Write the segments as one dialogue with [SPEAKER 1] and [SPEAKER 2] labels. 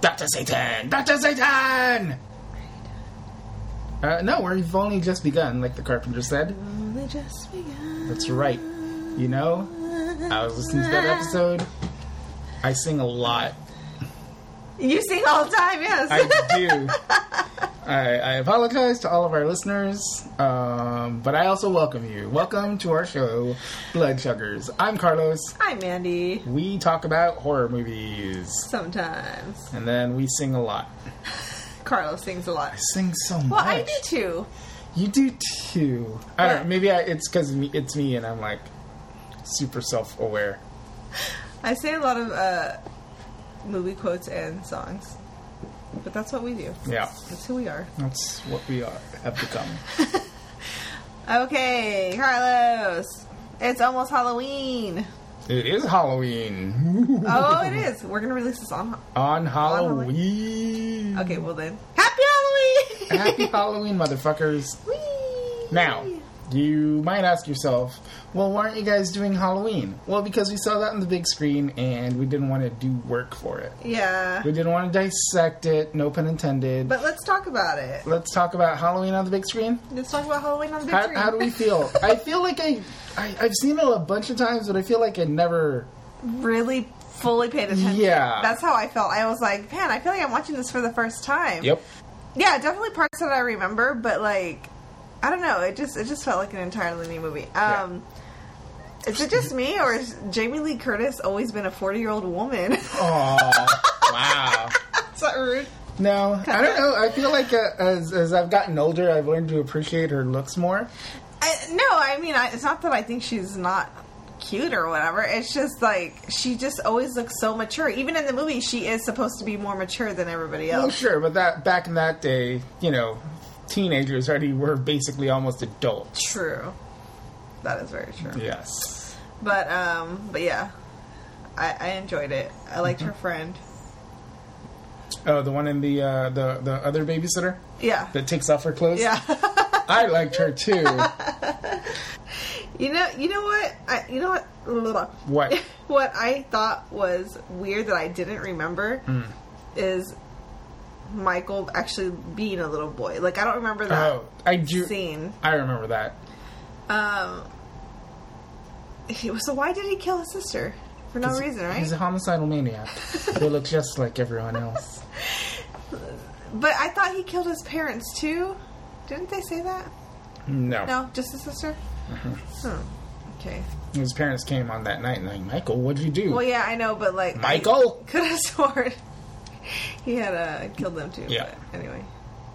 [SPEAKER 1] Back to Satan! Back to Satan! Uh, no, we've only just begun, like the carpenter said.
[SPEAKER 2] Only just begun.
[SPEAKER 1] That's right. You know, I was listening to that episode. I sing a lot.
[SPEAKER 2] You sing all the time, yes.
[SPEAKER 1] I do. I, I apologize to all of our listeners, um, but I also welcome you. Welcome to our show, Blood Chuggers. I'm Carlos.
[SPEAKER 2] I'm Mandy.
[SPEAKER 1] We talk about horror movies,
[SPEAKER 2] Sometimes.
[SPEAKER 1] and then we sing a lot.
[SPEAKER 2] Carlos sings a lot.
[SPEAKER 1] I sing so much.
[SPEAKER 2] Well, I do too.
[SPEAKER 1] You do too. I don't know.
[SPEAKER 2] What?
[SPEAKER 1] Maybe I, it's because me, it's me, and I'm like super self-aware.
[SPEAKER 2] I say a lot of uh, movie quotes and songs. But that's what we do.
[SPEAKER 1] Yeah,
[SPEAKER 2] That's who we are.
[SPEAKER 1] that's what we are have become.
[SPEAKER 2] Okay, Carlos. It's almost Halloween.
[SPEAKER 1] It is Halloween.
[SPEAKER 2] Oh, it is. We're going to release this on.
[SPEAKER 1] On Halloween.
[SPEAKER 2] Okay, well then. Happy Halloween!
[SPEAKER 1] Happy Halloween, motherfuckers.
[SPEAKER 2] Whee!
[SPEAKER 1] Now, you might ask yourself, well, why aren't you guys doing Halloween? Well, because we saw that on the big screen and we didn't want to do work for it.
[SPEAKER 2] Yeah.
[SPEAKER 1] We didn't want to dissect it, no pun intended.
[SPEAKER 2] But let's talk about it.
[SPEAKER 1] Let's talk about Halloween on the big screen.
[SPEAKER 2] Let's talk about Halloween on the big
[SPEAKER 1] How,
[SPEAKER 2] screen.
[SPEAKER 1] how do we feel? I feel like I, I, I've seen it a bunch of times, but I feel like I never.
[SPEAKER 2] really fully paid attention.
[SPEAKER 1] Yeah.
[SPEAKER 2] That's how I felt. I was like, man, I feel like I'm watching this for the first time.
[SPEAKER 1] Yep.
[SPEAKER 2] Yeah, definitely parts that I remember, but like I don't know, it just it just felt like an entirely new movie. Um Is it just me, or is Jamie Lee Curtis always been a forty-year-old woman? Is
[SPEAKER 1] Aw. wow.
[SPEAKER 2] that rude?
[SPEAKER 1] No, I don't know. I feel like uh, as as I've gotten older, I've learned to appreciate her looks more.
[SPEAKER 2] I, no, I mean, I, it's not that I think she's not cute or whatever. It's just like she just always looks so mature. Even in the movie, she is supposed to be more mature than everybody
[SPEAKER 1] Oh,
[SPEAKER 2] else.
[SPEAKER 1] sure, but that back in that day, you know, teenagers already were basically almost adults.
[SPEAKER 2] True, that is very true.
[SPEAKER 1] Yes.
[SPEAKER 2] But um, but yeah, I, I enjoyed it. I liked her friend.
[SPEAKER 1] Oh, the one in the uh, the the other babysitter
[SPEAKER 2] Yeah,
[SPEAKER 1] that takes off her clothes.
[SPEAKER 2] yeah.
[SPEAKER 1] I liked her too.
[SPEAKER 2] you know, you know what? I, you know what? Blah.
[SPEAKER 1] what?
[SPEAKER 2] what I thought was weird that I didn't remember
[SPEAKER 1] Hmm.
[SPEAKER 2] is Michael actually being a little boy. Like I don't remember that
[SPEAKER 1] Oh, I do.
[SPEAKER 2] scene.
[SPEAKER 1] I remember that.
[SPEAKER 2] Um, he, so why did he kill his sister for no reason, right?
[SPEAKER 1] He's a homicidal maniac. they look just like everyone else.
[SPEAKER 2] but I thought he killed his parents too. Didn't they say that?
[SPEAKER 1] No.
[SPEAKER 2] No, just his sister.
[SPEAKER 1] Mm-hmm.
[SPEAKER 2] Hmm. Okay.
[SPEAKER 1] His parents came on that night and like, Michael, what'd you do?
[SPEAKER 2] Well, yeah, I know, but like,
[SPEAKER 1] Michael?
[SPEAKER 2] could have sworn he had uh, killed them too.
[SPEAKER 1] Yeah.
[SPEAKER 2] But anyway,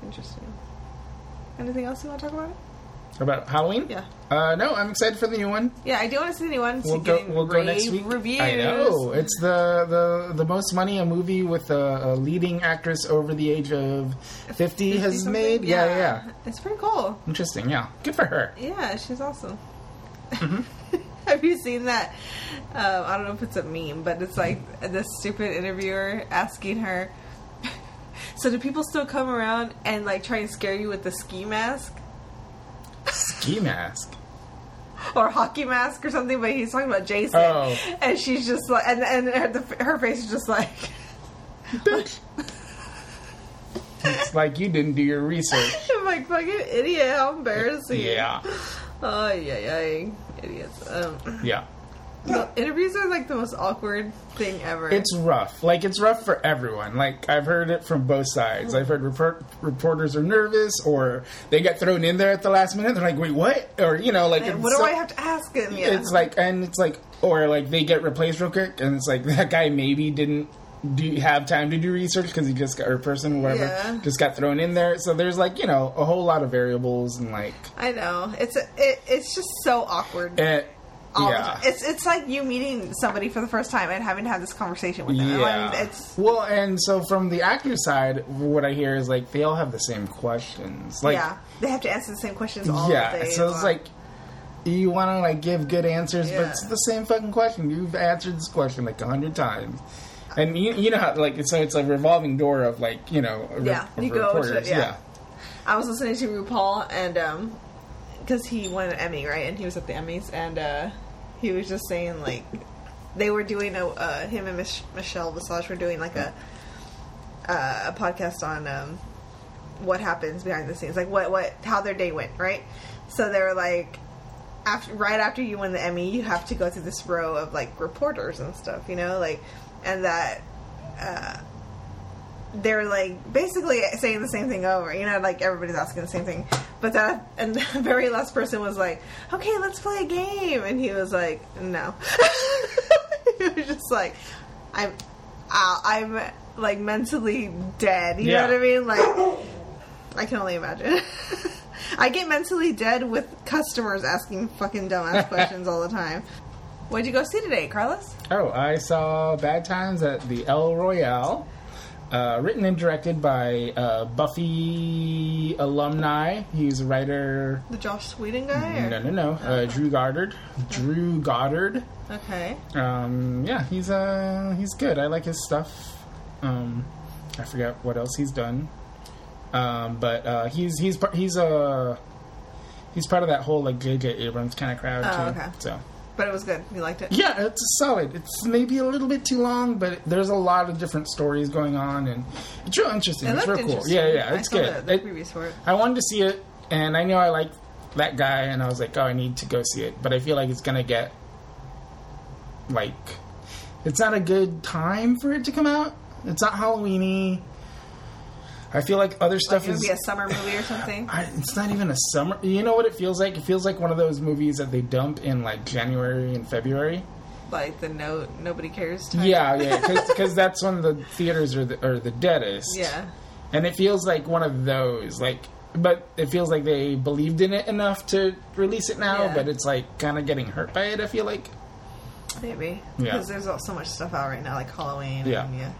[SPEAKER 2] interesting. Anything else you want to talk about?
[SPEAKER 1] About Halloween?
[SPEAKER 2] Yeah.
[SPEAKER 1] Uh, no, I'm excited for the new one.
[SPEAKER 2] Yeah, I do want to see anyone.
[SPEAKER 1] We'll go. We'll go next week.
[SPEAKER 2] Reviews.
[SPEAKER 1] I know it's the the the most money a movie with a, a leading actress over the age of fifty, has
[SPEAKER 2] Something?
[SPEAKER 1] made. Yeah. yeah, yeah.
[SPEAKER 2] It's pretty cool.
[SPEAKER 1] Interesting. Yeah, good for her.
[SPEAKER 2] Yeah, she's awesome.
[SPEAKER 1] Mm-hmm.
[SPEAKER 2] Have you seen that? Um, I don't know if it's a meme, but it's like this stupid interviewer asking her. So do people still come around and like try and scare you with the ski mask
[SPEAKER 1] Ski mask.
[SPEAKER 2] or hockey mask or something? But he's talking about Jason,
[SPEAKER 1] Oh.
[SPEAKER 2] and she's just like, and and her, the, her face is just like,
[SPEAKER 1] Bitch. it's like you didn't do your research.
[SPEAKER 2] I'm like fucking idiot. How embarrassing!
[SPEAKER 1] Yeah.
[SPEAKER 2] Oh yeah, yeah, idiots. Um,
[SPEAKER 1] Yeah.
[SPEAKER 2] interviews are like the most awkward thing ever.
[SPEAKER 1] It's rough. Like it's rough for everyone. Like I've heard it from both sides. I've heard report- reporters are nervous, or they get thrown in there at the last minute. They're like, "Wait, what?" Or you know, like
[SPEAKER 2] Like,
[SPEAKER 1] it's
[SPEAKER 2] what do
[SPEAKER 1] so-
[SPEAKER 2] I have to ask him? Yeah.
[SPEAKER 1] It's like, and it's like, or like they get replaced real quick, and it's like that guy maybe didn't do have time to do research because he just got or person whatever
[SPEAKER 2] Yeah.
[SPEAKER 1] just got thrown in there. So there's like you know a whole lot of variables and like
[SPEAKER 2] I know. It's a, it, it's just so awkward.
[SPEAKER 1] eh,
[SPEAKER 2] all the
[SPEAKER 1] yeah.
[SPEAKER 2] time. It's it's like you meeting somebody for the first time and having to have this conversation with them.
[SPEAKER 1] yeah.
[SPEAKER 2] Like, it's
[SPEAKER 1] well, and so from the actor side, what I hear is like they all have the same questions. Like,
[SPEAKER 2] yeah. They have to answer the same questions all
[SPEAKER 1] yeah.
[SPEAKER 2] day.
[SPEAKER 1] so it's
[SPEAKER 2] long.
[SPEAKER 1] like you want to like give good answers, but
[SPEAKER 2] Yeah.
[SPEAKER 1] it's the same fucking question. You've answered this question like a hundred times, and you, you know how like it's- so it's a revolving door of like you know re-
[SPEAKER 2] Yeah,
[SPEAKER 1] of
[SPEAKER 2] you go to-
[SPEAKER 1] reporters.
[SPEAKER 2] yeah. I was listening to RuPaul and um because he won an Emmy right and he was at the Emmys and uh he was just saying like they were doing a uh, him and Mich- Michelle Visage were doing like a uh, a podcast on um, what happens behind the scenes, like what what how their day went, right? So they were like, after right after you win the Emmy, you have to go through this row of like reporters and stuff, you know, like, and that uh, they're like basically saying the same thing over, you know, like everybody's asking the same thing. But that and the very last person was like, "Okay, let's play a game," and he was like, "No," he was just like, "I'm, I'll, I'm like mentally dead." You
[SPEAKER 1] Yeah.
[SPEAKER 2] know what I mean? Like, I can only imagine. I get mentally dead with customers asking fucking dumbass questions all the time. What'd you go see today, Carlos?
[SPEAKER 1] Oh, I saw Bad Times at the El Royale, uh, written and directed by uh, Buffy alumni. He's a writer.
[SPEAKER 2] The Josh Sweden guy? Or?
[SPEAKER 1] No, no, no. Uh, Drew Goddard. Drew Goddard.
[SPEAKER 2] Okay.
[SPEAKER 1] Um, yeah, he's uh, he's good. I like his stuff. Um, I forget what else he's done, um, but uh, he's he's par- he's uh, he's part of that whole like J.J. Abrams kind of crowd
[SPEAKER 2] Oh,
[SPEAKER 1] too.
[SPEAKER 2] okay.
[SPEAKER 1] So
[SPEAKER 2] But it was good. You liked it?
[SPEAKER 1] yeah, it's solid. It's maybe a little bit too long, but there's a lot of different stories going on, and it's real interesting.
[SPEAKER 2] It
[SPEAKER 1] it's
[SPEAKER 2] looked
[SPEAKER 1] real cool.
[SPEAKER 2] interesting.
[SPEAKER 1] Yeah, yeah, it's
[SPEAKER 2] I saw
[SPEAKER 1] good.
[SPEAKER 2] The, the
[SPEAKER 1] It-
[SPEAKER 2] previews for it.
[SPEAKER 1] I wanted to see it, and I know I like that guy, and I was like, oh, I need to go see it. But I feel like it's gonna get like it's not a good time for it to come out. It's not Halloweeny. I feel like other
[SPEAKER 2] Like
[SPEAKER 1] stuff
[SPEAKER 2] it would
[SPEAKER 1] is.
[SPEAKER 2] be a summer movie or something.
[SPEAKER 1] I, it's not even a summer. You know what it feels like? It feels like one of those movies that they dump in like January and February.
[SPEAKER 2] like the no, nobody cares. Type.
[SPEAKER 1] Yeah, yeah, because that's when the theaters are the, are the deadest.
[SPEAKER 2] Yeah.
[SPEAKER 1] and it feels like one of those like but it feels like they believed in it enough to release it now
[SPEAKER 2] Yeah.
[SPEAKER 1] but it's like kind of getting hurt by it i feel like
[SPEAKER 2] Maybe.
[SPEAKER 1] Yeah.
[SPEAKER 2] Because there's all, so much stuff out right now, like Halloween.
[SPEAKER 1] Yeah.
[SPEAKER 2] And, yeah.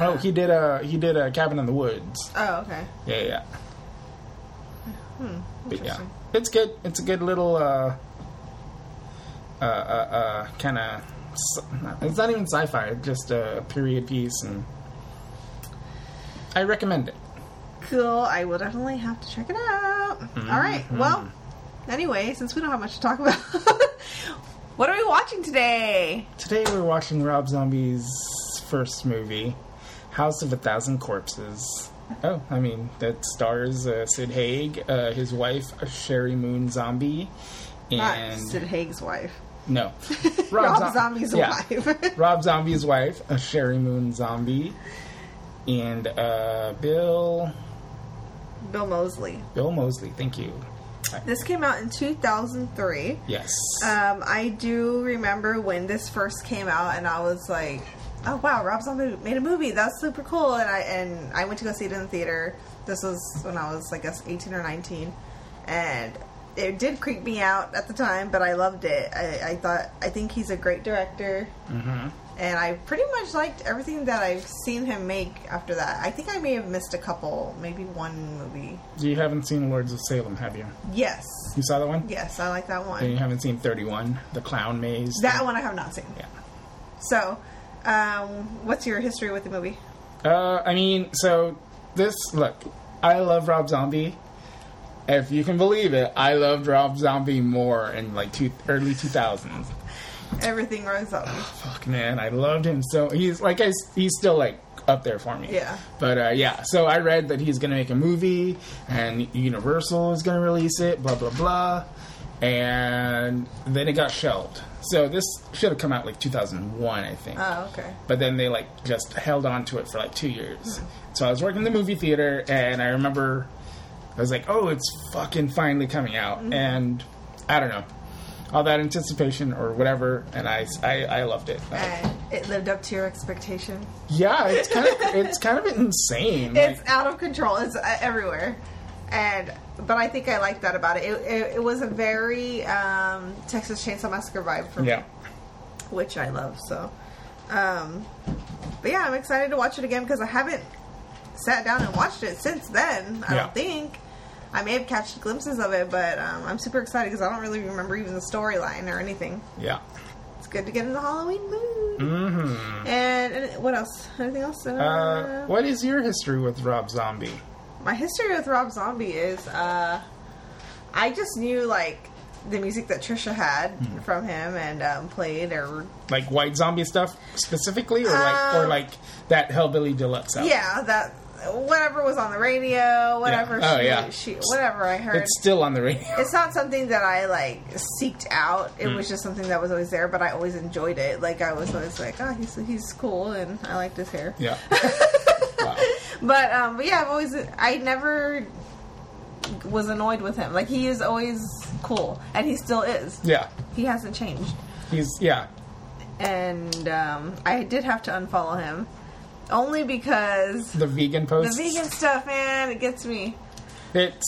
[SPEAKER 1] oh he did a he did a cabin in the woods
[SPEAKER 2] Oh, okay.
[SPEAKER 1] yeah yeah but yeah
[SPEAKER 2] Hmm, Interesting.
[SPEAKER 1] it's good it's a good little uh uh uh, uh kind of it's not even sci-fi it's just a period piece and i recommend it
[SPEAKER 2] Cool. I will definitely have to check it out.
[SPEAKER 1] Mm-hmm.
[SPEAKER 2] All right. Well, anyway, since we don't have much to talk about, what are we watching today?
[SPEAKER 1] Today we're watching Rob Zombie's first movie, House of a Thousand Corpses. Oh, I mean, that stars uh, Sid Haig, uh, his wife uh, Sherry Moon Zombie,
[SPEAKER 2] Not
[SPEAKER 1] and
[SPEAKER 2] Ah, Sid Haig's wife.
[SPEAKER 1] no,
[SPEAKER 2] Rob,
[SPEAKER 1] Zom-
[SPEAKER 2] Zombie's
[SPEAKER 1] yeah.
[SPEAKER 2] wife.
[SPEAKER 1] Rob Zombie's wife, uh, Sherry Moon Zombie, and uh, Bill
[SPEAKER 2] Bill Mosley.
[SPEAKER 1] Bill Mosley. Thank you.
[SPEAKER 2] This came out in 2003.
[SPEAKER 1] Yes.
[SPEAKER 2] Um, I do remember when this first came out, and I was like, "Oh wow, Rob Zombie made a movie. That's super cool!" And I and I went to go see it in the theater. This was when I was, I guess, eighteen or nineteen, and it did creep me out at the time, but I loved it. I, I thought I think he's a great director,
[SPEAKER 1] hmm
[SPEAKER 2] and I pretty much liked everything that I've seen him make after that. I think I may have missed a couple, maybe one movie.
[SPEAKER 1] You haven't seen Lords of Salem, have you?
[SPEAKER 2] Yes,
[SPEAKER 1] You saw that one?
[SPEAKER 2] yes, I like that
[SPEAKER 1] And
[SPEAKER 2] one.
[SPEAKER 1] you haven't seen Thirty One, The Clown Maze.
[SPEAKER 2] That one I have not seen.
[SPEAKER 1] Yeah.
[SPEAKER 2] So, um, what's your history with the movie?
[SPEAKER 1] Uh, I mean, so this look, I love Rob Zombie. If you can believe it, I loved Rob Zombie more in like two, early two thousands.
[SPEAKER 2] Everything runs up.
[SPEAKER 1] Fuck man, I loved him so. He's like I, s- he's still like up there for me.
[SPEAKER 2] Yeah.
[SPEAKER 1] But uh, yeah, so I read that he's gonna make a movie, and Universal is gonna release it. Blah blah blah. And then it got shelved. So this should have come out like 2001, I think
[SPEAKER 2] Oh, okay.
[SPEAKER 1] but then they like just held on to it for like two years. So I was working in the movie theater, and I remember I was like, "Oh, it's fucking finally coming out!" And I don't know, all that anticipation or whatever, and I I, I loved it. Uh,
[SPEAKER 2] And it lived up to your expectation.
[SPEAKER 1] yeah, it's kind of it's kind of insane.
[SPEAKER 2] It's
[SPEAKER 1] like-
[SPEAKER 2] out of control. It's uh, everywhere. And but I think I like that about it. It, it, it was a very um, Texas Chainsaw Massacre vibe for
[SPEAKER 1] yeah,
[SPEAKER 2] me, which I love. So, um, but yeah, I'm excited to watch it again because I haven't sat down and watched it since then. I
[SPEAKER 1] Yeah.
[SPEAKER 2] don't think. I may have catched glimpses of it, but um, I'm super excited because I don't really remember even the storyline or anything.
[SPEAKER 1] yeah.
[SPEAKER 2] It's good to get in the Halloween mood.
[SPEAKER 1] hmm
[SPEAKER 2] And, and what else? Anything else?
[SPEAKER 1] Uh, what is your history with Rob Zombie?
[SPEAKER 2] My history with Rob Zombie is uh, I just knew like
[SPEAKER 3] the music that Trisha had
[SPEAKER 1] Mm-hmm.
[SPEAKER 3] from him and um, played or
[SPEAKER 1] Like white zombie stuff specifically, or like or
[SPEAKER 3] Um,
[SPEAKER 1] like that Hellbilly Deluxe album.
[SPEAKER 3] yeah that whatever was on the radio whatever
[SPEAKER 1] Oh,
[SPEAKER 3] she,
[SPEAKER 1] yeah.
[SPEAKER 3] she whatever I heard
[SPEAKER 1] It's still on the radio.
[SPEAKER 3] it's not something that I like seeked out.
[SPEAKER 1] Mm.
[SPEAKER 3] It was just something that was always there, but I always enjoyed it. Like I was always like, oh, he's he's cool, and I like this hair.
[SPEAKER 1] Yeah. wow.
[SPEAKER 3] But um, but yeah, I've always I never was annoyed with him. Like he is always cool, and he still is.
[SPEAKER 1] Yeah.
[SPEAKER 3] He hasn't changed.
[SPEAKER 1] He's yeah.
[SPEAKER 3] And um, I did have to unfollow him only because
[SPEAKER 1] The vegan
[SPEAKER 3] the
[SPEAKER 1] posts.
[SPEAKER 3] vegan stuff, man, it gets me.
[SPEAKER 1] It's.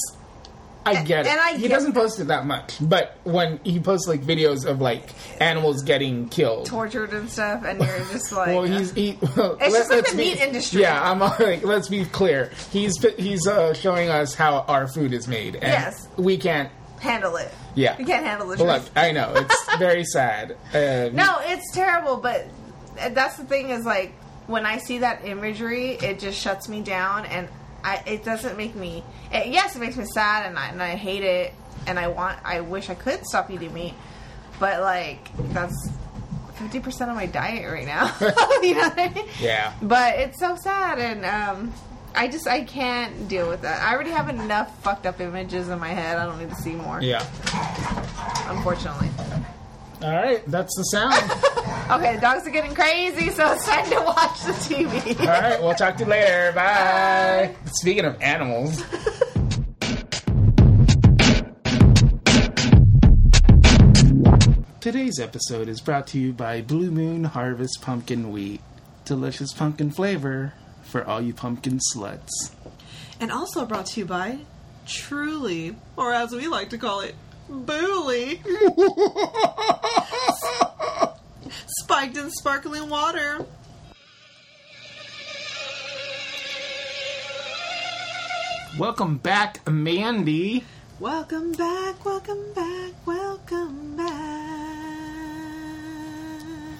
[SPEAKER 1] I get it.
[SPEAKER 3] and I
[SPEAKER 1] he
[SPEAKER 3] get-
[SPEAKER 1] doesn't post it that much, but when he posts like videos of like animals getting killed,
[SPEAKER 3] Tortured and stuff, and you're just like,
[SPEAKER 1] well, he's he, well,
[SPEAKER 3] It's just like the meat industry.
[SPEAKER 1] Yeah, I'm like, let's be clear. He's he's uh, showing us how our food is made. And
[SPEAKER 3] Yes.
[SPEAKER 1] we can't.
[SPEAKER 3] handle it.
[SPEAKER 1] Yeah,
[SPEAKER 3] You can't handle the truth.
[SPEAKER 1] Look, I know it's very sad. Um,
[SPEAKER 3] No, it's terrible, but that's the thing is like when I see that imagery, it just shuts me down and I it doesn't make me it, yes, it makes me sad and I and I hate it and I want I wish I could stop eating meat, but like that's 50% of my diet right now. you know what I mean?
[SPEAKER 1] Yeah.
[SPEAKER 3] But it's so sad and um I just I can't deal with that. I already have enough fucked up images in my head. I don't need to see more.
[SPEAKER 1] Yeah.
[SPEAKER 3] Unfortunately.
[SPEAKER 1] All right, that's the sound.
[SPEAKER 3] Okay, the dogs are getting crazy, so it's time to watch the TV.
[SPEAKER 1] All right, we'll talk to you later. Bye. Speaking of animals. Today's episode is brought to you by Blue Moon Harvest Pumpkin Wheat. Delicious pumpkin flavor for all you pumpkin sluts.
[SPEAKER 2] And also brought to you by Truly, or as we like to call it, Booley. Spiked in sparkling water.
[SPEAKER 1] Welcome back, Mandy.
[SPEAKER 2] Welcome back, welcome back, welcome back.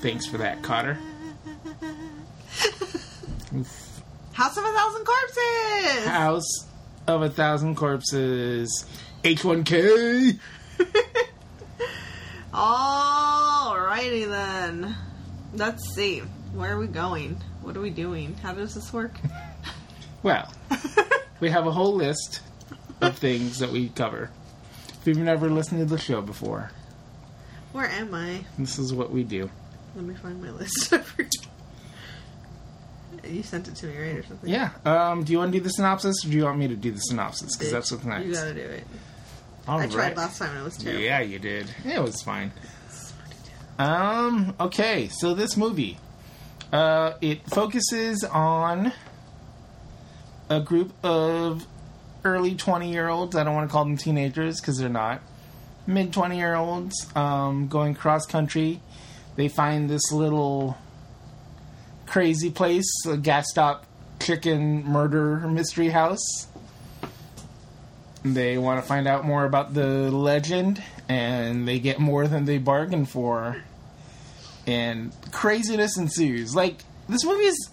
[SPEAKER 1] Thanks for that, Cotter.
[SPEAKER 2] House of a Thousand Corpses!
[SPEAKER 1] House of a Thousand Corpses. H1K.
[SPEAKER 2] Alrighty then. Let's see. Where are we going? What are we doing? How does this work?
[SPEAKER 1] Well, we have a whole list of things that we cover. If you've never listened to the show before,
[SPEAKER 2] Where am I?
[SPEAKER 1] this is what we do.
[SPEAKER 2] Let me find my list. I forget. you sent it to me, right, or something?
[SPEAKER 1] Yeah. Um, do you want to do the synopsis, or do you want me to do the synopsis? Because that's what's
[SPEAKER 2] You
[SPEAKER 1] next.
[SPEAKER 2] gotta do it.
[SPEAKER 1] All
[SPEAKER 2] I tried
[SPEAKER 1] right.
[SPEAKER 2] last time and it was terrible.
[SPEAKER 1] Yeah, you did. It was fine. Um. Okay. So this movie, uh, it focuses on a group of early twenty-year-olds. I don't want to call them teenagers because they're not. Mid twenty-year-olds um, going cross country. They find this little crazy place, a gas stop chicken murder mystery house. They want to find out more about the legend, and they get more than they bargained for. And craziness ensues. Like, this movie is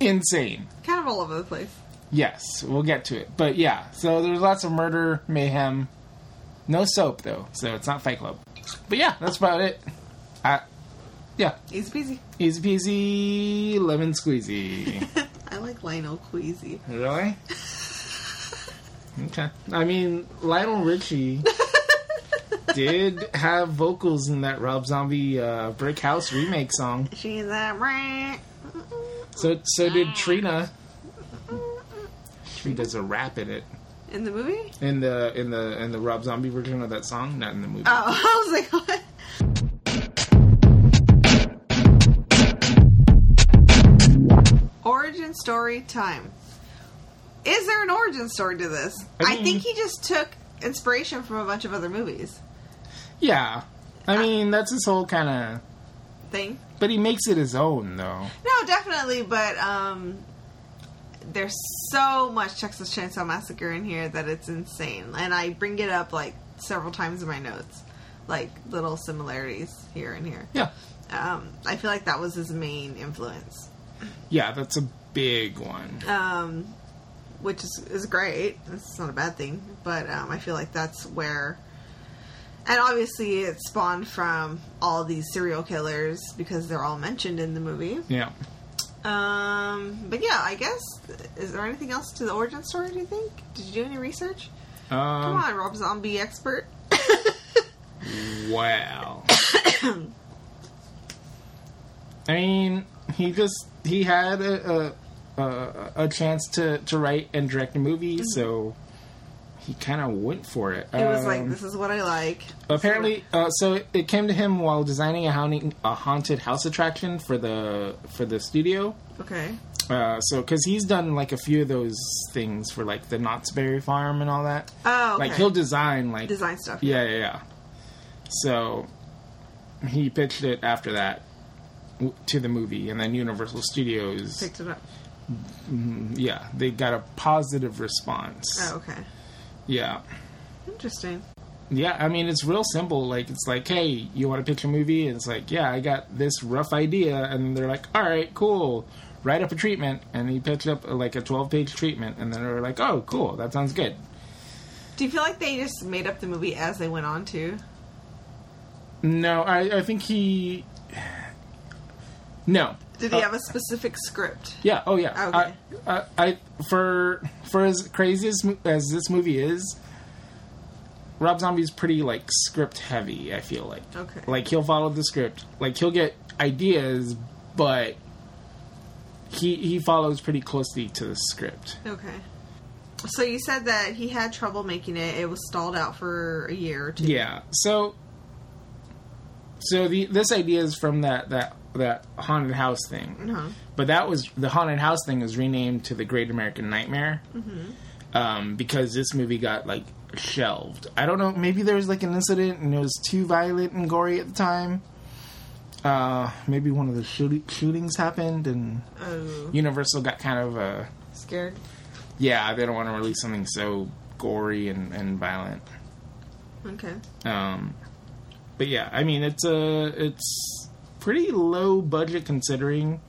[SPEAKER 1] insane.
[SPEAKER 2] Kind of all over the place.
[SPEAKER 1] Yes, we'll get to it. But yeah, so there's lots of murder, mayhem. No soap, though, so it's not Fight Club. But yeah, that's about it. I, yeah,
[SPEAKER 2] Easy peasy.
[SPEAKER 1] easy peasy, lemon squeezy.
[SPEAKER 2] I like Lionel Queasy.
[SPEAKER 1] really? Okay. I mean, Lionel Richie did have vocals in that Rob Zombie uh, Brick House remake song.
[SPEAKER 2] She's a brat.
[SPEAKER 1] So so did Trina. Trina does a rap in it
[SPEAKER 2] In the movie?
[SPEAKER 1] in the in the in the Rob Zombie version of that song, not in the movie.
[SPEAKER 2] Oh, I was like, what? Origin story time. Is there an origin story to this?
[SPEAKER 1] I
[SPEAKER 2] I,
[SPEAKER 1] mean-
[SPEAKER 2] think he just took inspiration from a bunch of other movies.
[SPEAKER 1] Yeah, I mean that's his whole kind
[SPEAKER 2] Thing.
[SPEAKER 1] of. But he makes it his own though.
[SPEAKER 2] No, definitely, but um, there's so much Texas Chainsaw Massacre in here that it's insane, and I bring it up like several times in my notes, like little similarities here and here.
[SPEAKER 1] Yeah,
[SPEAKER 2] Um, I feel like that was his main influence,
[SPEAKER 1] yeah, that's a big one.
[SPEAKER 2] um, which is is great. It's not a bad thing, but um, I feel like that's where And obviously, it spawned from all these serial killers because they're all mentioned in the movie.
[SPEAKER 1] Yeah.
[SPEAKER 2] Um, but yeah, I guess is there anything else to the origin story? Do you think? Did you do any research? Come
[SPEAKER 1] Um,
[SPEAKER 2] on, Rob Zombie expert.
[SPEAKER 1] wow. I mean, he just he had a a, a, a chance to, to write and direct a movie, so he kind of went for it.
[SPEAKER 2] Mm-hmm.
[SPEAKER 1] Um,
[SPEAKER 2] It was like this is what I like.
[SPEAKER 1] Apparently, uh, so it came to him while designing a haunting a haunted house attraction for the for the studio.
[SPEAKER 2] Okay.
[SPEAKER 1] Uh, so, because he's done like a few of those things for like the Knott's Berry Farm and all that.
[SPEAKER 2] Oh, okay.
[SPEAKER 1] Like he'll design like
[SPEAKER 2] design stuff.
[SPEAKER 1] Yeah, yeah, yeah. So he pitched it after that w- to the movie, and then Universal Studios.
[SPEAKER 2] Picked it up.
[SPEAKER 1] Yeah, they got a positive response.
[SPEAKER 2] Oh, okay.
[SPEAKER 1] Yeah.
[SPEAKER 2] Interesting.
[SPEAKER 1] Yeah, I mean it's real simple. Like it's like, hey, you want to pitch a movie? And it's like, yeah, I got this rough idea, and they're like, all right, cool. Write up a treatment, and he pitched up uh, like a twelve-page treatment, and then they were like, oh, cool, that sounds good.
[SPEAKER 2] Do you feel like they just made up the movie as they went on too?
[SPEAKER 1] No, I, I think he. No,
[SPEAKER 2] Did they have a specific script?
[SPEAKER 1] Yeah. Oh, yeah.
[SPEAKER 2] Ah, Okay.
[SPEAKER 1] I, I, I for for as crazy as, mo- as this movie is, Rob Zombie's pretty like script heavy. I feel like.
[SPEAKER 2] Okay.
[SPEAKER 1] Like he'll follow the script. Like he'll get ideas, but he he follows pretty closely to the script.
[SPEAKER 2] Okay. So you said that he had trouble making it. It was stalled out for a year or two.
[SPEAKER 1] Yeah. So. So the this idea is from that that that haunted house thing.
[SPEAKER 2] Uh-huh.
[SPEAKER 1] But that was the haunted house thing was renamed to the Great American Nightmare um, because this movie got like shelved. I don't know. Maybe there was like an incident and it was too violent and gory at the time. Uh, maybe one of the shooti- shootings happened and
[SPEAKER 2] Oh,
[SPEAKER 1] Universal got kind of uh,
[SPEAKER 2] scared.
[SPEAKER 1] yeah they don't want to release something so gory and, and violent.
[SPEAKER 2] Okay.
[SPEAKER 1] Um, but yeah, I mean it's uh, it's pretty low budget considering.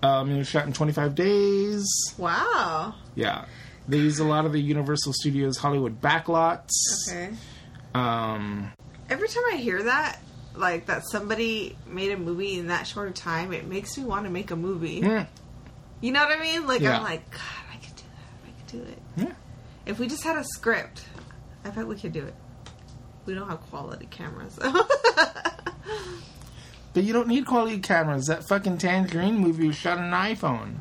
[SPEAKER 1] Um, it was shot in 25 days.
[SPEAKER 2] Wow.
[SPEAKER 1] Yeah. They use a lot of the Universal Studios Hollywood backlots.
[SPEAKER 2] Okay.
[SPEAKER 1] Um,
[SPEAKER 2] Every time I hear that, like that somebody made a movie in that short of time, it makes me want to make a movie.
[SPEAKER 1] yeah.
[SPEAKER 2] You know what I mean? Like
[SPEAKER 1] Mm. Yeah.
[SPEAKER 2] I'm like, God, I could do that. I could do it.
[SPEAKER 1] Yeah.
[SPEAKER 2] If we just had a script, I bet we could do it. We don't have quality cameras.
[SPEAKER 1] But you don't need quality cameras. That fucking Tangerine movie was shot on an iPhone.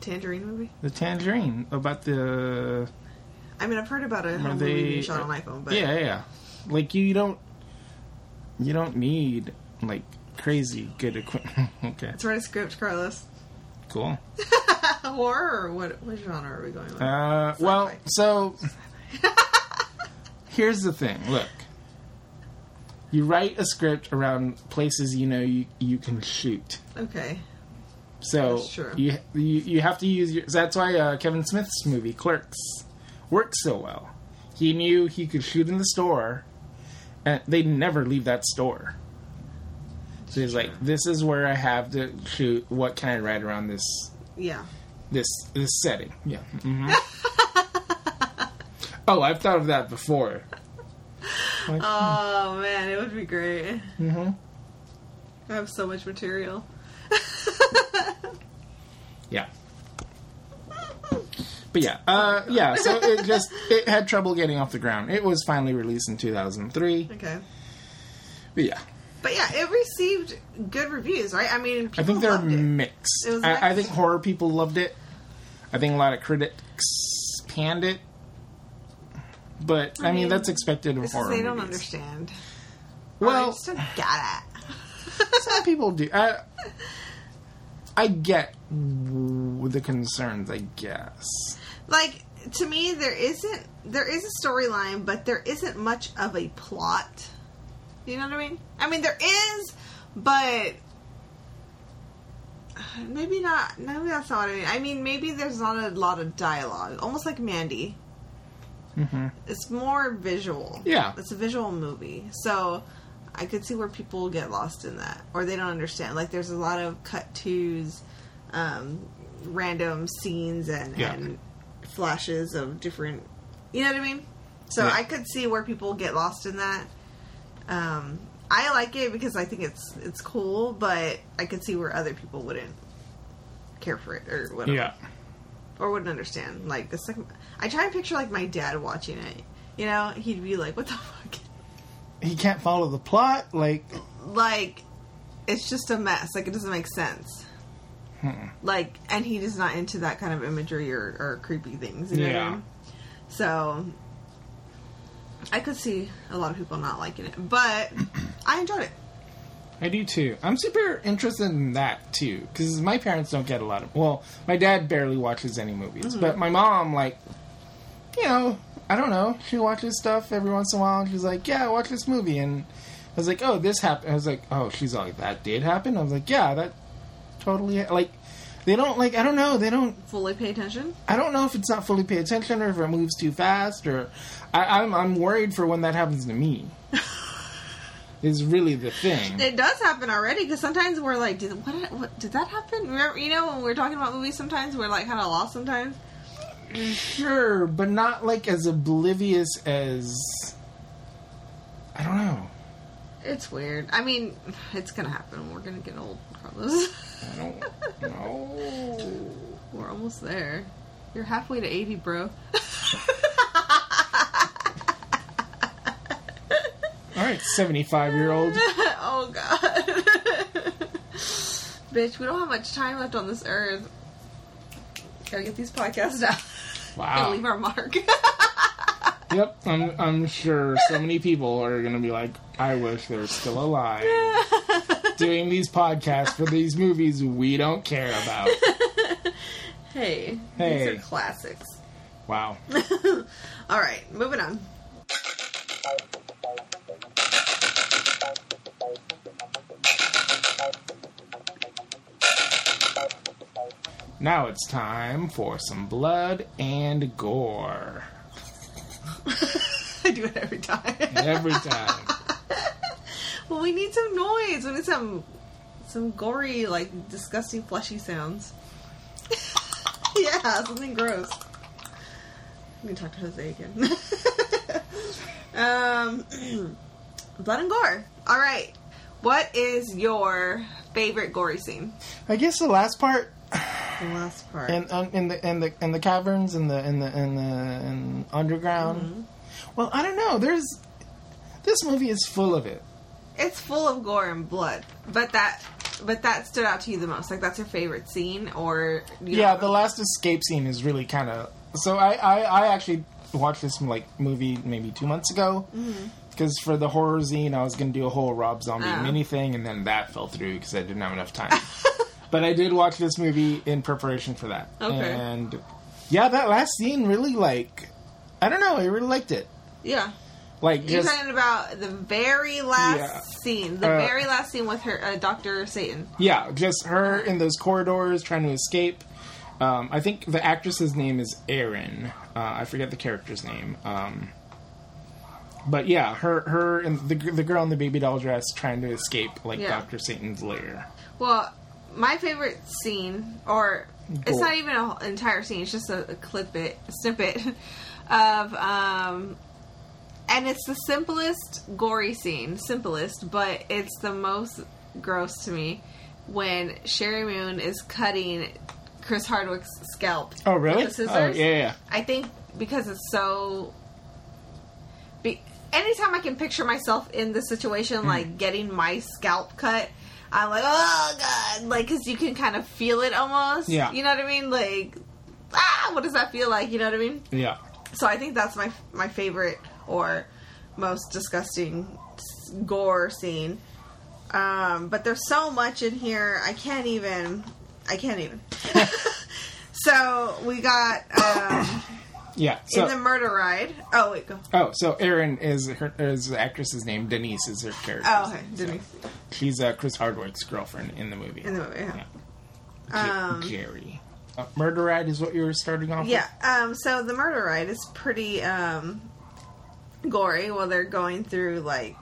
[SPEAKER 2] Tangerine movie.
[SPEAKER 1] The Tangerine about the
[SPEAKER 2] I mean, I've heard about a home
[SPEAKER 1] they- uh,
[SPEAKER 2] movie being shot on iPhone, but
[SPEAKER 1] yeah, yeah. Like you don't you don't need like crazy good equipment. okay,
[SPEAKER 2] let's write a script, Carlos.
[SPEAKER 1] cool.
[SPEAKER 2] horror or what, what genre are we going with?
[SPEAKER 1] Uh, well, so here's the thing. Look, you write a script around places you know you, you can shoot.
[SPEAKER 2] okay.
[SPEAKER 1] So
[SPEAKER 2] That's true.
[SPEAKER 1] You, you you have to use your. That's why uh, Kevin Smith's movie Clerks worked so well. He knew he could shoot in the store, and they never leave that store. So he's like, "This is where I have to shoot. What can I write around this
[SPEAKER 2] Yeah.
[SPEAKER 1] this this setting?" Yeah. hmm oh, I've thought of that before. Uh,
[SPEAKER 2] Oh man, it would be great.
[SPEAKER 1] hmm
[SPEAKER 2] I have so much material.
[SPEAKER 1] Yeah. But yeah, uh, yeah. So it just it had trouble getting off the ground. It was finally released in 2003.
[SPEAKER 2] Okay.
[SPEAKER 1] But yeah,
[SPEAKER 2] But yeah, it received good reviews, right? I mean, people
[SPEAKER 1] I think they're
[SPEAKER 2] loved it.
[SPEAKER 1] mixed.
[SPEAKER 2] It was
[SPEAKER 1] I, I think
[SPEAKER 2] mixed.
[SPEAKER 1] horror people loved it. I think a lot of critics panned it. But I, mean,
[SPEAKER 2] mean,
[SPEAKER 1] that's expected of
[SPEAKER 2] It's just
[SPEAKER 1] horror.
[SPEAKER 2] they don't
[SPEAKER 1] movies.
[SPEAKER 2] understand. Or they
[SPEAKER 1] Well,
[SPEAKER 2] just don't get it.
[SPEAKER 1] some people do. I, I get w- the concerns. I guess.
[SPEAKER 2] like to me, there isn't there is a storyline, but there isn't much of a plot. You know what I mean? I mean, there is, but maybe not. Maybe that's not what I mean. I mean, maybe there's not a lot of dialogue, almost like Mandy.
[SPEAKER 1] hmm
[SPEAKER 2] It's more visual.
[SPEAKER 1] Yeah.
[SPEAKER 2] It's a visual movie. So I could see where people get lost in that or they don't understand. Like there's a lot of cut twos, um, random scenes and,
[SPEAKER 1] Yeah.
[SPEAKER 2] and flashes of different you know what I mean? So
[SPEAKER 1] Yeah.
[SPEAKER 2] I could see where people get lost in that Um, I like it because I think it's it's cool, but I could see where other people wouldn't care for it or whatever
[SPEAKER 1] Yeah.
[SPEAKER 2] or wouldn't understand. Like the second, I try to picture like my dad watching it. You know, he'd be like, "What the fuck."
[SPEAKER 1] He can't follow the plot. Like,
[SPEAKER 2] like it's just a mess like it doesn't make sense like and he is not into that kind of imagery or, or creepy things you know what I
[SPEAKER 1] Yeah.
[SPEAKER 2] mean? so i could see a lot of people not liking it but i enjoyed it
[SPEAKER 1] I do too. I'm super interested in that too because my parents don't get a lot of. Well, my dad barely watches any movies, but my mom, like, you know, I don't know. She watches stuff every once in a while. And she's like, "Yeah, watch this movie," and I was like, "Oh, this happened." I was like, "Oh," she's like, "That did happen." I was like, "Yeah, that totally ha-. like." They don't like. I don't know. They don't.
[SPEAKER 2] fully pay attention
[SPEAKER 1] I don't know if it's not fully pay attention or if it moves too fast or. I, I'm I'm worried for when that happens to me. is really the thing.
[SPEAKER 2] it does happen already because sometimes we're like did what, what did that happen Remember, you know when we're talking about movies sometimes we're like kind of lost sometimes
[SPEAKER 1] Sure, but not like as oblivious as I don't know.
[SPEAKER 2] it's weird i mean it's gonna happen we're gonna get old carlos
[SPEAKER 1] I don't know.
[SPEAKER 2] We're almost there. You're halfway to 80, bro.
[SPEAKER 1] All right, seventy-five year old.
[SPEAKER 2] oh, God. Bitch, we don't have much time left on this earth. Gotta get these podcasts out. Gotta leave
[SPEAKER 1] Wow.
[SPEAKER 2] our mark.
[SPEAKER 1] Yep, I'm I'm sure so many people are gonna be like, I wish they're still alive, doing these podcasts for these movies we don't care about.
[SPEAKER 2] hey,
[SPEAKER 1] Hey.
[SPEAKER 2] these are classics.
[SPEAKER 1] Wow.
[SPEAKER 2] All right, moving on.
[SPEAKER 1] Now it's time for some blood and gore.
[SPEAKER 2] I do it every time.
[SPEAKER 1] Every time.
[SPEAKER 2] well, we need some noise. We need some, some gory, like disgusting, fleshy sounds. yeah, something gross. I'm gonna talk to Jose again. um, blood and gore. All right. What is your favorite gory scene?
[SPEAKER 1] I guess the last part
[SPEAKER 2] The last part.
[SPEAKER 1] and um, in the in the in the caverns and the in the in the in underground. Well, I don't know. There's this movie is full of it.
[SPEAKER 2] it's full of gore and blood, but that. But that stood out to you the most. Like that's your favorite scene, or you
[SPEAKER 1] Yeah,
[SPEAKER 2] don't-
[SPEAKER 1] the last escape scene is really kind of. So I, I I actually watched this like movie maybe two months ago because for the horror zine I was gonna do a whole Rob Zombie
[SPEAKER 2] Mm-hmm. Ah.
[SPEAKER 1] mini thing and then that fell through because I didn't have enough time. but I did watch this movie in preparation for that.
[SPEAKER 2] Okay.
[SPEAKER 1] And yeah, that last scene really like I don't know. I really liked it.
[SPEAKER 2] yeah.
[SPEAKER 1] Like
[SPEAKER 2] You're
[SPEAKER 1] just
[SPEAKER 2] talking about the very last
[SPEAKER 1] Yeah.
[SPEAKER 2] scene, the
[SPEAKER 1] Uh,
[SPEAKER 2] very last scene with her, uh, Doctor Satan.
[SPEAKER 1] Yeah, just her in those corridors trying to escape. Um, I think the actress's name is Erin. Uh, I forget the character's name. Um, but yeah, her her and the gr- the girl in the baby doll dress trying to escape like
[SPEAKER 2] Yeah.
[SPEAKER 1] Doctor Satan's lair.
[SPEAKER 2] Well, my favorite scene, or it's
[SPEAKER 1] Gore.
[SPEAKER 2] not even an entire scene; it's just a, a clip it, snippet of, um, and it's the simplest gory scene, simplest, but it's the most gross to me when Sherry Moon is cutting Chris Hardwick's scalp.
[SPEAKER 1] Oh really?
[SPEAKER 2] With the
[SPEAKER 1] Oh yeah,
[SPEAKER 2] scissors.
[SPEAKER 1] yeah.
[SPEAKER 2] I think because it's so. Be, anytime I can picture myself in this situation, like getting my scalp cut, I'm like, oh god, like because you can kind of feel it almost.
[SPEAKER 1] Yeah.
[SPEAKER 2] you know what I mean. Like, ah, what does that feel like? You know what I mean.
[SPEAKER 1] yeah.
[SPEAKER 2] So I think that's my my favorite or most disgusting s- gore scene. Um, but there's so much in here, I can't even. I can't even. so we got. Um,
[SPEAKER 1] Yeah. So
[SPEAKER 2] in the murder ride. Oh wait, go.
[SPEAKER 1] oh, so Erin is her is the actress's name. Denise is her character.
[SPEAKER 2] Oh okay, Denise
[SPEAKER 1] She's uh, Chris Hardwick's girlfriend in the movie.
[SPEAKER 2] in the movie. Yeah.
[SPEAKER 1] yeah. Ge-
[SPEAKER 2] Um,
[SPEAKER 1] Jerry. Uh, Murder Ride is what you were starting off. with?
[SPEAKER 2] Yeah. Um. So the murder ride is pretty um, gory. While they're going through like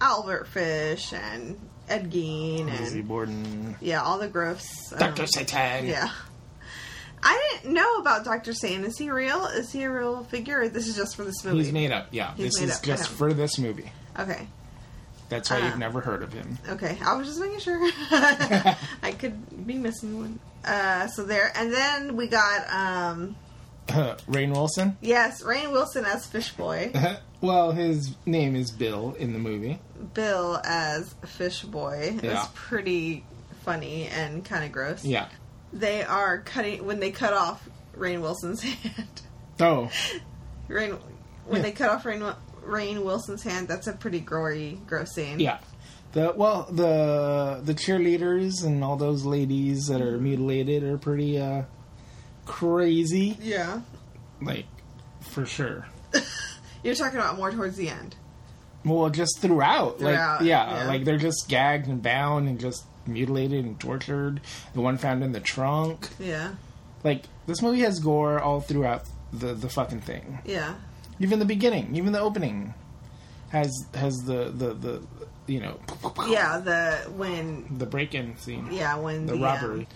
[SPEAKER 2] Albert Fish and Ed Gein
[SPEAKER 1] Lizzie
[SPEAKER 2] and
[SPEAKER 1] Borden.
[SPEAKER 2] yeah, all the gross. um,
[SPEAKER 1] Dr. Satan.
[SPEAKER 2] Yeah. I didn't know about Doctor Satan. Is he real? Is he a real figure? Or this is just for this movie.
[SPEAKER 1] He's made up. Uh-huh. Yeah,
[SPEAKER 2] He's
[SPEAKER 1] this
[SPEAKER 2] made
[SPEAKER 1] is
[SPEAKER 2] up,
[SPEAKER 1] just
[SPEAKER 2] okay.
[SPEAKER 1] for this movie.
[SPEAKER 2] Okay.
[SPEAKER 1] That's why
[SPEAKER 2] Ah.
[SPEAKER 1] you've never heard of him.
[SPEAKER 2] Okay, I was just making sure. I could be missing one. Uh, so there, and then we got um,
[SPEAKER 1] Rain Wilson?
[SPEAKER 2] yes, Rain Wilson as Fish Boy,
[SPEAKER 1] well, his name is Bill in the movie.
[SPEAKER 2] Bill as Fish Boy. It
[SPEAKER 1] Yeah.
[SPEAKER 2] was pretty funny and kind of gross.
[SPEAKER 1] Yeah.
[SPEAKER 2] they are cutting when they cut off Rain Wilson's hand.
[SPEAKER 1] Oh,
[SPEAKER 2] Rain when
[SPEAKER 1] Yeah.
[SPEAKER 2] they cut off Rain Rain Wilson's hand. That's a pretty gory, gross scene.
[SPEAKER 1] yeah. The well, the the cheerleaders and all those ladies that are mutilated are pretty uh crazy.
[SPEAKER 2] yeah.
[SPEAKER 1] Like for sure.
[SPEAKER 2] You're talking about more towards the end.
[SPEAKER 1] Well, just throughout,
[SPEAKER 2] Throughout,
[SPEAKER 1] like yeah,
[SPEAKER 2] yeah.
[SPEAKER 1] like they're just gagged and bound and just mutilated and tortured. The one found in the trunk.
[SPEAKER 2] Yeah,
[SPEAKER 1] Like this movie has gore all throughout the the fucking thing.
[SPEAKER 2] yeah,
[SPEAKER 1] Even the beginning, even the opening, has has the the the you know
[SPEAKER 2] yeah. The when
[SPEAKER 1] the break in scene,
[SPEAKER 2] yeah when
[SPEAKER 1] the
[SPEAKER 2] um,
[SPEAKER 1] robbery.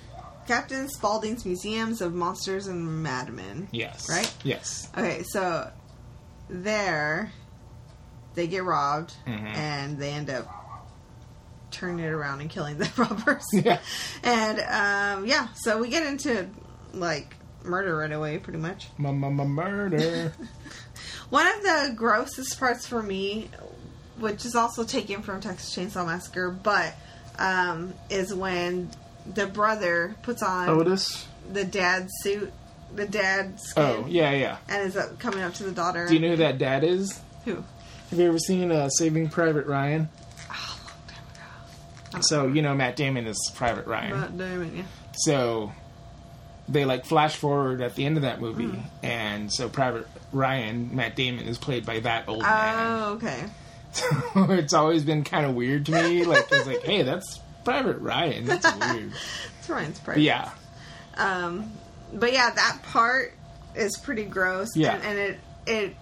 [SPEAKER 2] Captain Spaulding's Museums of Monsters and Madmen.
[SPEAKER 1] yes,
[SPEAKER 2] right?
[SPEAKER 1] Yes,
[SPEAKER 2] Okay, so there they get robbed
[SPEAKER 1] Mm-hmm.
[SPEAKER 2] and they end up turning it around and killing the robbers.
[SPEAKER 1] Yeah.
[SPEAKER 2] And um, yeah, so we get into like murder right away pretty much.
[SPEAKER 1] murder.
[SPEAKER 2] One of the grossest parts for me, which is also taken from Texas Chainsaw Massacre, but um, is when the brother puts on
[SPEAKER 1] Oh, Otis.
[SPEAKER 2] the dad's suit, the dad's skin,
[SPEAKER 1] Oh yeah, yeah.
[SPEAKER 2] and is up, coming up to the daughter.
[SPEAKER 1] Do you know who that dad is?
[SPEAKER 2] who?
[SPEAKER 1] Have you ever seen uh, Saving Private Ryan?
[SPEAKER 2] Oh, long time ago.
[SPEAKER 1] So you know Matt Damon is Private Ryan.
[SPEAKER 2] Matt Damon, yeah.
[SPEAKER 1] So they like flash forward at the end of that movie,
[SPEAKER 2] Hmm.
[SPEAKER 1] and so Private Ryan, Matt Damon, is played by that old man.
[SPEAKER 2] Oh, okay.
[SPEAKER 1] So it's always been kind of weird to me. Like it's like, hey, that's Private Ryan. That's weird.
[SPEAKER 2] It's Ryan's part.
[SPEAKER 1] But yeah,
[SPEAKER 2] Um, but yeah, that part is pretty gross.
[SPEAKER 1] Yeah.
[SPEAKER 2] And, and it it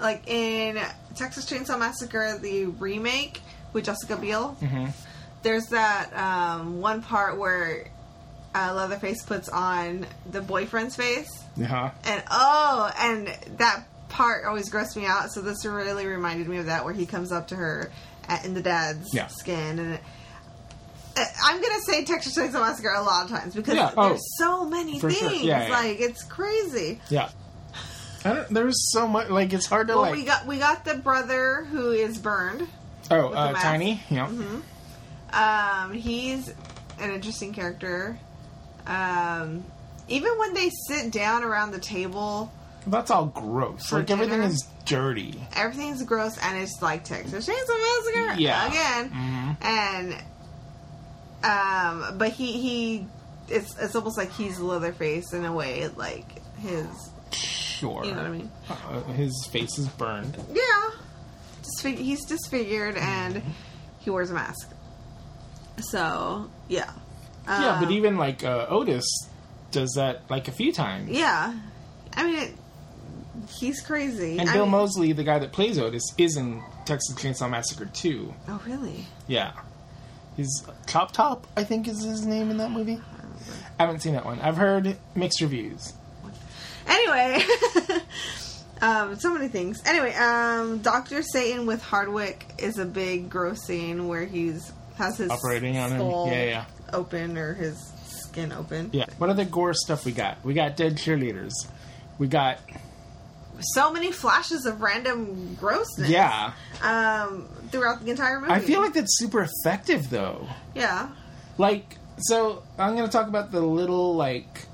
[SPEAKER 2] like in Texas Chainsaw Massacre the remake with Jessica Biel.
[SPEAKER 1] Mm-hmm.
[SPEAKER 2] There's that um, one part where uh, Leatherface puts on the boyfriend's face,
[SPEAKER 1] uh-huh.
[SPEAKER 2] and oh, and that part always grossed me out. So this really reminded me of that, where he comes up to her at, in the dad's
[SPEAKER 1] Yeah.
[SPEAKER 2] skin, and it, I- I'm gonna say Texas Chainsaw Massacre a lot of times because
[SPEAKER 1] Yeah, oh.
[SPEAKER 2] there's so many
[SPEAKER 1] For
[SPEAKER 2] things.
[SPEAKER 1] sure. Yeah, yeah.
[SPEAKER 2] Like it's crazy.
[SPEAKER 1] yeah. I don't, there's so much. Like it's hard to
[SPEAKER 2] Well,
[SPEAKER 1] like.
[SPEAKER 2] we got we got the brother who is burned.
[SPEAKER 1] oh,
[SPEAKER 2] the
[SPEAKER 1] uh,
[SPEAKER 2] mask. Mm-hmm.
[SPEAKER 1] Tiny. Yeah.
[SPEAKER 2] Um, he's an interesting character. Um, even when they sit down around the table,
[SPEAKER 1] That's all gross.
[SPEAKER 2] For
[SPEAKER 1] like everything
[SPEAKER 2] dinner?
[SPEAKER 1] is dirty.
[SPEAKER 2] everything's gross and it's like Texas Chainsaw Massacre
[SPEAKER 1] Yeah.
[SPEAKER 2] again.
[SPEAKER 1] Mhm.
[SPEAKER 2] And um, but he he, it's it's almost like he's Leatherface in a way, like his,
[SPEAKER 1] Sure.
[SPEAKER 2] you know what I mean?
[SPEAKER 1] Uh, his face is burned.
[SPEAKER 2] Yeah, Disfig- he's disfigured
[SPEAKER 1] Mm-hmm.
[SPEAKER 2] and he wears a mask. So yeah,
[SPEAKER 1] yeah, but
[SPEAKER 2] Um,
[SPEAKER 1] even like uh, Otis does that like a few times.
[SPEAKER 2] yeah, I mean, it, he's crazy.
[SPEAKER 1] And
[SPEAKER 2] I
[SPEAKER 1] Bill
[SPEAKER 2] mean-
[SPEAKER 1] Mosley, the guy that plays Otis, is in Texas Chainsaw Massacre 2.
[SPEAKER 2] Oh really?
[SPEAKER 1] Yeah. He's Chop Top, I think is his name in that movie. I haven't seen that one. I've heard mixed reviews.
[SPEAKER 2] Anyway, um, so many things. Anyway, um, Doctor Satan with Hardwick is a big gross scene where he's has his
[SPEAKER 1] Operating on him.
[SPEAKER 2] skull
[SPEAKER 1] Yeah, yeah.
[SPEAKER 2] open or his skin open.
[SPEAKER 1] Yeah. What other gore stuff we got? We got dead cheerleaders. We got
[SPEAKER 2] So many flashes of random grossness.
[SPEAKER 1] yeah.
[SPEAKER 2] Um, throughout the entire movie.
[SPEAKER 1] I feel like that's super effective though.
[SPEAKER 2] yeah,
[SPEAKER 1] Like so I'm gonna talk about the little like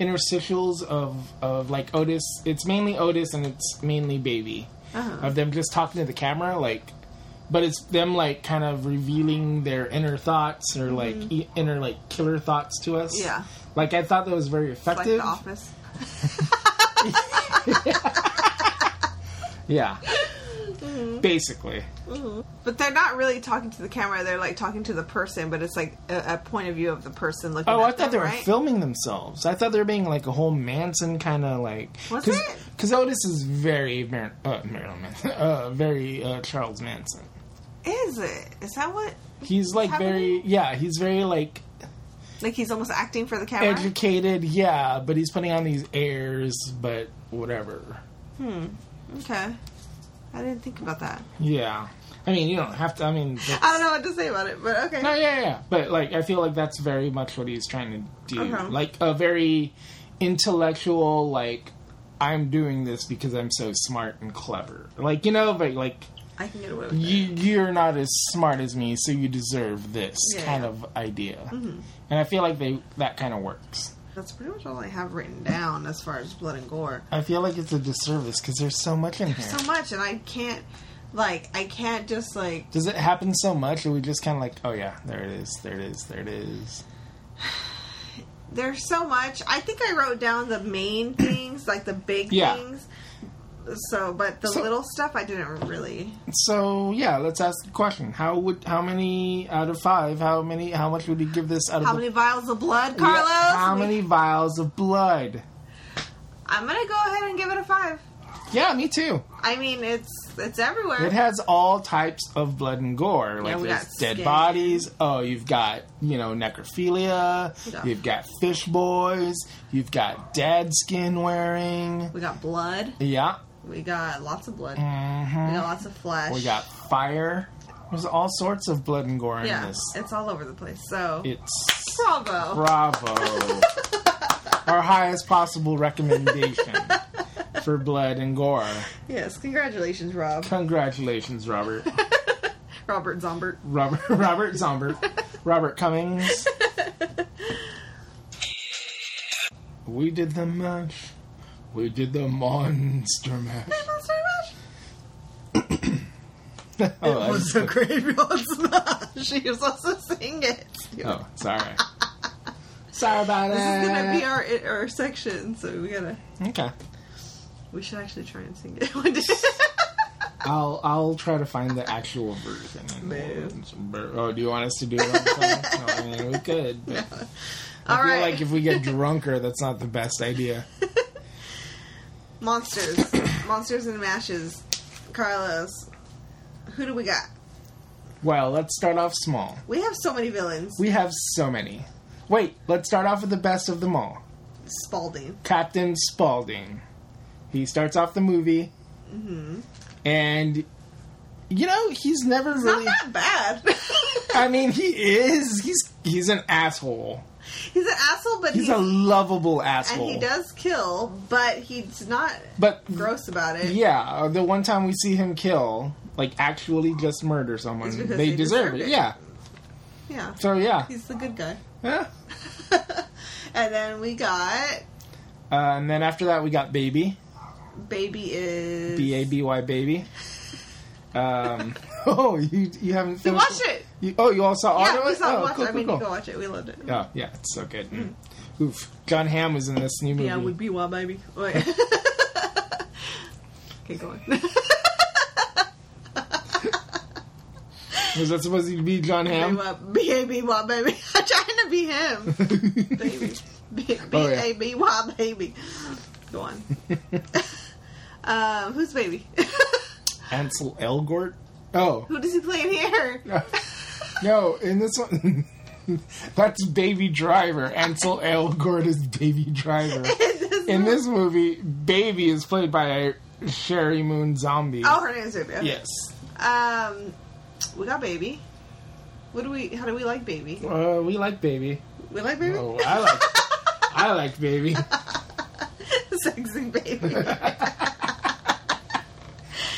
[SPEAKER 1] interstitials of of like Otis. It's mainly Otis and it's mainly Baby.
[SPEAKER 2] uh-huh.
[SPEAKER 1] of them just talking to the camera, like, but it's them like kind of revealing their inner thoughts or like e- inner like killer thoughts to us.
[SPEAKER 2] Mm-hmm. Yeah.
[SPEAKER 1] like I thought that was very
[SPEAKER 2] like
[SPEAKER 1] effective.
[SPEAKER 2] The Office.
[SPEAKER 1] yeah,
[SPEAKER 2] Mm-hmm.
[SPEAKER 1] basically,
[SPEAKER 2] But they're not really talking to the camera. They're like talking to the person, but it's like a, a point of view of the person looking.
[SPEAKER 1] Oh,
[SPEAKER 2] at
[SPEAKER 1] I thought
[SPEAKER 2] them,
[SPEAKER 1] they were
[SPEAKER 2] right?
[SPEAKER 1] filming themselves. I thought they were being like a whole Manson kind of like.
[SPEAKER 2] Was it?
[SPEAKER 1] Because Otis is very Mar- uh, Marilyn Manson, uh, very uh, Charles Manson.
[SPEAKER 2] Is it? Is that what?
[SPEAKER 1] He's like very
[SPEAKER 2] Happening?
[SPEAKER 1] yeah. He's very like
[SPEAKER 2] Like he's almost acting for the camera.
[SPEAKER 1] educated, yeah, but he's putting on these airs, but whatever.
[SPEAKER 2] Okay. I didn't think about that.
[SPEAKER 1] Yeah. I mean, you don't have to. I mean, that's-
[SPEAKER 2] I don't know what to say about it, but okay.
[SPEAKER 1] No, yeah, yeah. But like, I feel like that's very much what he's trying to do.
[SPEAKER 2] Uh-huh.
[SPEAKER 1] Like a very intellectual, like I'm doing this because I'm so smart and clever. Like you know, but like
[SPEAKER 2] I can get away with
[SPEAKER 1] you,
[SPEAKER 2] it.
[SPEAKER 1] you're not as smart as me, so you deserve this
[SPEAKER 2] Yeah,
[SPEAKER 1] kind
[SPEAKER 2] yeah. Mm-hmm.
[SPEAKER 1] of idea. And I feel like they that kind of works.
[SPEAKER 2] That's pretty much all I have written down as far as blood and gore.
[SPEAKER 1] I feel like it's a disservice because there's so much in here.
[SPEAKER 2] So much, and I can't, like, I can't just like
[SPEAKER 1] Does it happen so much that we just kind of like, oh yeah, there it is, there it is, there it is?
[SPEAKER 2] There's so much. I think I wrote down the main things, like the big
[SPEAKER 1] Yeah.
[SPEAKER 2] things. So, but the
[SPEAKER 1] So-
[SPEAKER 2] little stuff I didn't really.
[SPEAKER 1] So yeah, let's ask the question. How would how many out of five? How many? How much would you give this out of
[SPEAKER 2] How
[SPEAKER 1] the-
[SPEAKER 2] many vials of blood,
[SPEAKER 1] Yeah,
[SPEAKER 2] Carlos?
[SPEAKER 1] How many vials of blood?
[SPEAKER 2] I'm gonna go ahead and give it a five.
[SPEAKER 1] Yeah, me too.
[SPEAKER 2] I mean, it's it's everywhere.
[SPEAKER 1] It has all types of blood and gore. Like
[SPEAKER 2] we
[SPEAKER 1] there's
[SPEAKER 2] got
[SPEAKER 1] dead
[SPEAKER 2] skin.
[SPEAKER 1] bodies. Oh, you've got you know necrophilia.
[SPEAKER 2] Yeah.
[SPEAKER 1] You've got fish boys. You've got dead skin wearing.
[SPEAKER 2] we got blood.
[SPEAKER 1] Yeah.
[SPEAKER 2] We got lots of blood. We
[SPEAKER 1] hmm
[SPEAKER 2] got lots of flesh.
[SPEAKER 1] We got fire. There's all sorts of blood and gore in
[SPEAKER 2] yeah.
[SPEAKER 1] this.
[SPEAKER 2] It's all over the place. So
[SPEAKER 1] It's
[SPEAKER 2] bravo.
[SPEAKER 1] Bravo. Our highest possible recommendation for blood and gore.
[SPEAKER 2] yes, congratulations, Rob.
[SPEAKER 1] Congratulations, Robert.
[SPEAKER 2] Robert Zombert.
[SPEAKER 1] Robert Robert Zombert. Robert Cummings. We did the match. We did the monster match.
[SPEAKER 2] Monster Mash.
[SPEAKER 1] Oh, I
[SPEAKER 2] It was
[SPEAKER 1] just-
[SPEAKER 2] a graveyard smash. You're supposed to sing it.
[SPEAKER 1] oh sorry. Sorry about
[SPEAKER 2] This
[SPEAKER 1] that.
[SPEAKER 2] is gonna be our our section, so we gotta.
[SPEAKER 1] okay.
[SPEAKER 2] We should actually try and sing it one day.
[SPEAKER 1] I'll I'll try to find the actual version.
[SPEAKER 2] Man.
[SPEAKER 1] Oh, do you want us to do it on the phone? No, I mean, we could. But I
[SPEAKER 2] All
[SPEAKER 1] feel
[SPEAKER 2] right,
[SPEAKER 1] like if we get drunker, that's not the best idea.
[SPEAKER 2] monsters, monsters and mashes. Carlos, who do we got?
[SPEAKER 1] Well, let's start off small.
[SPEAKER 2] We have so many villains.
[SPEAKER 1] We have so many. Wait, let's start off with the best of them all.
[SPEAKER 2] Spalding.
[SPEAKER 1] Captain Spaulding. He starts off the movie,
[SPEAKER 2] Mm-hmm.
[SPEAKER 1] and you know he's never
[SPEAKER 2] Not
[SPEAKER 1] really.
[SPEAKER 2] that bad.
[SPEAKER 1] I mean, he is. He's he's an asshole.
[SPEAKER 2] he's an asshole, but
[SPEAKER 1] He's
[SPEAKER 2] he,
[SPEAKER 1] a lovable
[SPEAKER 2] and
[SPEAKER 1] asshole.
[SPEAKER 2] he does kill, but he's not
[SPEAKER 1] But
[SPEAKER 2] gross about it.
[SPEAKER 1] Yeah, uh, the one time we see him kill, like actually just murder someone,
[SPEAKER 2] It's
[SPEAKER 1] they,
[SPEAKER 2] because they
[SPEAKER 1] deserve, it.
[SPEAKER 2] deserve it.
[SPEAKER 1] Yeah.
[SPEAKER 2] yeah,
[SPEAKER 1] So yeah.
[SPEAKER 2] he's the good guy.
[SPEAKER 1] Yeah.
[SPEAKER 2] and then we got
[SPEAKER 1] Uh, and then after that we got baby,
[SPEAKER 2] baby is
[SPEAKER 1] B A B Y baby. Um, oh, you you haven't
[SPEAKER 2] We
[SPEAKER 1] finished?
[SPEAKER 2] watched it.
[SPEAKER 1] You, oh, you all saw all
[SPEAKER 2] Yeah,
[SPEAKER 1] of
[SPEAKER 2] we
[SPEAKER 1] it?
[SPEAKER 2] saw
[SPEAKER 1] oh,
[SPEAKER 2] watch
[SPEAKER 1] cool,
[SPEAKER 2] it. I mean,
[SPEAKER 1] cool,
[SPEAKER 2] you
[SPEAKER 1] cool.
[SPEAKER 2] go watch it. We loved it.
[SPEAKER 1] Oh, yeah, it's so good. Oof, John Hamm was in this new movie.
[SPEAKER 2] Yeah, would be one baby. Wait. okay, go on.
[SPEAKER 1] was that supposed to be John Hamm?
[SPEAKER 2] B A B Y baby. I'm trying to be him. Baby. B
[SPEAKER 1] Oh, yeah.
[SPEAKER 2] A B Y baby. Go on. um, who's baby?
[SPEAKER 1] Ansel Elgort. Oh
[SPEAKER 2] Who does he play in here?
[SPEAKER 1] no, in this one. That's Baby Driver. Ansel Elgort is Baby Driver. In this movie, Baby is played by a Sherry Moon Zombie.
[SPEAKER 2] Oh, her name's Baby. Okay.
[SPEAKER 1] Yes.
[SPEAKER 2] Um, we got baby. What do we? How do we like baby?
[SPEAKER 1] Uh, we like Baby.
[SPEAKER 2] We like baby.
[SPEAKER 1] Oh, I like. I like Baby.
[SPEAKER 2] Sexy baby.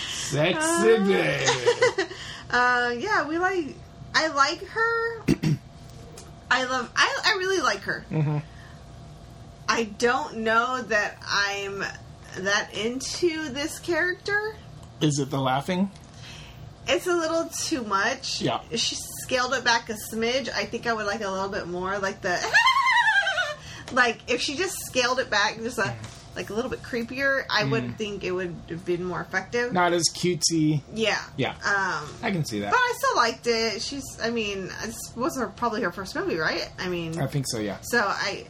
[SPEAKER 1] Sexy Baby.
[SPEAKER 2] Uh, yeah, we like. I like her. I love. I I really like her.
[SPEAKER 1] Mhm.
[SPEAKER 2] I don't know that I'm that into this character.
[SPEAKER 1] Is it the laughing?
[SPEAKER 2] It's a little too much.
[SPEAKER 1] Yeah.
[SPEAKER 2] If she scaled it back a smidge. I think I would like a little bit more, like the. like if she just scaled it back, just a, like a little bit creepier. I
[SPEAKER 1] Mm.
[SPEAKER 2] would think it would have been more effective.
[SPEAKER 1] Not as cutesy.
[SPEAKER 2] Yeah.
[SPEAKER 1] Yeah,
[SPEAKER 2] Um.
[SPEAKER 1] I can see that.
[SPEAKER 2] But I still liked it. She's, I mean, this was her, probably her first movie, right? I mean,
[SPEAKER 1] I think so. Yeah.
[SPEAKER 2] so I,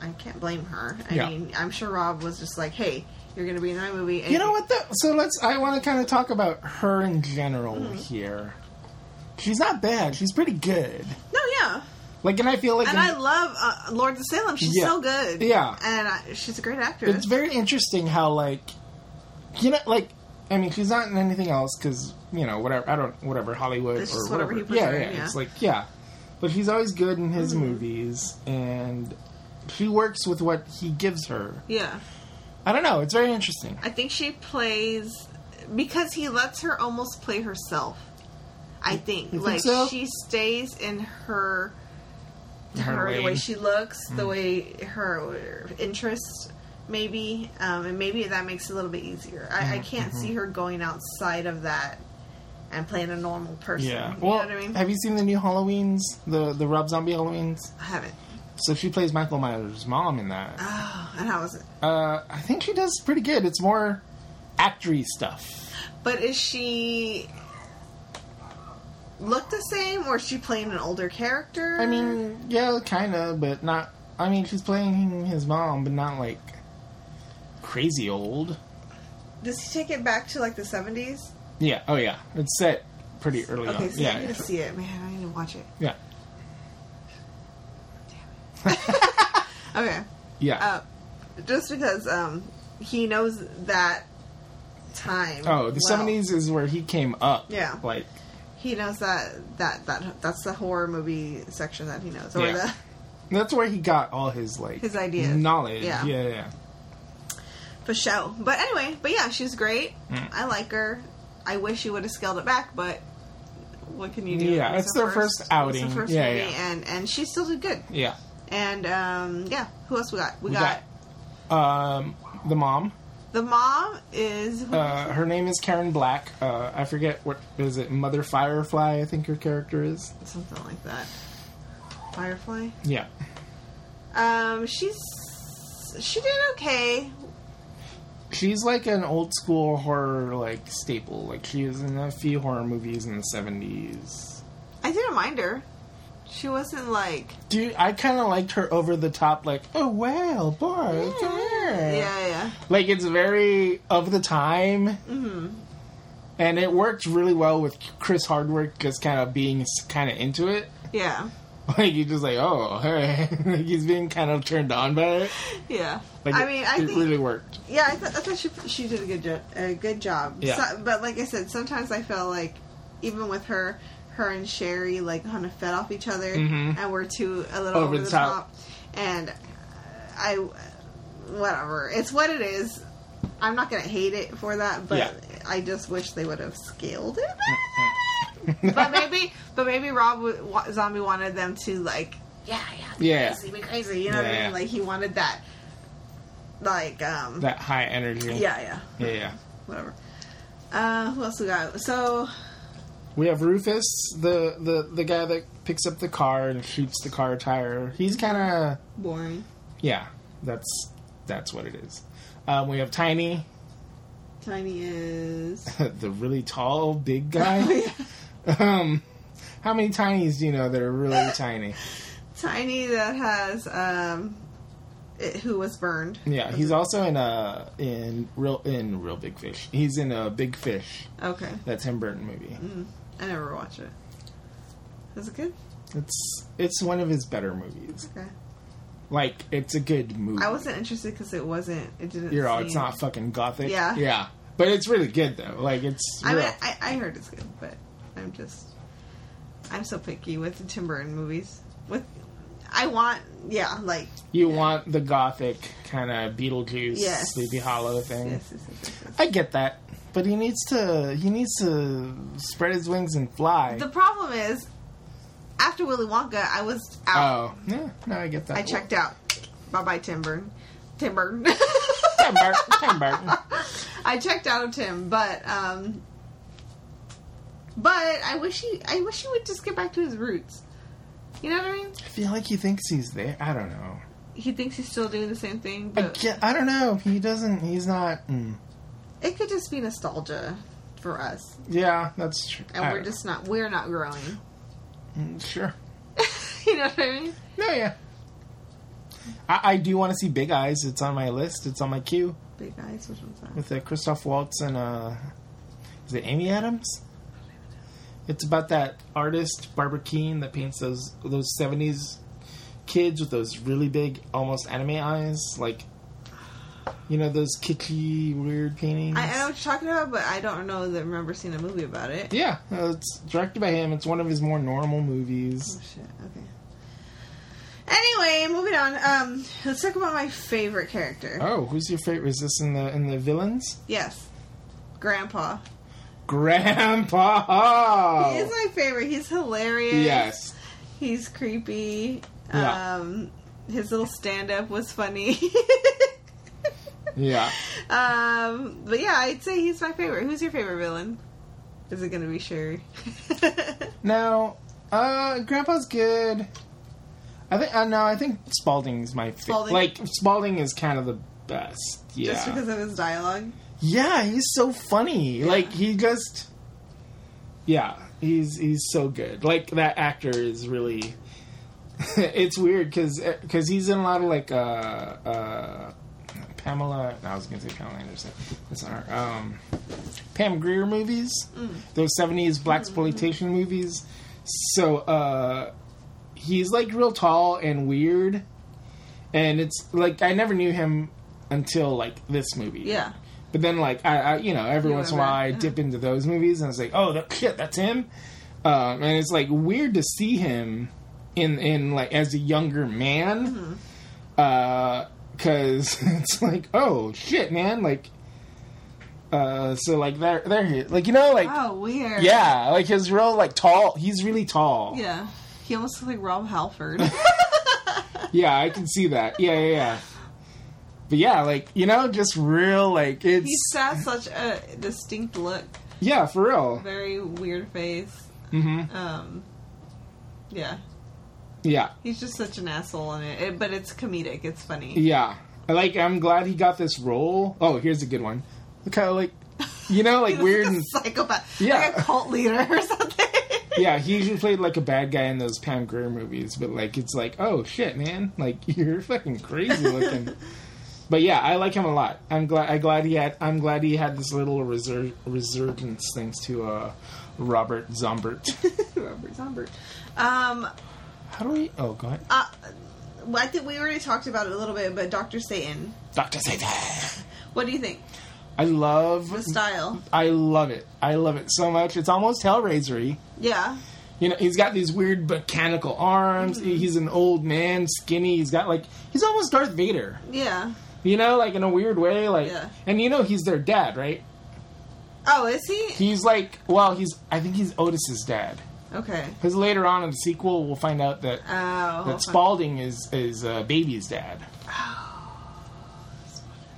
[SPEAKER 2] I can't blame her. I
[SPEAKER 1] Yeah.
[SPEAKER 2] mean, I'm sure Rob was just like, "Hey, you're going to be in my movie." And
[SPEAKER 1] You know what? Though? So let's. I want to kind of talk about her in general
[SPEAKER 2] Mm-hmm.
[SPEAKER 1] here. She's not bad. She's pretty good.
[SPEAKER 2] No, yeah,
[SPEAKER 1] Like, and I feel like
[SPEAKER 2] and
[SPEAKER 1] in-
[SPEAKER 2] I love uh, Lords of Salem. She's
[SPEAKER 1] Yeah.
[SPEAKER 2] so good.
[SPEAKER 1] Yeah.
[SPEAKER 2] and I, she's a great actress.
[SPEAKER 1] it's very interesting how like you know like I mean, she's not in anything else because you know whatever. I don't whatever Hollywood
[SPEAKER 2] It's
[SPEAKER 1] or
[SPEAKER 2] just
[SPEAKER 1] whatever.
[SPEAKER 2] whatever he puts
[SPEAKER 1] yeah,
[SPEAKER 2] her in,
[SPEAKER 1] yeah,
[SPEAKER 2] yeah. Mm-hmm.
[SPEAKER 1] It's like yeah, but he's always good in his movies, and she works with what he gives her.
[SPEAKER 2] Yeah.
[SPEAKER 1] I don't know. It's very interesting.
[SPEAKER 2] I think she plays because he lets her almost play herself. I think
[SPEAKER 1] think
[SPEAKER 2] like
[SPEAKER 1] so?
[SPEAKER 2] she stays in her
[SPEAKER 1] Her
[SPEAKER 2] her, the way
[SPEAKER 1] lane. Mm.
[SPEAKER 2] she looks, the way her interest maybe, um, and maybe that makes it a little bit easier. I,
[SPEAKER 1] Mm.
[SPEAKER 2] I can't
[SPEAKER 1] Mm-hmm.
[SPEAKER 2] see her going outside of that and playing a normal person.
[SPEAKER 1] Yeah.
[SPEAKER 2] you
[SPEAKER 1] Well,
[SPEAKER 2] know what I mean.
[SPEAKER 1] have you seen the new Halloweens? The the Rob Zombie Halloweens.
[SPEAKER 2] I haven't.
[SPEAKER 1] So she plays Michael Myers' mom in that.
[SPEAKER 2] Oh, and how is it?
[SPEAKER 1] Uh, I think she does pretty good. It's more actory stuff.
[SPEAKER 2] But is she look the same, or is she playing an older character?
[SPEAKER 1] I mean,
[SPEAKER 2] Um,
[SPEAKER 1] yeah, kind of, but not. I mean, she's playing his mom, but not like crazy old.
[SPEAKER 2] Does he take it back to like the seventies?
[SPEAKER 1] Yeah. Oh yeah. It's set pretty early
[SPEAKER 2] Okay,
[SPEAKER 1] on.
[SPEAKER 2] so I
[SPEAKER 1] Oh, Yeah.
[SPEAKER 2] need
[SPEAKER 1] Yeah.
[SPEAKER 2] to see it, man. I need to watch it.
[SPEAKER 1] yeah.
[SPEAKER 2] Okay,
[SPEAKER 1] Yeah.
[SPEAKER 2] uh, just because um, he knows that time.
[SPEAKER 1] oh, the
[SPEAKER 2] well.
[SPEAKER 1] seventies is where he came up.
[SPEAKER 2] Yeah.
[SPEAKER 1] Like.
[SPEAKER 2] He knows that that that that's the horror movie section that he knows, or
[SPEAKER 1] Yeah.
[SPEAKER 2] the
[SPEAKER 1] That's where he got all his like
[SPEAKER 2] His ideas.
[SPEAKER 1] knowledge.
[SPEAKER 2] Yeah.
[SPEAKER 1] Yeah. Yeah.
[SPEAKER 2] for show. But anyway, but yeah, she's great.
[SPEAKER 1] Mm.
[SPEAKER 2] I like her. I wish you would have scaled it back, but what can you do?
[SPEAKER 1] Yeah, it's
[SPEAKER 2] her
[SPEAKER 1] their first outing.
[SPEAKER 2] It's her first
[SPEAKER 1] Yeah,
[SPEAKER 2] movie,
[SPEAKER 1] yeah.
[SPEAKER 2] and and she still did good.
[SPEAKER 1] yeah.
[SPEAKER 2] And um, yeah, who else we got? We,
[SPEAKER 1] We
[SPEAKER 2] got,
[SPEAKER 1] got um, the mom.
[SPEAKER 2] the mom is
[SPEAKER 1] Uh, her name is Karen Black. Uh, I forget what is it, Mother Firefly. I think her character is.
[SPEAKER 2] something like that. Firefly.
[SPEAKER 1] Yeah,
[SPEAKER 2] Um, she's she did okay.
[SPEAKER 1] she's like an old school horror like staple. Like she was in a few horror movies in the seventies.
[SPEAKER 2] I didn't mind her. She wasn't like
[SPEAKER 1] Dude, I kind of liked her over the top. Like, oh wow, boy, come here.
[SPEAKER 2] yeah yeah.
[SPEAKER 1] Like it's very of the time. Mm-hmm. And it worked really well with Chris Hardwick just kind of being kind of into it.
[SPEAKER 2] Yeah.
[SPEAKER 1] Like you're just like, oh, hey, like, he's being kind of turned on by it.
[SPEAKER 2] Yeah.
[SPEAKER 1] Like,
[SPEAKER 2] I
[SPEAKER 1] it-
[SPEAKER 2] mean, I
[SPEAKER 1] it
[SPEAKER 2] think
[SPEAKER 1] really worked.
[SPEAKER 2] yeah, I, th- I thought she she did a good job. A good job.
[SPEAKER 1] Yeah.
[SPEAKER 2] So- but like I said, sometimes I felt like even with her, her and Sherry like kind of fed off each other,
[SPEAKER 1] Mhm.
[SPEAKER 2] and were too a little over, the, top. And I, whatever, it's what it is. I'm not gonna hate it for that, but
[SPEAKER 1] Yeah. Mm-hmm.
[SPEAKER 2] I just wish they would have scaled it. but maybe, but maybe Rob would, wa- Zombie wanted them to like, yeah, yeah, be
[SPEAKER 1] Yeah.
[SPEAKER 2] crazy, be crazy. You know what I
[SPEAKER 1] Yeah.
[SPEAKER 2] mean? Like he wanted that, like, um,
[SPEAKER 1] that high energy.
[SPEAKER 2] yeah, yeah,
[SPEAKER 1] yeah, yeah.
[SPEAKER 2] whatever. Uh, who else we got? So
[SPEAKER 1] We have Rufus, the the the guy that picks up the car and shoots the car tire. He's kind of
[SPEAKER 2] boring.
[SPEAKER 1] yeah. That's that's what it is. Um, we have Tiny,
[SPEAKER 2] Tiny is
[SPEAKER 1] the really tall, big guy. um, how many tinies do you know that are really tiny?
[SPEAKER 2] Tiny that has um, it, who was burned.
[SPEAKER 1] Yeah, he's also in a in real in real big fish. He's in a big fish.
[SPEAKER 2] Okay,
[SPEAKER 1] That Tim Burton movie.
[SPEAKER 2] I never watched it. Was it good?
[SPEAKER 1] It's it's one of his better movies.
[SPEAKER 2] Okay,
[SPEAKER 1] Like it's a good movie.
[SPEAKER 2] I wasn't interested because it wasn't. It didn't.
[SPEAKER 1] you know,
[SPEAKER 2] seem-
[SPEAKER 1] it's not fucking gothic.
[SPEAKER 2] Yeah.
[SPEAKER 1] Yeah. But it's really good though. Like it's
[SPEAKER 2] I
[SPEAKER 1] real.
[SPEAKER 2] mean, I, I heard it's good, but I'm just, I'm so picky with the Tim Burton movies. With, I want, yeah, like
[SPEAKER 1] you want the gothic kind of Beetlejuice,
[SPEAKER 2] Yes.
[SPEAKER 1] Sleepy Hollow thing.
[SPEAKER 2] yes, yes, yes, yes,
[SPEAKER 1] I get that. But he needs to he needs to spread his wings and fly.
[SPEAKER 2] yes. The problem is, after Willy Wonka, I was out.
[SPEAKER 1] oh. Yeah, no, I get that.
[SPEAKER 2] I checked out. Bye bye, Tim Burton. Tim Burton.
[SPEAKER 1] Tim Burton. Tim Burton.
[SPEAKER 2] I checked out of Tim, but um, but I wish he, I wish he would just get back to his roots. You know what I mean?
[SPEAKER 1] I feel like he thinks he's there. I don't know.
[SPEAKER 2] He thinks he's still doing the same thing,
[SPEAKER 1] I,
[SPEAKER 2] but
[SPEAKER 1] get- I don't know. He doesn't. He's not. Mm.
[SPEAKER 2] it could just be nostalgia for us,
[SPEAKER 1] Yeah, that's true.
[SPEAKER 2] and
[SPEAKER 1] I
[SPEAKER 2] we're
[SPEAKER 1] don't
[SPEAKER 2] just not, we're not growing.
[SPEAKER 1] know. Mm, sure.
[SPEAKER 2] you know what I mean?
[SPEAKER 1] No, yeah. I, I do want to see Big Eyes. It's on my list. It's on my queue
[SPEAKER 2] Big eyes, which one's that?
[SPEAKER 1] with uh, Christoph Waltz and uh, is it Amy Adams? It's about that artist Barbara Keene that paints those those seventies kids with those really big, almost anime eyes. Like You know those kitschy, weird paintings.
[SPEAKER 2] I, I know what you're talking about, but I don't know that I remember seeing a movie about it.
[SPEAKER 1] Yeah, uh, it's directed by him. It's one of his more normal movies.
[SPEAKER 2] Oh, shit. Okay. Anyway, moving on. Um, let's talk about my favorite character.
[SPEAKER 1] Oh, who's your favorite? Is this in the in the villains?
[SPEAKER 2] Yes, Grandpa.
[SPEAKER 1] Grandpa.
[SPEAKER 2] He is my favorite. He's hilarious.
[SPEAKER 1] Oh. yes.
[SPEAKER 2] He's creepy.
[SPEAKER 1] Yeah.
[SPEAKER 2] Um, his little stand up was funny.
[SPEAKER 1] Yeah.
[SPEAKER 2] um, but yeah, I'd say he's my favorite. Who's your favorite villain? Is it going to be Sherry?
[SPEAKER 1] Now, uh, Grandpa's good. I think uh, no. I think Spalding's my favorite.
[SPEAKER 2] Spalding?
[SPEAKER 1] Like Spalding is kind of the best. Yeah.
[SPEAKER 2] Just because of his dialogue?
[SPEAKER 1] Yeah, he's so funny. Like he just Yeah, he's he's so good. Like that actor is really it's weird cuz cuz he's in a lot of like uh uh Pamela, no, I was gonna say Pamela Anderson. That's not her. Um, Pam Greer movies, those seventies black exploitation movies. So uh, he's like real tall and weird, and it's like I never knew him until like this movie.
[SPEAKER 2] Yeah.
[SPEAKER 1] But then, like, I, I you know, every
[SPEAKER 2] You
[SPEAKER 1] once in a while, I
[SPEAKER 2] remember, Uh-huh.
[SPEAKER 1] dip into those movies, and it's like, oh, that, shit, that's him. Um, and it's like weird to see him in in like as a younger
[SPEAKER 2] Mm-hmm.
[SPEAKER 1] man, because it's like, oh shit, man, like. Uh, so like there, there he, like you know, like
[SPEAKER 2] Oh, weird.
[SPEAKER 1] yeah, like his real like tall. He's really tall.
[SPEAKER 2] Yeah. He almost looks like Rob Halford.
[SPEAKER 1] Yeah, I can see that. Yeah, yeah, yeah. But yeah, like you know, just real like it's
[SPEAKER 2] He's got such a distinct look,
[SPEAKER 1] yeah for real.
[SPEAKER 2] very weird face.
[SPEAKER 1] hmm
[SPEAKER 2] Um, yeah,
[SPEAKER 1] Yeah.
[SPEAKER 2] he's just such an asshole in it. it, but it's comedic. It's funny.
[SPEAKER 1] Yeah. Like I'm glad he got this role. Oh, here's a good one. Kind of like you know, like
[SPEAKER 2] He's
[SPEAKER 1] weird
[SPEAKER 2] like a
[SPEAKER 1] and
[SPEAKER 2] psychopath, like
[SPEAKER 1] Yeah.
[SPEAKER 2] a cult leader or something.
[SPEAKER 1] yeah, he usually played like a bad guy in those Pam Grier movies, but like it's like, oh shit, man, like you're fucking crazy looking. but yeah, I like him a lot. I'm glad. I glad he had. I'm glad he had this little resurg- resurgence thanks to uh, Robert Zombert.
[SPEAKER 2] Robert Zombert. Um,
[SPEAKER 1] How do we? Oh, go ahead.
[SPEAKER 2] uh, well, I think we already talked about it a little bit, but Doctor Satan.
[SPEAKER 1] Doctor Satan.
[SPEAKER 2] What do you think?
[SPEAKER 1] I love.
[SPEAKER 2] The style.
[SPEAKER 1] I love it. I love it so much. It's almost Hellraisery.
[SPEAKER 2] Yeah.
[SPEAKER 1] You know, he's got these weird mechanical arms.
[SPEAKER 2] Mm-hmm.
[SPEAKER 1] He's an old man, skinny. He's got like he's almost Darth Vader.
[SPEAKER 2] Yeah.
[SPEAKER 1] You know, like in a weird way, like
[SPEAKER 2] Yeah.
[SPEAKER 1] and you know he's their dad, right?
[SPEAKER 2] Oh, is he?
[SPEAKER 1] He's like, well, he's I think he's Otis's dad.
[SPEAKER 2] Okay.
[SPEAKER 1] Cuz later on in the sequel we'll find out that
[SPEAKER 2] Oh.
[SPEAKER 1] that Spalding is is uh, baby's dad.
[SPEAKER 2] Oh.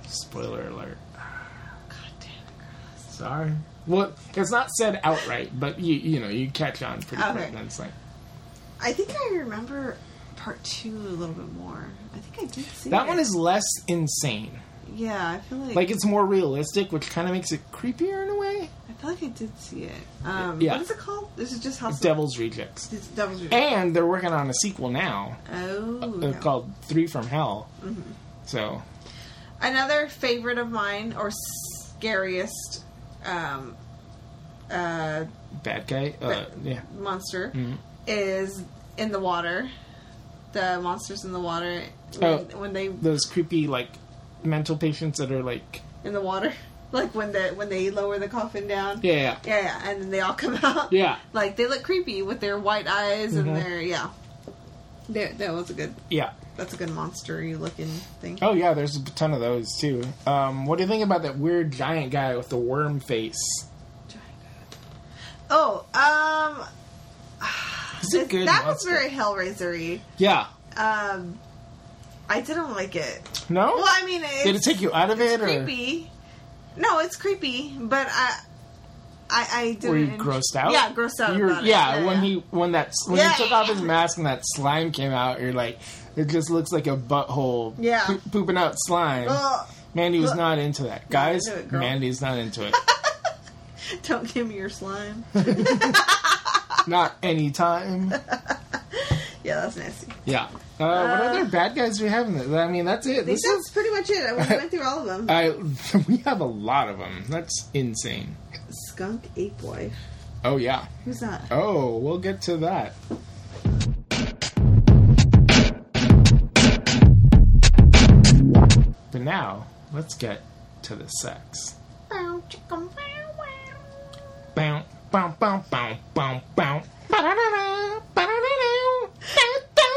[SPEAKER 1] Spoiler alert.
[SPEAKER 2] God damn
[SPEAKER 1] Sorry. Well, it's not said outright, but you you know, you catch on pretty
[SPEAKER 2] Okay.
[SPEAKER 1] quick and it's like
[SPEAKER 2] it. I think I remember part two a little bit more. I think I did see
[SPEAKER 1] that
[SPEAKER 2] it.
[SPEAKER 1] one is less insane.
[SPEAKER 2] Yeah, I feel like,
[SPEAKER 1] like it's more realistic, which kind of makes it creepier in a way.
[SPEAKER 2] I feel like I did see it. Um,
[SPEAKER 1] Yeah.
[SPEAKER 2] What is it called? This is just House of-
[SPEAKER 1] Devil's Rejects,
[SPEAKER 2] It's Devil's Rejects.
[SPEAKER 1] and they're working on a sequel now
[SPEAKER 2] Oh,
[SPEAKER 1] uh,
[SPEAKER 2] yeah. Mm-hmm.
[SPEAKER 1] called Three from Hell. So
[SPEAKER 2] another favorite of mine or scariest um, uh,
[SPEAKER 1] bad guy, uh, yeah,
[SPEAKER 2] monster
[SPEAKER 1] Mm-hmm.
[SPEAKER 2] is in the water. The monsters in the water when,
[SPEAKER 1] Oh.
[SPEAKER 2] when they
[SPEAKER 1] those creepy like mental patients that are like
[SPEAKER 2] in the water, like when the when they lower the coffin down.
[SPEAKER 1] yeah, yeah,
[SPEAKER 2] yeah, yeah, and then they all come out.
[SPEAKER 1] Yeah.
[SPEAKER 2] like they look creepy with their white eyes and
[SPEAKER 1] Mhm.
[SPEAKER 2] their yeah. That that was a good.
[SPEAKER 1] yeah.
[SPEAKER 2] That's a good monstery looking thing.
[SPEAKER 1] Oh yeah, there's a ton of those too. Um, what do you think about that weird giant guy with the worm face?
[SPEAKER 2] Oh, um,
[SPEAKER 1] He's a good
[SPEAKER 2] that
[SPEAKER 1] monster.
[SPEAKER 2] was very Hellraisery.
[SPEAKER 1] yeah.
[SPEAKER 2] Um, I didn't like it.
[SPEAKER 1] No,
[SPEAKER 2] Well, I mean, it's
[SPEAKER 1] Oh. did it take you out of it, or
[SPEAKER 2] creepy. No, it's creepy, but I, I, I didn't.
[SPEAKER 1] were you
[SPEAKER 2] en-
[SPEAKER 1] grossed out?
[SPEAKER 2] Yeah, grossed out.
[SPEAKER 1] You're-
[SPEAKER 2] about it.
[SPEAKER 1] yeah, when he when that when
[SPEAKER 2] Yeah.
[SPEAKER 1] he took off his mask and that slime came out, you're like, it just looks like a butthole.
[SPEAKER 2] Yeah.
[SPEAKER 1] poo- pooping out slime.
[SPEAKER 2] Ugh,
[SPEAKER 1] Mandy was
[SPEAKER 2] Ugh.
[SPEAKER 1] not into that, guys.
[SPEAKER 2] into it, girl.
[SPEAKER 1] Mandy's not into it.
[SPEAKER 2] don't give me your slime.
[SPEAKER 1] not anytime.
[SPEAKER 2] yeah, that's nasty.
[SPEAKER 1] Yeah. Uh, what other bad guys do we have in this? I mean, that's it.
[SPEAKER 2] I think
[SPEAKER 1] This
[SPEAKER 2] that's
[SPEAKER 1] is. Uh,
[SPEAKER 2] pretty much it. We went through all of them.
[SPEAKER 1] I we have a lot of them. That's insane.
[SPEAKER 2] Skunk ape wife.
[SPEAKER 1] Oh yeah.
[SPEAKER 2] Who's that?
[SPEAKER 1] Oh, we'll get to that. But now let's get to the sex.
[SPEAKER 2] Bow, chicka, wow, wow.
[SPEAKER 1] Bow, bow, bow, bow, bow, bow. Ba-da-da-da, ba-da-da-da, da-da-da.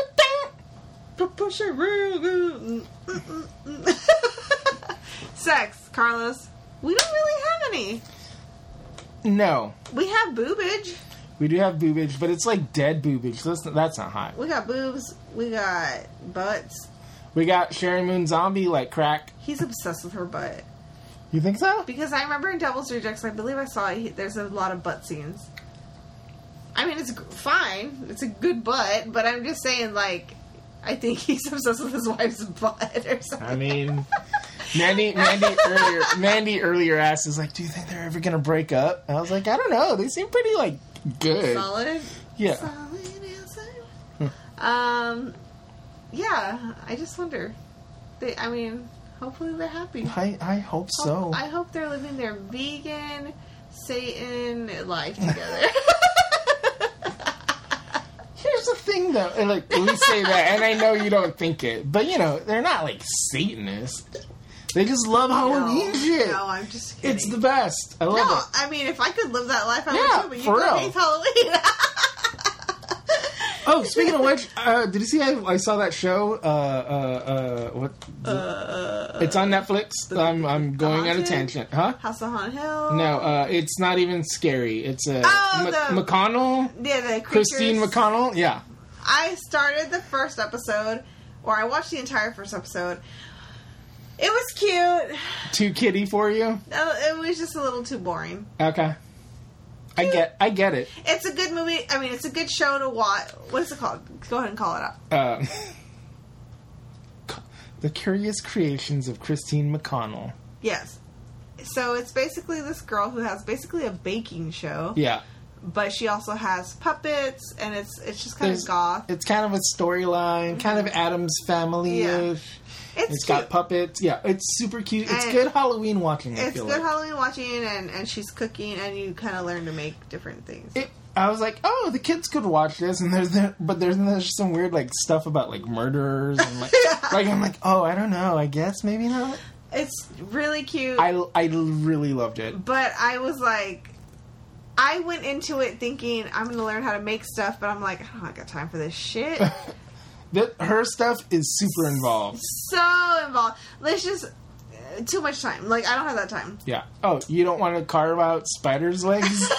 [SPEAKER 2] push it real good. Sex, Carlos. We don't really have any.
[SPEAKER 1] No,
[SPEAKER 2] We have boobage.
[SPEAKER 1] we do have boobage, but it's like dead boobage. That's that's not hot.
[SPEAKER 2] We got boobs. We got butts.
[SPEAKER 1] We got Sherry Moon Zombie like crack.
[SPEAKER 2] He's obsessed with her butt.
[SPEAKER 1] You think so?
[SPEAKER 2] Because I remember in Devil's Rejects, I believe I saw he, there's a lot of butt scenes. I mean, it's g- fine. It's a good butt, but I'm just saying, like, I think he's obsessed with his wife's butt or something.
[SPEAKER 1] I mean, Mandy, Mandy earlier, Mandy earlier asked is like, do you think they're ever gonna break up? And I was like, I don't know. They seem pretty like good.
[SPEAKER 2] solid.
[SPEAKER 1] Yeah.
[SPEAKER 2] Solid as a- um, yeah. I just wonder. They, I mean, hopefully they're happy.
[SPEAKER 1] I I hope so.
[SPEAKER 2] I hope they're living their vegan Satan life together.
[SPEAKER 1] Here's the thing, though. and, Like we say that, and I know you don't think it, but you know they're not like Satanists. They just love Halloween shit.
[SPEAKER 2] no, I'm just kidding.
[SPEAKER 1] it's the best. I love
[SPEAKER 2] no,
[SPEAKER 1] it.
[SPEAKER 2] I mean, if I could live that life, I
[SPEAKER 1] Yeah,
[SPEAKER 2] would too. But you
[SPEAKER 1] for
[SPEAKER 2] don't
[SPEAKER 1] real.
[SPEAKER 2] hate Halloween.
[SPEAKER 1] Oh, speaking of which, uh, did you see? I, I saw that show. Uh, uh, uh, what?
[SPEAKER 2] uh,
[SPEAKER 1] it's on Netflix. I'm I'm going at a
[SPEAKER 2] Haunted?
[SPEAKER 1] tangent, huh?
[SPEAKER 2] House on Haunted Hill.
[SPEAKER 1] No, uh, it's not even scary. It's a
[SPEAKER 2] Oh,
[SPEAKER 1] M-
[SPEAKER 2] the-
[SPEAKER 1] McConnell,
[SPEAKER 2] Yeah, the creatures.
[SPEAKER 1] Christine McConnell. Yeah,
[SPEAKER 2] I started the first episode, or I watched the entire first episode. It was cute.
[SPEAKER 1] too kitty for you.
[SPEAKER 2] Uh, It was just a little too boring.
[SPEAKER 1] Okay, I get I get it.
[SPEAKER 2] It's a good movie. I mean, it's a good show to watch. What's it called? Go ahead and call it up.
[SPEAKER 1] Uh, the Curious Creations of Christine McConnell.
[SPEAKER 2] Yes. So it's basically this girl who has basically a baking show,
[SPEAKER 1] Yeah,
[SPEAKER 2] but she also has puppets, and it's it's just kind
[SPEAKER 1] There's-
[SPEAKER 2] of goth.
[SPEAKER 1] it's kind of a storyline, kind of Adam's family ish.
[SPEAKER 2] It's,
[SPEAKER 1] it's
[SPEAKER 2] cute.
[SPEAKER 1] got puppets. Yeah, it's super cute. It's
[SPEAKER 2] And-
[SPEAKER 1] good Halloween watching. I
[SPEAKER 2] it's
[SPEAKER 1] feel
[SPEAKER 2] good
[SPEAKER 1] like.
[SPEAKER 2] Halloween watching, and and she's cooking, and you kind of learn to make different things.
[SPEAKER 1] it, I was like, oh, the kids could watch this, and there's there, but there's, there's some weird like stuff about like murderers and like, like I'm like, oh, I don't know, I guess maybe not.
[SPEAKER 2] It's really cute.
[SPEAKER 1] I I really loved it.
[SPEAKER 2] but I was like, I went into it thinking I'm gonna learn how to make stuff, but I'm like, I don't got time for this shit.
[SPEAKER 1] The, her stuff is super involved.
[SPEAKER 2] so involved. Let's just uh, too much time. Like I don't have that time.
[SPEAKER 1] Yeah. Oh, you don't want to carve out spiders' legs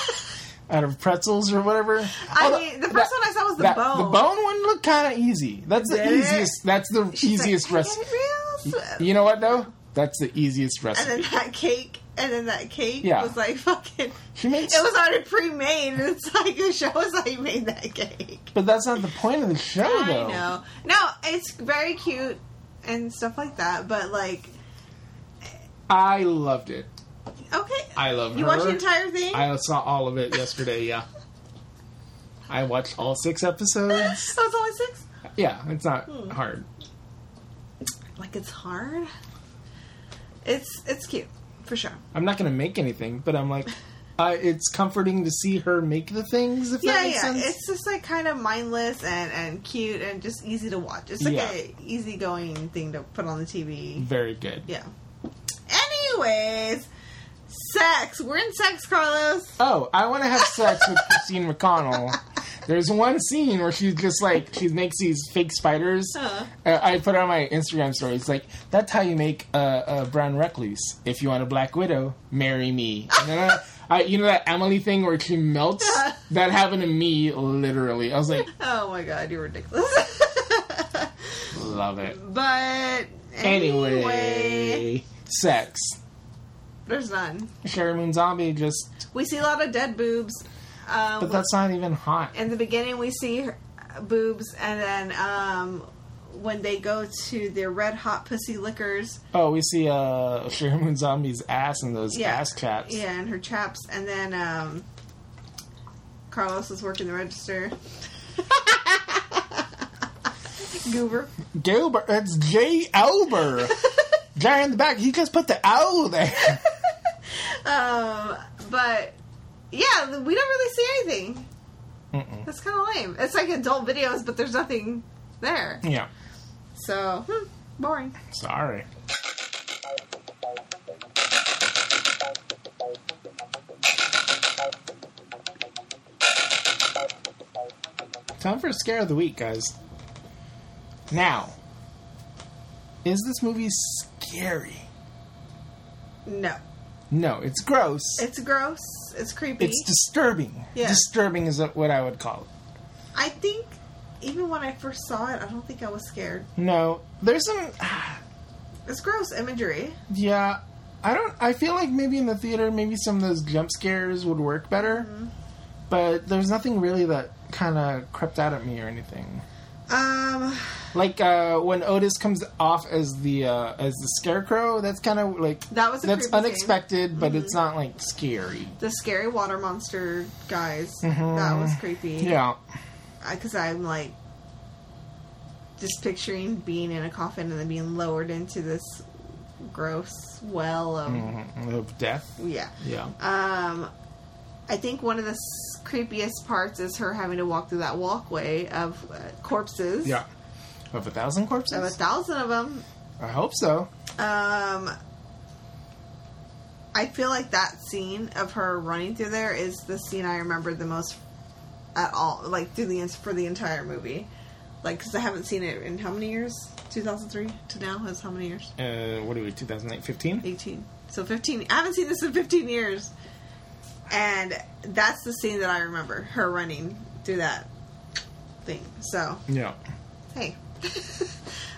[SPEAKER 1] out of pretzels or whatever.
[SPEAKER 2] I
[SPEAKER 1] Although,
[SPEAKER 2] mean, the first one I saw was the
[SPEAKER 1] that-
[SPEAKER 2] bone.
[SPEAKER 1] The bone one looked kind of easy. That's the
[SPEAKER 2] Did it?
[SPEAKER 1] easiest. That's the
[SPEAKER 2] She's like,
[SPEAKER 1] easiest
[SPEAKER 2] "I got
[SPEAKER 1] recipe.
[SPEAKER 2] it real swift."
[SPEAKER 1] You know what though? That's the easiest
[SPEAKER 2] And
[SPEAKER 1] recipe.
[SPEAKER 2] then that cake, and then that cake
[SPEAKER 1] Yeah.
[SPEAKER 2] was like fucking.
[SPEAKER 1] she makes
[SPEAKER 2] It was already pre-made. and It's like the show was like made that cake.
[SPEAKER 1] But that's not the point of the show, though.
[SPEAKER 2] I know. No, it's very cute and stuff like that. But like,
[SPEAKER 1] I loved it.
[SPEAKER 2] okay,
[SPEAKER 1] I love
[SPEAKER 2] you
[SPEAKER 1] her.
[SPEAKER 2] watched the entire thing.
[SPEAKER 1] I saw all of it yesterday. Yeah, I watched all six episodes.
[SPEAKER 2] so it's only six.
[SPEAKER 1] Yeah, it's not
[SPEAKER 2] Hmm.
[SPEAKER 1] hard.
[SPEAKER 2] Like it's hard. It's it's cute for sure.
[SPEAKER 1] I'm not gonna make anything, but I'm like, uh, it's comforting to see her make the things. If that
[SPEAKER 2] Yeah,
[SPEAKER 1] makes
[SPEAKER 2] yeah.
[SPEAKER 1] sense.
[SPEAKER 2] It's just like kind of mindless and and cute and just easy to watch. It's like
[SPEAKER 1] Yeah.
[SPEAKER 2] a easygoing thing to put on the TV.
[SPEAKER 1] Very good.
[SPEAKER 2] Yeah. Anyways, sex. We're in sex, Carlos.
[SPEAKER 1] Oh, I want to have sex with Christine McConnell. There's one scene where she's just like she makes these fake spiders.
[SPEAKER 2] Uh-huh.
[SPEAKER 1] Uh, I put it on my Instagram stories like that's how you make a, a brown recluse. If you want a black widow, marry me. And then I, I, you know that Emily thing where she melts.
[SPEAKER 2] Yeah.
[SPEAKER 1] That happened to me literally. I was like,
[SPEAKER 2] Oh my god, you're ridiculous.
[SPEAKER 1] love it.
[SPEAKER 2] but anyway,
[SPEAKER 1] Anyway, sex.
[SPEAKER 2] there's none.
[SPEAKER 1] Sherry Moon Zombie just,
[SPEAKER 2] We see a lot of dead boobs. Um,
[SPEAKER 1] but that's not even hot.
[SPEAKER 2] in the beginning we see her uh, boobs and then um when they go to their red hot pussy liquors
[SPEAKER 1] Oh, we see uh Sherry Moon Zombie's ass and those
[SPEAKER 2] Yeah.
[SPEAKER 1] ass chaps.
[SPEAKER 2] yeah and her chaps and then um carlos is working the register goober
[SPEAKER 1] Gilbert. It's Jay Elber. Jay in the back. He just put the owl there.
[SPEAKER 2] um but yeah we don't really see anything
[SPEAKER 1] Mm-mm.
[SPEAKER 2] that's kind of lame it's like adult videos but there's nothing there
[SPEAKER 1] Yeah.
[SPEAKER 2] so hmm, boring
[SPEAKER 1] Sorry. Time for a scare of the week, guys. Now, is this movie scary?
[SPEAKER 2] No,
[SPEAKER 1] No, it's gross.
[SPEAKER 2] it's gross. It's creepy.
[SPEAKER 1] It's disturbing.
[SPEAKER 2] Yeah.
[SPEAKER 1] Disturbing is what I would call it.
[SPEAKER 2] I think even when I first saw it, I don't think I was scared.
[SPEAKER 1] No, there's some.
[SPEAKER 2] It's gross imagery.
[SPEAKER 1] Yeah, I don't. I feel like maybe in the theater, maybe some of those jump scares would work better.
[SPEAKER 2] Mm-hmm.
[SPEAKER 1] But there's nothing really that kind of crept out at me or anything.
[SPEAKER 2] Um,
[SPEAKER 1] Like uh, when Otis comes off as the uh, as the scarecrow, that's kind of like
[SPEAKER 2] That was a
[SPEAKER 1] that's
[SPEAKER 2] creepy scene. Mm-hmm.
[SPEAKER 1] unexpected, but it's not like scary.
[SPEAKER 2] the scary water monster guys. That was creepy.
[SPEAKER 1] Mm-hmm. Yeah,
[SPEAKER 2] because I'm like just picturing being in a coffin and then being lowered into this gross well of
[SPEAKER 1] Mhm. of death.
[SPEAKER 2] yeah.
[SPEAKER 1] Yeah,
[SPEAKER 2] Um, I think one of the s- creepiest parts is her having to walk through that walkway of uh, corpses.
[SPEAKER 1] yeah. Of a thousand
[SPEAKER 2] Of a
[SPEAKER 1] corpses.
[SPEAKER 2] thousand of them.
[SPEAKER 1] I hope so.
[SPEAKER 2] Um, I feel like that scene of her running through there is the scene I remember the most at all, like through the for the entire movie, like because I haven't seen it in how many years? Two thousand three to now is how many years?
[SPEAKER 1] Uh, what are we? 2015.
[SPEAKER 2] Eighteen. So fifteen. I haven't seen this in fifteen years, and that's the scene that I remember her running through that thing. So
[SPEAKER 1] Yeah.
[SPEAKER 2] hey.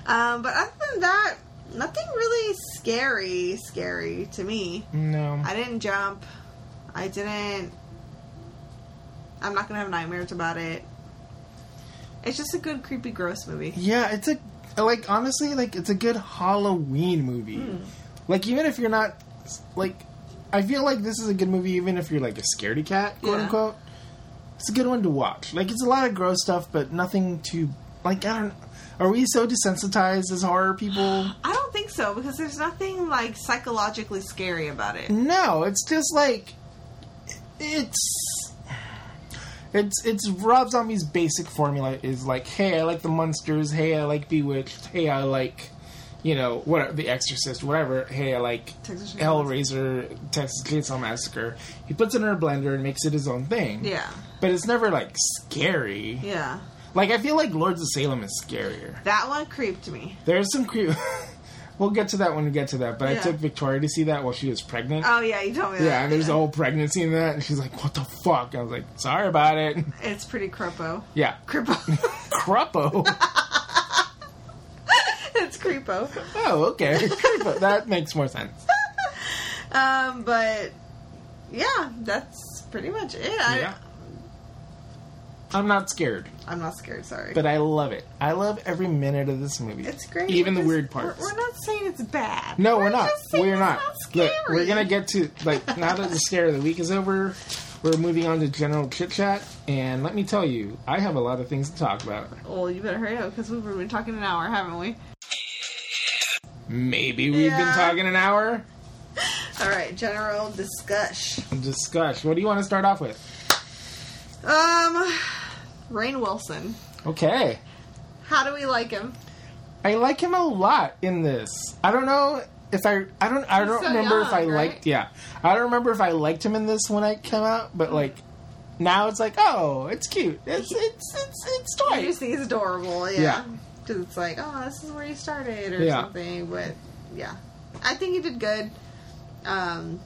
[SPEAKER 2] um, but other than that, nothing really scary, scary to me.
[SPEAKER 1] No.
[SPEAKER 2] I didn't jump. I didn't. I'm not gonna have nightmares about it. It's just a good creepy gross movie.
[SPEAKER 1] Yeah, it's a like honestly, like it's a good Halloween movie. Like even if you're not like I feel like this is a good movie even if you're like a scaredy cat, quote
[SPEAKER 2] Yeah.
[SPEAKER 1] unquote. It's a good one to watch. Like it's a lot of gross stuff but nothing too like I don't are we so desensitized as horror people?
[SPEAKER 2] I don't think so because there's nothing like psychologically scary about it.
[SPEAKER 1] No, it's just like it's it's it's Rob Zombie's basic formula is like, hey, I like the monsters, hey, I like Bewitched, hey, I like you know what the Exorcist, whatever. Hey, I like
[SPEAKER 2] Texas Chainsaw
[SPEAKER 1] Hellraiser, Texas Chainsaw Massacre. He puts it in a blender and makes it his own thing.
[SPEAKER 2] Yeah,
[SPEAKER 1] but it's never like scary.
[SPEAKER 2] yeah.
[SPEAKER 1] Like I feel like Lords of Salem is scarier.
[SPEAKER 2] That one creeped me.
[SPEAKER 1] There's some creep. we'll get to that when we get to that. But I
[SPEAKER 2] Yeah.
[SPEAKER 1] took Victoria to see that while she was pregnant.
[SPEAKER 2] Oh yeah, you told me that.
[SPEAKER 1] Yeah, and there's a whole pregnancy in that, and she's like, "What the fuck?" I was like, "Sorry about it."
[SPEAKER 2] It's pretty creepo.
[SPEAKER 1] Yeah,
[SPEAKER 2] Creepo.
[SPEAKER 1] Cruppo.
[SPEAKER 2] it's creepo.
[SPEAKER 1] oh, okay, But that makes more sense.
[SPEAKER 2] Um, but yeah, that's pretty much it. I,
[SPEAKER 1] Yeah, I'm not scared,
[SPEAKER 2] I'm not scared. Sorry,
[SPEAKER 1] but I love it. I love every minute of this movie.
[SPEAKER 2] it's great.
[SPEAKER 1] even
[SPEAKER 2] We're
[SPEAKER 1] the
[SPEAKER 2] just-
[SPEAKER 1] weird parts.
[SPEAKER 2] We're, we're not saying it's bad.
[SPEAKER 1] no, we're, not.
[SPEAKER 2] just saying
[SPEAKER 1] We're
[SPEAKER 2] it's
[SPEAKER 1] not.
[SPEAKER 2] scary.
[SPEAKER 1] Look, we're gonna get to like now that the scare of the week is over. We're moving on to general chit chat, and let me tell you, I have a lot of things to talk about.
[SPEAKER 2] Well, you better hurry up because we've been talking an hour, haven't we?
[SPEAKER 1] Maybe we've been
[SPEAKER 2] Yeah.
[SPEAKER 1] talking an hour.
[SPEAKER 2] All right, general discuss.
[SPEAKER 1] Discuss. What do you want to start off with?
[SPEAKER 2] Um, Rain Wilson.
[SPEAKER 1] Okay.
[SPEAKER 2] How do we like him?
[SPEAKER 1] I like him a lot in this. I don't know if I I don't I
[SPEAKER 2] He's
[SPEAKER 1] don't
[SPEAKER 2] so
[SPEAKER 1] remember if I
[SPEAKER 2] young, right?
[SPEAKER 1] liked yeah. I don't remember if I liked him in this when I came out, but like now it's like, oh, it's cute. It's it's it's it's
[SPEAKER 2] You
[SPEAKER 1] Dwight.
[SPEAKER 2] just think he's adorable, yeah.
[SPEAKER 1] Yeah.
[SPEAKER 2] Because it's like, oh, this is where you started or
[SPEAKER 1] Yeah.
[SPEAKER 2] something. But yeah, I think he did good. Um,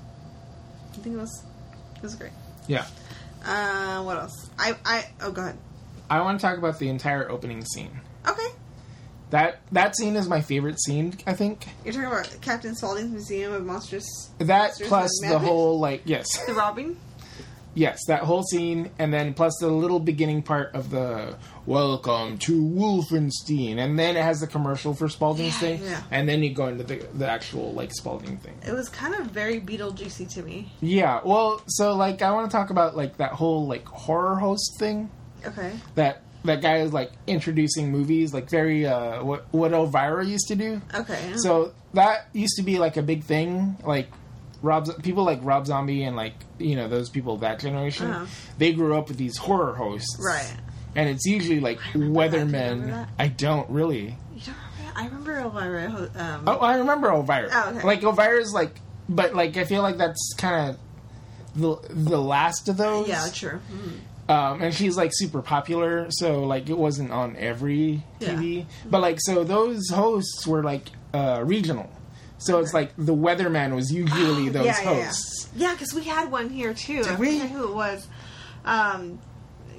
[SPEAKER 2] I think it was it was great.
[SPEAKER 1] Yeah.
[SPEAKER 2] Uh, what else? I I oh go ahead.
[SPEAKER 1] I want to talk about the entire opening scene.
[SPEAKER 2] Okay,
[SPEAKER 1] That that scene is my favorite scene, I think.
[SPEAKER 2] you're talking about Captain Spaulding's Museum of Monstrous.
[SPEAKER 1] That
[SPEAKER 2] Monsters
[SPEAKER 1] plus
[SPEAKER 2] and
[SPEAKER 1] the
[SPEAKER 2] Madness?
[SPEAKER 1] whole like yes.
[SPEAKER 2] the robbing.
[SPEAKER 1] Yes, that whole scene, and then plus the little beginning part of the "Welcome to Wolfenstein," and then it has the commercial for Spalding's
[SPEAKER 2] Yeah,
[SPEAKER 1] thing,
[SPEAKER 2] yeah.
[SPEAKER 1] and then you go into the the actual like Spalding thing.
[SPEAKER 2] It was kind of very Beetlejuicy to me.
[SPEAKER 1] Yeah, well, so like I want to talk about like that whole like horror host thing
[SPEAKER 2] Okay.
[SPEAKER 1] that that guy is like introducing movies, like very uh, what what Elvira used to
[SPEAKER 2] Oh,
[SPEAKER 1] do.
[SPEAKER 2] Okay.
[SPEAKER 1] So that used to be like a big thing, like Rob people like Rob Zombie and like you know those people of that generation.
[SPEAKER 2] Uh-huh.
[SPEAKER 1] They grew up with these horror hosts,
[SPEAKER 2] Right.
[SPEAKER 1] And it's usually like
[SPEAKER 2] remember that. Do you remember
[SPEAKER 1] weathermen.
[SPEAKER 2] that?
[SPEAKER 1] I don't really.
[SPEAKER 2] you don't remember? I remember Elvira. ho- Um,
[SPEAKER 1] Oh, I remember Elvira.
[SPEAKER 2] Oh, okay.
[SPEAKER 1] Like Elvira's like, but like I feel like that's kind of the the last of those.
[SPEAKER 2] yeah, true. Mm.
[SPEAKER 1] Um, and she's like super popular, so like it wasn't on every TV. But like, so those hosts were like uh, regional. So it's like the weatherman was usually those
[SPEAKER 2] yeah, yeah,
[SPEAKER 1] hosts.
[SPEAKER 2] yeah. Yeah, because we had one here too. I
[SPEAKER 1] we?
[SPEAKER 2] forget who it was. Um,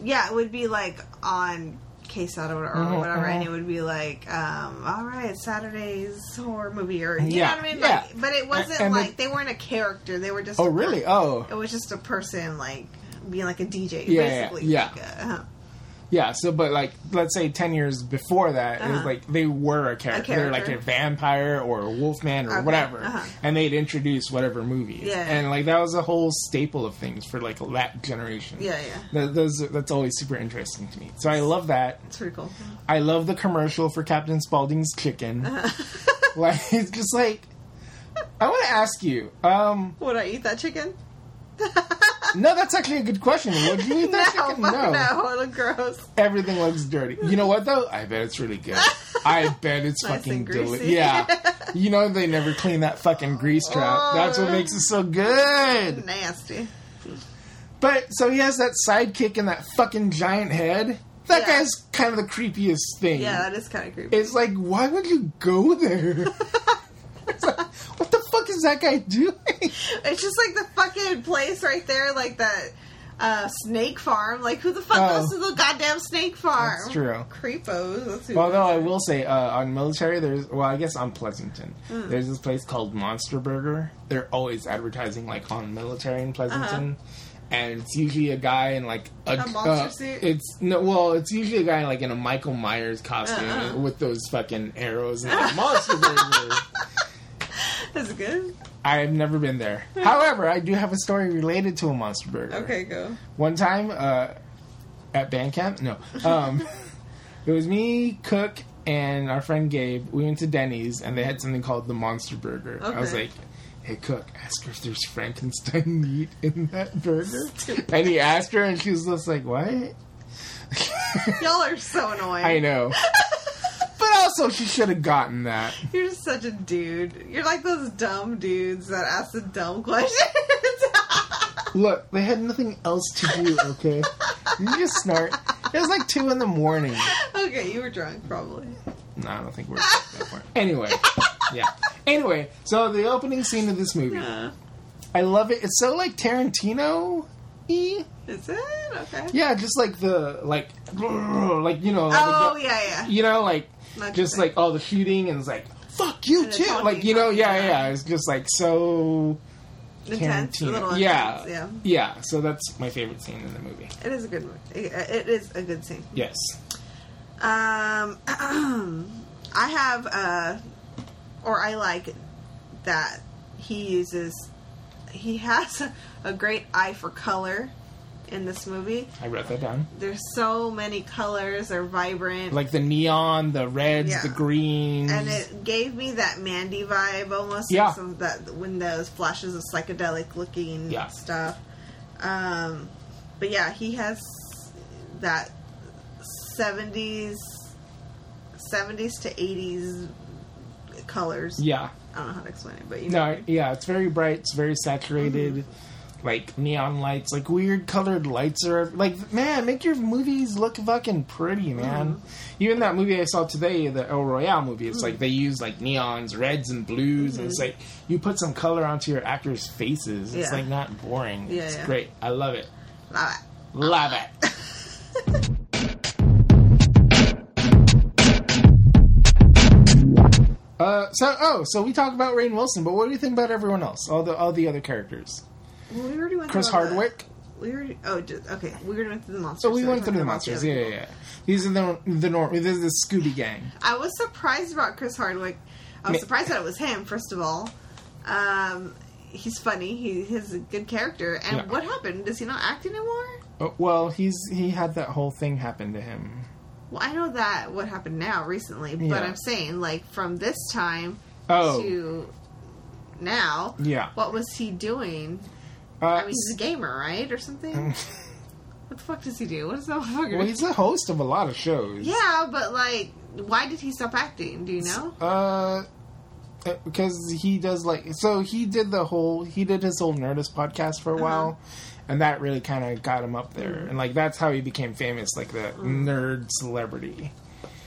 [SPEAKER 2] yeah, it would be like on KSAT or, or
[SPEAKER 1] Uh-huh,
[SPEAKER 2] whatever, and it would be like, um, all right, Saturday's horror movie, or you
[SPEAKER 1] Yeah,
[SPEAKER 2] know what I mean.
[SPEAKER 1] yeah.
[SPEAKER 2] Like, but it wasn't
[SPEAKER 1] And- and
[SPEAKER 2] like
[SPEAKER 1] it-
[SPEAKER 2] they weren't a character; they were just.
[SPEAKER 1] Oh, really? Oh,
[SPEAKER 2] It was just a person like being like a DJ,
[SPEAKER 1] Yeah, yeah,
[SPEAKER 2] basically.
[SPEAKER 1] yeah.
[SPEAKER 2] Like a, uh,
[SPEAKER 1] yeah. So, but like, let's say ten years before that, it was
[SPEAKER 2] Uh-huh.
[SPEAKER 1] like they were a character. They're like a
[SPEAKER 2] character.
[SPEAKER 1] vampire or a wolfman or
[SPEAKER 2] Okay,
[SPEAKER 1] whatever,
[SPEAKER 2] uh-huh.
[SPEAKER 1] and they'd introduce whatever movie.
[SPEAKER 2] Yeah.
[SPEAKER 1] and like that was a whole staple of things for like that generation.
[SPEAKER 2] Yeah, yeah.
[SPEAKER 1] Th- those that's always super interesting to me. So I love that.
[SPEAKER 2] it's pretty cool.
[SPEAKER 1] I love the commercial for Captain Spaulding's chicken. like it's just like I want to ask you. Um,
[SPEAKER 2] Would I eat that chicken?
[SPEAKER 1] no, that's actually a good question. Would you eat that
[SPEAKER 2] no,
[SPEAKER 1] chicken?
[SPEAKER 2] fuck no, it looked gross.
[SPEAKER 1] Everything looks dirty. You know what though? I bet it's really good. I bet it's
[SPEAKER 2] Nice
[SPEAKER 1] fucking
[SPEAKER 2] and
[SPEAKER 1] delicious.
[SPEAKER 2] greasy.
[SPEAKER 1] Yeah. You know they never clean that fucking grease trap. That's what makes it so good.
[SPEAKER 2] Nasty.
[SPEAKER 1] But so he has that sidekick and that fucking giant head. That
[SPEAKER 2] Yeah.
[SPEAKER 1] guy's kind of the creepiest thing.
[SPEAKER 2] Yeah, that is kind of creepy.
[SPEAKER 1] It's like, why would you go there? It's like, what the fuck is that guy doing?
[SPEAKER 2] It's just like the fucking place right there, like that uh, snake farm. Like who the fuck
[SPEAKER 1] Oh.
[SPEAKER 2] goes to the goddamn snake farm?
[SPEAKER 1] That's true.
[SPEAKER 2] Creepos. That's who
[SPEAKER 1] Although I will say, uh, on military, there's well, I guess on Pleasanton, there's this place called Monster Burger. They're always advertising like on military in Pleasanton, and it's usually a guy in like Uh-huh. a,
[SPEAKER 2] monster
[SPEAKER 1] uh,
[SPEAKER 2] suit?
[SPEAKER 1] It's no, well, it's usually a guy like in a Michael Myers costume with those fucking arrows and like, Monster Burger.
[SPEAKER 2] That's good.
[SPEAKER 1] I've never been there. However, I do have a story related to a Monster Burger.
[SPEAKER 2] Okay, go.
[SPEAKER 1] One time uh, at band camp, no, um, it was me, Cook, and our friend Gabe. We went to Denny's and they had something called the Monster Burger. I was
[SPEAKER 2] Okay.
[SPEAKER 1] like, "Hey, Cook, ask her if there's Frankenstein meat in that burger." and he asked her, and she was just like, "What?"
[SPEAKER 2] Y'all are so annoying.
[SPEAKER 1] I know. But also, she should have gotten that.
[SPEAKER 2] You're just such a dude. You're like those dumb dudes that ask the dumb questions.
[SPEAKER 1] Look, they had nothing else to do. Okay, you just snort. It was like two in the morning.
[SPEAKER 2] okay, you were drunk probably.
[SPEAKER 1] No, I don't think we're at that point. Anyway, yeah. Anyway, so the opening scene of this movie,
[SPEAKER 2] Uh,
[SPEAKER 1] I love it. It's so like Tarantino. y
[SPEAKER 2] is it okay?
[SPEAKER 1] Yeah, just like the like, like you know,
[SPEAKER 2] Oh
[SPEAKER 1] the-
[SPEAKER 2] yeah, yeah.
[SPEAKER 1] you know, like
[SPEAKER 2] Not
[SPEAKER 1] just
[SPEAKER 2] good.
[SPEAKER 1] like all the shooting and it's like fuck you
[SPEAKER 2] And the
[SPEAKER 1] too,
[SPEAKER 2] talking,
[SPEAKER 1] like you know, yeah,
[SPEAKER 2] yeah.
[SPEAKER 1] yeah. It's just like so
[SPEAKER 2] Intense, a little
[SPEAKER 1] Tarantino.
[SPEAKER 2] intense.
[SPEAKER 1] Yeah,
[SPEAKER 2] yeah.
[SPEAKER 1] yeah. So that's my favorite scene in the movie.
[SPEAKER 2] It is a good. one. It- It is a good scene.
[SPEAKER 1] Yes.
[SPEAKER 2] Um, I have, uh, or I like that he uses, he has a great eye for color in this movie.
[SPEAKER 1] I wrote that down.
[SPEAKER 2] There's so many colors, they're vibrant.
[SPEAKER 1] Like the neon, the reds,
[SPEAKER 2] Yeah.
[SPEAKER 1] the greens,
[SPEAKER 2] and it gave me that Mandy vibe almost. like
[SPEAKER 1] Mm. Yeah.
[SPEAKER 2] Some, that when those flashes of psychedelic looking
[SPEAKER 1] Yeah.
[SPEAKER 2] stuff. Um, but yeah, he has that 70s, 70s to 80s colors.
[SPEAKER 1] yeah.
[SPEAKER 2] I don't know how to explain it, but you know. Mm-hmm.
[SPEAKER 1] No, yeah, it's very bright. It's very saturated. Like neon lights, like weird colored lights are like man, make your movies look fucking pretty, man.
[SPEAKER 2] Mm-hmm.
[SPEAKER 1] Even that movie I saw today, the El Royale movie, it's like they use like neons, reds and blues, and it's like you put some color onto your actors' faces. It's
[SPEAKER 2] Mm-hmm. Yeah.
[SPEAKER 1] like not boring.
[SPEAKER 2] Yeah,
[SPEAKER 1] it's
[SPEAKER 2] yeah.
[SPEAKER 1] great. I love it.
[SPEAKER 2] Love it.
[SPEAKER 1] Love it. Uh, so oh, so we talk about Rain Wilson, but what do you think about everyone else? All the all the other characters.
[SPEAKER 2] Well, we already went
[SPEAKER 1] Chris
[SPEAKER 2] through all the-
[SPEAKER 1] Hardwick.
[SPEAKER 2] we already, oh, just, okay. We already went through the monsters.
[SPEAKER 1] So we
[SPEAKER 2] we're
[SPEAKER 1] went through
[SPEAKER 2] talking
[SPEAKER 1] the
[SPEAKER 2] about
[SPEAKER 1] monsters.
[SPEAKER 2] other
[SPEAKER 1] Yeah,
[SPEAKER 2] people.
[SPEAKER 1] yeah, yeah. These are the the norm. This is the Scooby Gang.
[SPEAKER 2] I was surprised about Chris Hardwick. I
[SPEAKER 1] Me-
[SPEAKER 2] was surprised that it was him, first of all. Um, he's funny. He, he's a good character. And
[SPEAKER 1] Yeah.
[SPEAKER 2] what happened? Does he not act anymore?
[SPEAKER 1] Oh, well, he's he had that whole thing happen to him.
[SPEAKER 2] Well, I know that what happened now recently, but
[SPEAKER 1] Yeah.
[SPEAKER 2] I'm saying like from this time
[SPEAKER 1] Oh.
[SPEAKER 2] to now,
[SPEAKER 1] Yeah.
[SPEAKER 2] What was he doing?
[SPEAKER 1] Uh,
[SPEAKER 2] I mean, he's a gamer, right, or something? what the fuck does he do? What is that motherfucker?
[SPEAKER 1] well, he's the host of a lot of shows.
[SPEAKER 2] yeah, but like, why did he stop acting? Do you know?
[SPEAKER 1] Uh, uh, because he does like so he did the whole he did his whole Nerdist podcast for a while, and that really kind of got him up there, and like that's how he became famous, like the nerd celebrity.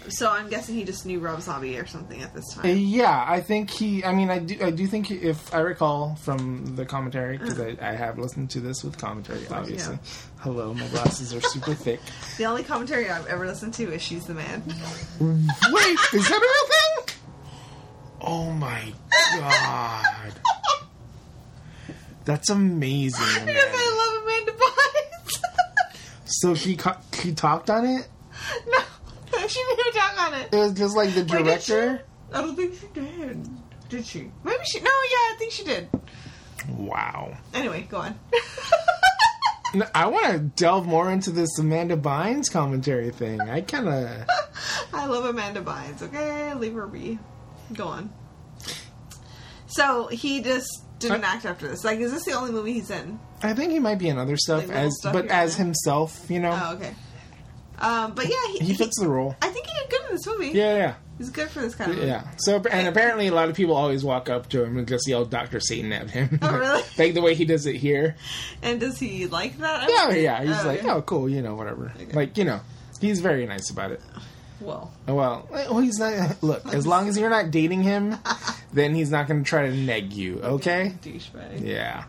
[SPEAKER 2] So I'm guessing he just knew Rob Zombie or something at this
[SPEAKER 1] Uh,
[SPEAKER 2] time.
[SPEAKER 1] Yeah, I think he. I mean, I do. I do think if I recall from the commentary, because I, I have listened to this with commentary, obviously. Hello, my glasses are super thick.
[SPEAKER 2] The only commentary I've ever listened to is "She's the Man."
[SPEAKER 1] Wait, is that a real thing? Oh my god, that's amazing.
[SPEAKER 2] because
[SPEAKER 1] Amanda.
[SPEAKER 2] I love
[SPEAKER 1] So he co- he talked on it.
[SPEAKER 2] Amanda Bynes. no, she didn't even talk on it.
[SPEAKER 1] It was just like the
[SPEAKER 2] did
[SPEAKER 1] director.
[SPEAKER 2] I don't think she did. Did she? Maybe she. No, yeah, I think she did.
[SPEAKER 1] Wow.
[SPEAKER 2] Anyway, go on.
[SPEAKER 1] No, I want to delve more into this Amanda Bynes commentary thing. I kind of.
[SPEAKER 2] I love Amanda Bynes. Okay, leave her be. Go on. So he just didn't
[SPEAKER 1] I-
[SPEAKER 2] act after this. Like, is this the only movie he's in?
[SPEAKER 1] I think he might be in other stuff
[SPEAKER 2] Like little
[SPEAKER 1] as,
[SPEAKER 2] stuff
[SPEAKER 1] but
[SPEAKER 2] here and
[SPEAKER 1] as
[SPEAKER 2] there.
[SPEAKER 1] himself, you know.
[SPEAKER 2] Oh, okay. Um, but yeah, he,
[SPEAKER 1] He fits the role.
[SPEAKER 2] I think he did good in this movie.
[SPEAKER 1] Yeah,
[SPEAKER 2] he's good for this kind of.
[SPEAKER 1] yeah, yeah. So, and apparently, a lot of people always walk up to him and just yell "Doctor Satan" at him.
[SPEAKER 2] Oh, really?
[SPEAKER 1] like the way he does it here.
[SPEAKER 2] movie. And does he like that?
[SPEAKER 1] Yeah, yeah. He's
[SPEAKER 2] Oh,
[SPEAKER 1] like,
[SPEAKER 2] okay.
[SPEAKER 1] "Oh, cool," you know, whatever. Like, you know, he's very nice about it.
[SPEAKER 2] Well,
[SPEAKER 1] Well, well, he's not. Look, as long as you're not dating him, then he's not going to try to neg you. Okay?
[SPEAKER 2] douchebag.
[SPEAKER 1] Yeah.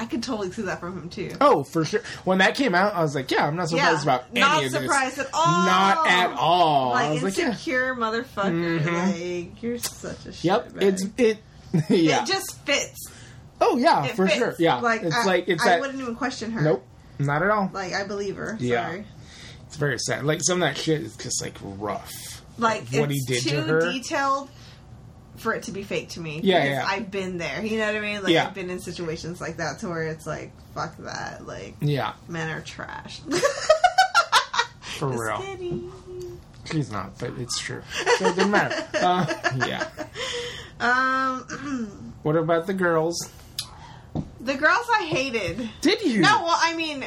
[SPEAKER 2] I could totally see that from him too.
[SPEAKER 1] Oh, for sure. When that came out, I was like, "Yeah, I'm not surprised
[SPEAKER 2] Yeah,
[SPEAKER 1] about any
[SPEAKER 2] not
[SPEAKER 1] of
[SPEAKER 2] surprised
[SPEAKER 1] this.
[SPEAKER 2] at all.
[SPEAKER 1] Not at all. I
[SPEAKER 2] Like
[SPEAKER 1] was like, "Yeah,
[SPEAKER 2] insecure motherfucker.
[SPEAKER 1] Mhm.
[SPEAKER 2] Like you're such a shit.
[SPEAKER 1] yep, it's it." yeah.
[SPEAKER 2] It just fits.
[SPEAKER 1] Oh yeah,
[SPEAKER 2] It
[SPEAKER 1] for
[SPEAKER 2] fits.
[SPEAKER 1] sure. Yeah,
[SPEAKER 2] Like
[SPEAKER 1] it's
[SPEAKER 2] I,
[SPEAKER 1] like it's
[SPEAKER 2] I
[SPEAKER 1] that.
[SPEAKER 2] wouldn't even question her.
[SPEAKER 1] Nope, not at all.
[SPEAKER 2] Like I believe her.
[SPEAKER 1] Yeah.
[SPEAKER 2] Sorry.
[SPEAKER 1] It's very sad. Like some of that shit is just like rough.
[SPEAKER 2] Like
[SPEAKER 1] What
[SPEAKER 2] it's
[SPEAKER 1] he did
[SPEAKER 2] too
[SPEAKER 1] to her.
[SPEAKER 2] detailed for it to be fake to me.
[SPEAKER 1] Yeah,
[SPEAKER 2] Because
[SPEAKER 1] yeah.
[SPEAKER 2] I've been there. You know what I mean? Like
[SPEAKER 1] Yeah.
[SPEAKER 2] I've been in situations like that to where it's like, fuck that. Like
[SPEAKER 1] Yeah,
[SPEAKER 2] men are trash.
[SPEAKER 1] for
[SPEAKER 2] Just
[SPEAKER 1] real.
[SPEAKER 2] kidding.
[SPEAKER 1] She's not, but it's true. So it doesn't matter. Uh, yeah.
[SPEAKER 2] Um,
[SPEAKER 1] What about the girls?
[SPEAKER 2] the girls I hated.
[SPEAKER 1] Did you?
[SPEAKER 2] No, well, I mean,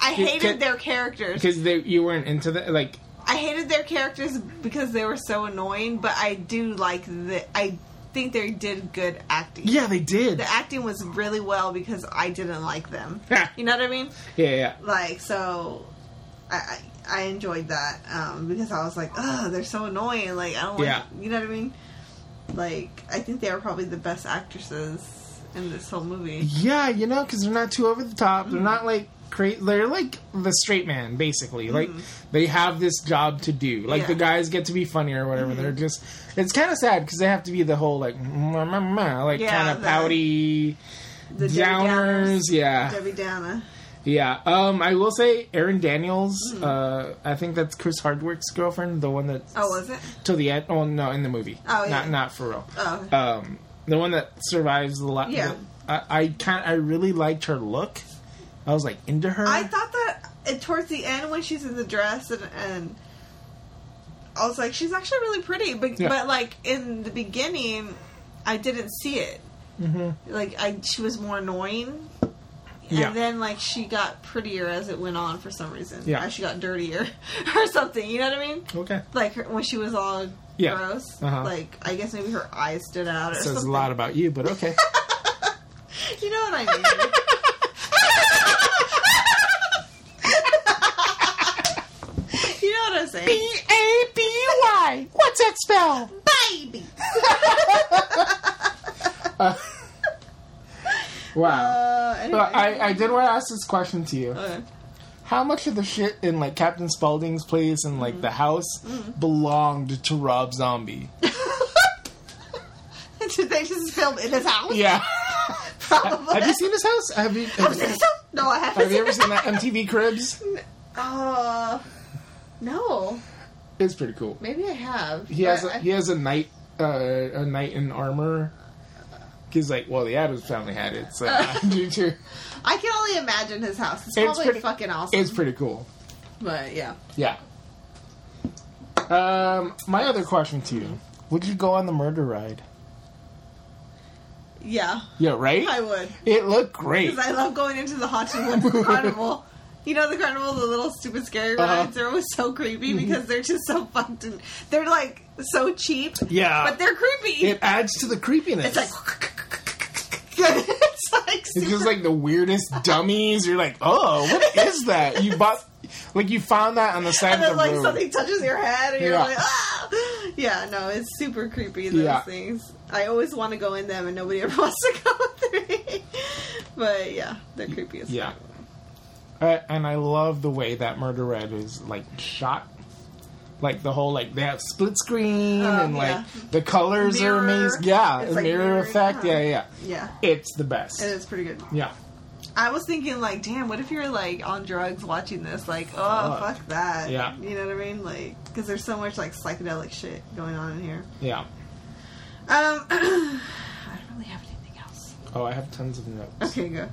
[SPEAKER 2] I
[SPEAKER 1] You
[SPEAKER 2] hated
[SPEAKER 1] could-
[SPEAKER 2] their characters.
[SPEAKER 1] Because they you weren't into the like.
[SPEAKER 2] I hated their characters because they were so annoying. But I do like the. I think they did good acting.
[SPEAKER 1] Yeah, they did.
[SPEAKER 2] the acting was really well because I didn't like them.
[SPEAKER 1] Yeah.
[SPEAKER 2] you know what I mean?
[SPEAKER 1] yeah, yeah.
[SPEAKER 2] Like so, I I, I enjoyed that um, because I was like, oh, they're so annoying. Like I don't like,
[SPEAKER 1] Yeah.
[SPEAKER 2] you know what I mean? Like I think they were probably the best actresses in this whole movie.
[SPEAKER 1] Yeah, you know, because they're not too over the top. They're not like cra They're like the straight man, basically. Like they have this job to do. Like
[SPEAKER 2] Mm-hmm. Yeah. Mm-hmm.
[SPEAKER 1] the guys get to be funny or whatever. They're just. It's kind of sad because they have to be the whole like, "Mwah, mwah, mwah," like
[SPEAKER 2] Yeah,
[SPEAKER 1] kind
[SPEAKER 2] the-
[SPEAKER 1] of pouty
[SPEAKER 2] The Debbie
[SPEAKER 1] downers. Yeah,
[SPEAKER 2] Debbie Downer.
[SPEAKER 1] yeah. Um, I will say Aaron Daniels.
[SPEAKER 2] Hmm.
[SPEAKER 1] Uh, I think that's Chris Hardwick's girlfriend, the one that.
[SPEAKER 2] Oh, was it?
[SPEAKER 1] Till the end. Oh no, in the movie.
[SPEAKER 2] Oh, yeah.
[SPEAKER 1] Not not for real.
[SPEAKER 2] Oh.
[SPEAKER 1] Um, the one that survives the lot.
[SPEAKER 2] Yeah.
[SPEAKER 1] I, I kind I really liked her look. I was like into her.
[SPEAKER 2] I thought that uh, towards the end when she's in the dress and and I was like, she's actually really pretty, but
[SPEAKER 1] Yeah.
[SPEAKER 2] but like in the beginning, I didn't see it. Mm-hmm. Like I, she was more annoying. And
[SPEAKER 1] Yeah.
[SPEAKER 2] then, like, she got prettier as it went on for some reason.
[SPEAKER 1] Yeah.
[SPEAKER 2] Or she got dirtier or something. You know what I mean?
[SPEAKER 1] okay.
[SPEAKER 2] Like, her, when she was all
[SPEAKER 1] Yeah.
[SPEAKER 2] gross.
[SPEAKER 1] Uh-huh.
[SPEAKER 2] Like, I guess maybe her eyes stood out or
[SPEAKER 1] Says
[SPEAKER 2] something.
[SPEAKER 1] a lot about you, but okay.
[SPEAKER 2] You know what I mean? you know what I'm saying?
[SPEAKER 1] E A B Y. What's that spell?
[SPEAKER 2] Baby!
[SPEAKER 1] Wow.
[SPEAKER 2] Uh, anyway. Uh,
[SPEAKER 1] But I, I did want to ask this question to you.
[SPEAKER 2] Okay.
[SPEAKER 1] How much of the shit in like Captain Spaulding's place and like the house belonged to Rob Zombie?
[SPEAKER 2] Did they just film in his house?
[SPEAKER 1] Yeah.
[SPEAKER 2] Probably.
[SPEAKER 1] Have you seen his house? Have you have, you-
[SPEAKER 2] no, I haven't.
[SPEAKER 1] have you ever seen that MTV Cribs?
[SPEAKER 2] Uh, no.
[SPEAKER 1] It's pretty cool.
[SPEAKER 2] Maybe I have.
[SPEAKER 1] He has
[SPEAKER 2] but
[SPEAKER 1] a,
[SPEAKER 2] I-
[SPEAKER 1] he has a knight uh, a knight in armor. He's like, well, the Adams family had it, so I do too.
[SPEAKER 2] I can only imagine his house. It's
[SPEAKER 1] It's
[SPEAKER 2] probably
[SPEAKER 1] pretty-
[SPEAKER 2] fucking awesome.
[SPEAKER 1] It's pretty cool.
[SPEAKER 2] but yeah.
[SPEAKER 1] Yeah. Um, my other question to you: Would you go on the murder ride?
[SPEAKER 2] Yeah,
[SPEAKER 1] Yeah, right.
[SPEAKER 2] I would.
[SPEAKER 1] It looked great.
[SPEAKER 2] Because I love going into the haunted woods carnival You know the carnival, the little stupid scary
[SPEAKER 1] Uh-huh.
[SPEAKER 2] rides are always so creepy
[SPEAKER 1] Mm-hmm.
[SPEAKER 2] because they're just so fucked and they're like so cheap.
[SPEAKER 1] Yeah.
[SPEAKER 2] But they're creepy.
[SPEAKER 1] It adds to the creepiness.
[SPEAKER 2] it's like it's like
[SPEAKER 1] It's
[SPEAKER 2] super,
[SPEAKER 1] just like the weirdest dummies. You're like, oh, what is that? You bought, like, you found that on the side
[SPEAKER 2] and then
[SPEAKER 1] of the
[SPEAKER 2] like
[SPEAKER 1] road.
[SPEAKER 2] something touches your head and you're
[SPEAKER 1] Yeah.
[SPEAKER 2] like ah Yeah, no, it's super creepy those
[SPEAKER 1] Yeah.
[SPEAKER 2] things. I always want to go in them and nobody ever wants to go with me. but yeah, they're creepy as
[SPEAKER 1] Yeah.
[SPEAKER 2] fuck.
[SPEAKER 1] Uh, and I love the way that Murder Red is like shot. Like the whole like they have split screen
[SPEAKER 2] Um,
[SPEAKER 1] and like
[SPEAKER 2] yeah.
[SPEAKER 1] the colors
[SPEAKER 2] Mirror.
[SPEAKER 1] are amazing. Yeah,
[SPEAKER 2] It's
[SPEAKER 1] the
[SPEAKER 2] like Uh-huh.
[SPEAKER 1] mirror
[SPEAKER 2] mirroring,
[SPEAKER 1] effect.
[SPEAKER 2] huh?
[SPEAKER 1] Yeah, yeah.
[SPEAKER 2] Yeah.
[SPEAKER 1] It's the best.
[SPEAKER 2] It is pretty good.
[SPEAKER 1] Yeah.
[SPEAKER 2] I was thinking, like, damn, what if you're like on drugs watching this? Like, oh,
[SPEAKER 1] Fuck.
[SPEAKER 2] fuck, that.
[SPEAKER 1] Yeah.
[SPEAKER 2] you know what I mean? Like, because there's so much like psychedelic shit going on in here.
[SPEAKER 1] Yeah.
[SPEAKER 2] Um, I don't really have anything else.
[SPEAKER 1] Oh, I have tons of notes.
[SPEAKER 2] Okay, go.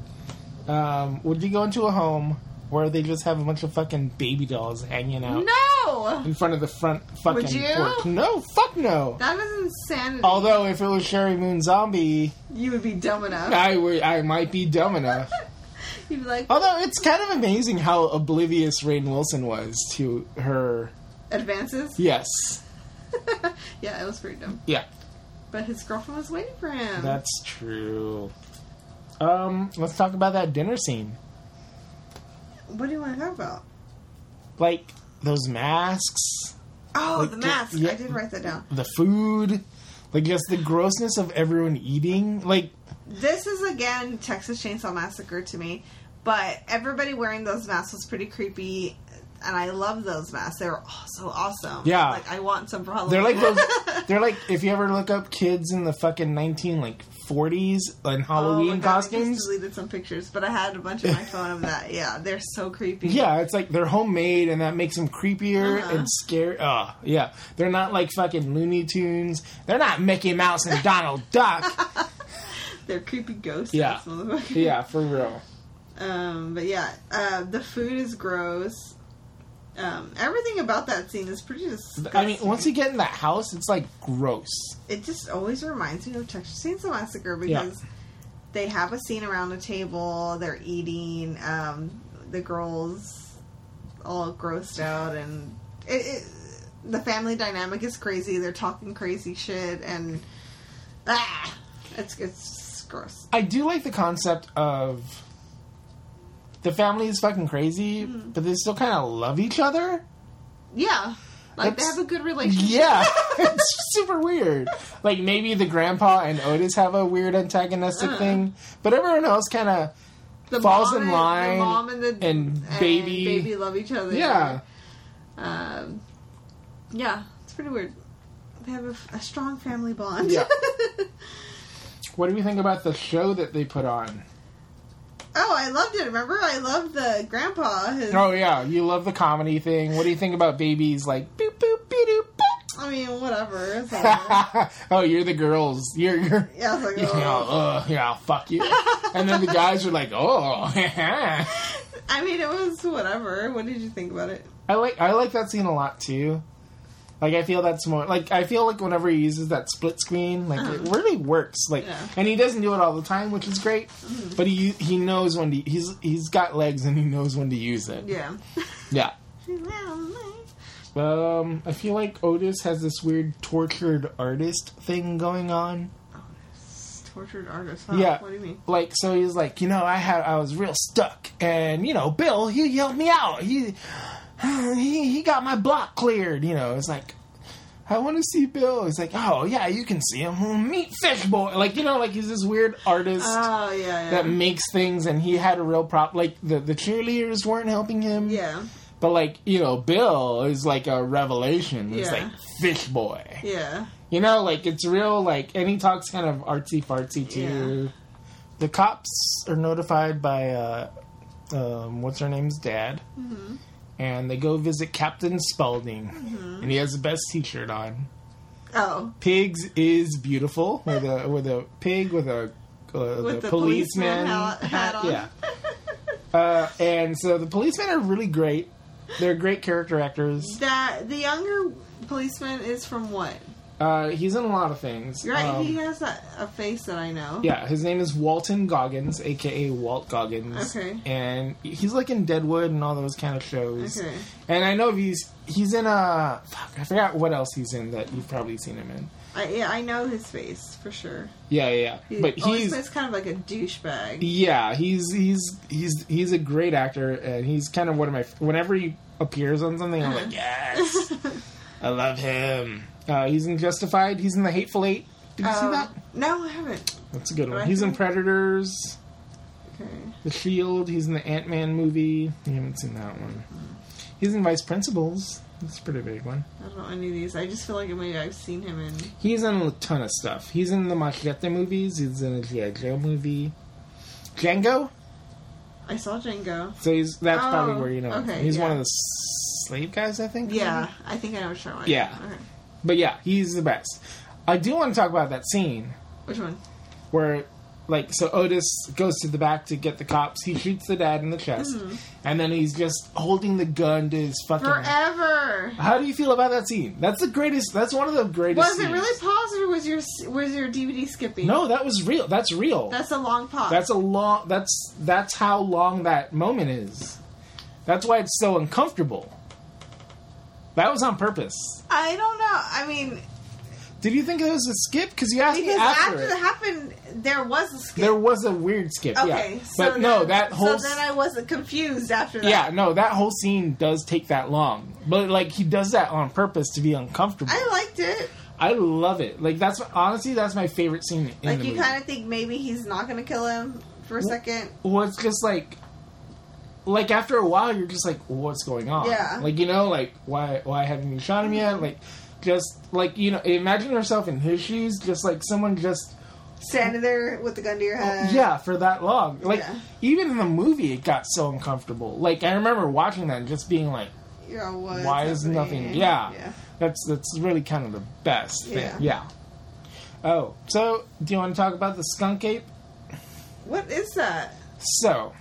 [SPEAKER 1] Um, would you go into a home where they just have a bunch of fucking baby dolls hanging out
[SPEAKER 2] No,
[SPEAKER 1] in front of the front fucking
[SPEAKER 2] Would you?
[SPEAKER 1] porch? No, fuck no.
[SPEAKER 2] that was insanity.
[SPEAKER 1] Although if it was Sherry Moon Zombie,
[SPEAKER 2] you would be dumb enough.
[SPEAKER 1] I would I might be dumb enough.
[SPEAKER 2] You'd be like
[SPEAKER 1] Although it's kind of amazing how oblivious Rain Wilson was to her.
[SPEAKER 2] advances.
[SPEAKER 1] Yes.
[SPEAKER 2] yeah, it was pretty dumb.
[SPEAKER 1] Yeah.
[SPEAKER 2] But his girlfriend was waiting for him.
[SPEAKER 1] That's true. Um, let's talk about that dinner scene.
[SPEAKER 2] what do you want to talk about?
[SPEAKER 1] Like those masks,
[SPEAKER 2] Oh,
[SPEAKER 1] Like,
[SPEAKER 2] the
[SPEAKER 1] the-
[SPEAKER 2] mask.
[SPEAKER 1] yeah.
[SPEAKER 2] I did write that down.
[SPEAKER 1] the food, like just the grossness of everyone eating. Like
[SPEAKER 2] This is again Texas Chainsaw Massacre to me, but everybody wearing those masks was pretty creepy, and I love those masks. They were all so awesome.
[SPEAKER 1] Yeah.
[SPEAKER 2] like I want some for Halloween.
[SPEAKER 1] they're like those they're like if you ever look up kids in the fucking 19 like 40s and
[SPEAKER 2] Oh my
[SPEAKER 1] Halloween
[SPEAKER 2] God, I
[SPEAKER 1] costumes.
[SPEAKER 2] just deleted some pictures, but I had a bunch of my phone of that. Yeah, they're so creepy.
[SPEAKER 1] Yeah, it's like they're homemade, and that makes them creepier
[SPEAKER 2] Uh-huh.
[SPEAKER 1] and scary. Uh, yeah, they're not like fucking Looney Tunes. They're not Mickey Mouse and Donald Duck.
[SPEAKER 2] they're creepy ghosts.
[SPEAKER 1] Yeah.
[SPEAKER 2] ass motherfuckers.
[SPEAKER 1] yeah, for real.
[SPEAKER 2] Um, but yeah, uh, the food is gross. Um, everything about that scene is pretty disgusting.
[SPEAKER 1] I mean, once you get in that house, it's like gross.
[SPEAKER 2] it just always reminds me of Texas Chainsaw Massacre because they have a scene around a table, they're eating, um, the girls all grossed out, and it, it, the family dynamic is crazy. They're talking crazy shit, and ah, it's it's just gross.
[SPEAKER 1] I do like the concept of the family is fucking crazy, but they still kind of love each other.
[SPEAKER 2] Yeah, like
[SPEAKER 1] That's-
[SPEAKER 2] they have a good relationship.
[SPEAKER 1] Yeah, it's super weird. Like maybe the grandpa and Otis have a weird antagonistic thing, but everyone else kind of
[SPEAKER 2] The
[SPEAKER 1] falls in
[SPEAKER 2] and-
[SPEAKER 1] line
[SPEAKER 2] the mom and the
[SPEAKER 1] and baby-
[SPEAKER 2] baby love each other.
[SPEAKER 1] yeah.
[SPEAKER 2] Um, yeah, it's pretty weird. They have a, a strong family bond.
[SPEAKER 1] Yeah. What do we think about the show that they put on?
[SPEAKER 2] oh, I loved it. Remember, I loved the grandpa. His,
[SPEAKER 1] Oh yeah, you love the comedy thing. What do you think about babies like boop boop beep doop
[SPEAKER 2] I mean, whatever. It's whatever.
[SPEAKER 1] boop? oh, you're the girls. You're you're
[SPEAKER 2] yeah, it's like,
[SPEAKER 1] you know,
[SPEAKER 2] oh.
[SPEAKER 1] uh, yeah, fuck you. and then the guys are like, oh.
[SPEAKER 2] I mean, it was whatever. What did you think about it?
[SPEAKER 1] I like I like that scene a lot too. Like I feel that's more like I feel like whenever he uses that split screen, like it really works. Like,
[SPEAKER 2] Uh-huh. Yeah. Mm-hmm.
[SPEAKER 1] and he doesn't do it all the time, which is great. But he he knows when to he's he's got legs and he knows when to use it.
[SPEAKER 2] Yeah.
[SPEAKER 1] yeah. Um, I feel like Otis has this weird tortured artist thing going on.
[SPEAKER 2] Tortured artist. Huh?
[SPEAKER 1] Yeah.
[SPEAKER 2] What do you mean?
[SPEAKER 1] Like, so he's like, you know, I had, I was real stuck, and you know, Bill, he yelled me out. He, he, he got my block cleared. You know, it's like, I want to see Bill. It's like, oh yeah, you can see him. Hmm, Meet Fish Boy. Like, you know, like he's this weird artist.
[SPEAKER 2] Oh yeah. Yeah.
[SPEAKER 1] that makes things, and he had a real prop. Like the the cheerleaders weren't helping him.
[SPEAKER 2] yeah.
[SPEAKER 1] But like you know, Bill is like a revelation. It's
[SPEAKER 2] Yeah.
[SPEAKER 1] like Fish Boy.
[SPEAKER 2] Yeah.
[SPEAKER 1] You know, like it's real. Like, and he talks kind of artsy fartsy too. The cops are notified by uh, um, what's her name's dad,
[SPEAKER 2] Mm-hmm.
[SPEAKER 1] and they go visit Captain Spaulding,
[SPEAKER 2] Mm-hmm.
[SPEAKER 1] and he has the best T-shirt on.
[SPEAKER 2] Oh.
[SPEAKER 1] Pigs is beautiful with a with a pig with a uh,
[SPEAKER 2] With
[SPEAKER 1] the,
[SPEAKER 2] the
[SPEAKER 1] policeman,
[SPEAKER 2] policeman hat- hat on.
[SPEAKER 1] Yeah, uh, and so the policemen are really great. They're great character actors.
[SPEAKER 2] That the younger policeman is from what?
[SPEAKER 1] Uh, he's in a lot of things.
[SPEAKER 2] Right,
[SPEAKER 1] Um,
[SPEAKER 2] he has a, a face that I know.
[SPEAKER 1] yeah, his name is Walton Goggins, aka Walt Goggins.
[SPEAKER 2] Okay.
[SPEAKER 1] And he's like in Deadwood and all those kind of shows.
[SPEAKER 2] Okay.
[SPEAKER 1] And I know he's he's in a fuck, I forgot what else he's in that you've probably seen him in.
[SPEAKER 2] I, yeah, I know his face for sure.
[SPEAKER 1] Yeah, yeah, yeah.
[SPEAKER 2] He
[SPEAKER 1] but
[SPEAKER 2] always
[SPEAKER 1] he's
[SPEAKER 2] plays kind of like a douchebag.
[SPEAKER 1] yeah, he's he's he's he's a great actor, and he's kind of one of my. Whenever he appears on something, I'm like,
[SPEAKER 2] Uh-huh.
[SPEAKER 1] yes, I love him. Uh, he's in Justified. He's in The Hateful Eight. Did you see
[SPEAKER 2] Um,
[SPEAKER 1] that?
[SPEAKER 2] No, I haven't.
[SPEAKER 1] That's a good one.
[SPEAKER 2] I
[SPEAKER 1] He's in
[SPEAKER 2] think-
[SPEAKER 1] Predators,
[SPEAKER 2] Okay.
[SPEAKER 1] The Shield. He's in the Ant Man movie. You haven't seen that one. He's in Vice Principals. That's a pretty big one.
[SPEAKER 2] I don't know any of these. I just feel like maybe I've seen him in.
[SPEAKER 1] He's in a ton of stuff. He's in the Machete movies. He's in a G.I. Joe movie. Django.
[SPEAKER 2] I saw Django.
[SPEAKER 1] So he's that's
[SPEAKER 2] Oh,
[SPEAKER 1] probably where you know. him.
[SPEAKER 2] okay,
[SPEAKER 1] he's one
[SPEAKER 2] yeah.
[SPEAKER 1] of the s- slave guys, I think.
[SPEAKER 2] Yeah, I think I know which one.
[SPEAKER 1] Yeah.
[SPEAKER 2] Okay.
[SPEAKER 1] But yeah, he's the best. I do want to talk about that scene
[SPEAKER 2] Which one?
[SPEAKER 1] where, like, so Otis goes to the back to get the cops. He shoots the dad in the chest, and then he's just holding the gun to his fucking.
[SPEAKER 2] Mm-hmm. Forever.
[SPEAKER 1] How do you feel about that scene? That's the greatest. That's one of the greatest.
[SPEAKER 2] Was it
[SPEAKER 1] scenes.
[SPEAKER 2] really paused or was your was your DVD skipping?
[SPEAKER 1] No, that was real. That's real.
[SPEAKER 2] That's a long pause.
[SPEAKER 1] That's a long. That's that's how long that moment is. That's why it's so uncomfortable. That was on purpose.
[SPEAKER 2] I don't know. I mean,
[SPEAKER 1] Did you think it was a skip? Because you asked me
[SPEAKER 2] because
[SPEAKER 1] after.
[SPEAKER 2] after,
[SPEAKER 1] it.
[SPEAKER 2] it happened, there was a skip.
[SPEAKER 1] There was a weird skip.
[SPEAKER 2] okay,
[SPEAKER 1] yeah.
[SPEAKER 2] so
[SPEAKER 1] but no,
[SPEAKER 2] then-
[SPEAKER 1] that whole.
[SPEAKER 2] So
[SPEAKER 1] s-
[SPEAKER 2] then I wasn't confused after that.
[SPEAKER 1] yeah, no, that whole scene does take that long. But like he does that on purpose to be uncomfortable.
[SPEAKER 2] I liked it.
[SPEAKER 1] I love it. Like that's honestly that's my favorite scene in
[SPEAKER 2] Like
[SPEAKER 1] the
[SPEAKER 2] you
[SPEAKER 1] movie.
[SPEAKER 2] kind of think maybe he's not going to kill him for a second.
[SPEAKER 1] well, it's just like like after a while you're just like what's going on
[SPEAKER 2] Yeah.
[SPEAKER 1] like you know like why why haven't you shot him yet like just like you know imagine yourself in his shoes just like someone just
[SPEAKER 2] Standing there with the gun to your head.
[SPEAKER 1] oh, yeah for that long like
[SPEAKER 2] yeah.
[SPEAKER 1] even in the movie it got so uncomfortable like i remember watching that and just being like
[SPEAKER 2] You're all, "What's
[SPEAKER 1] why is
[SPEAKER 2] happening?"
[SPEAKER 1] nothing yeah.
[SPEAKER 2] Yeah.
[SPEAKER 1] that's that's really kind of the best thing
[SPEAKER 2] Yeah.
[SPEAKER 1] yeah oh so do you want to talk about the skunk ape
[SPEAKER 2] What is that?
[SPEAKER 1] so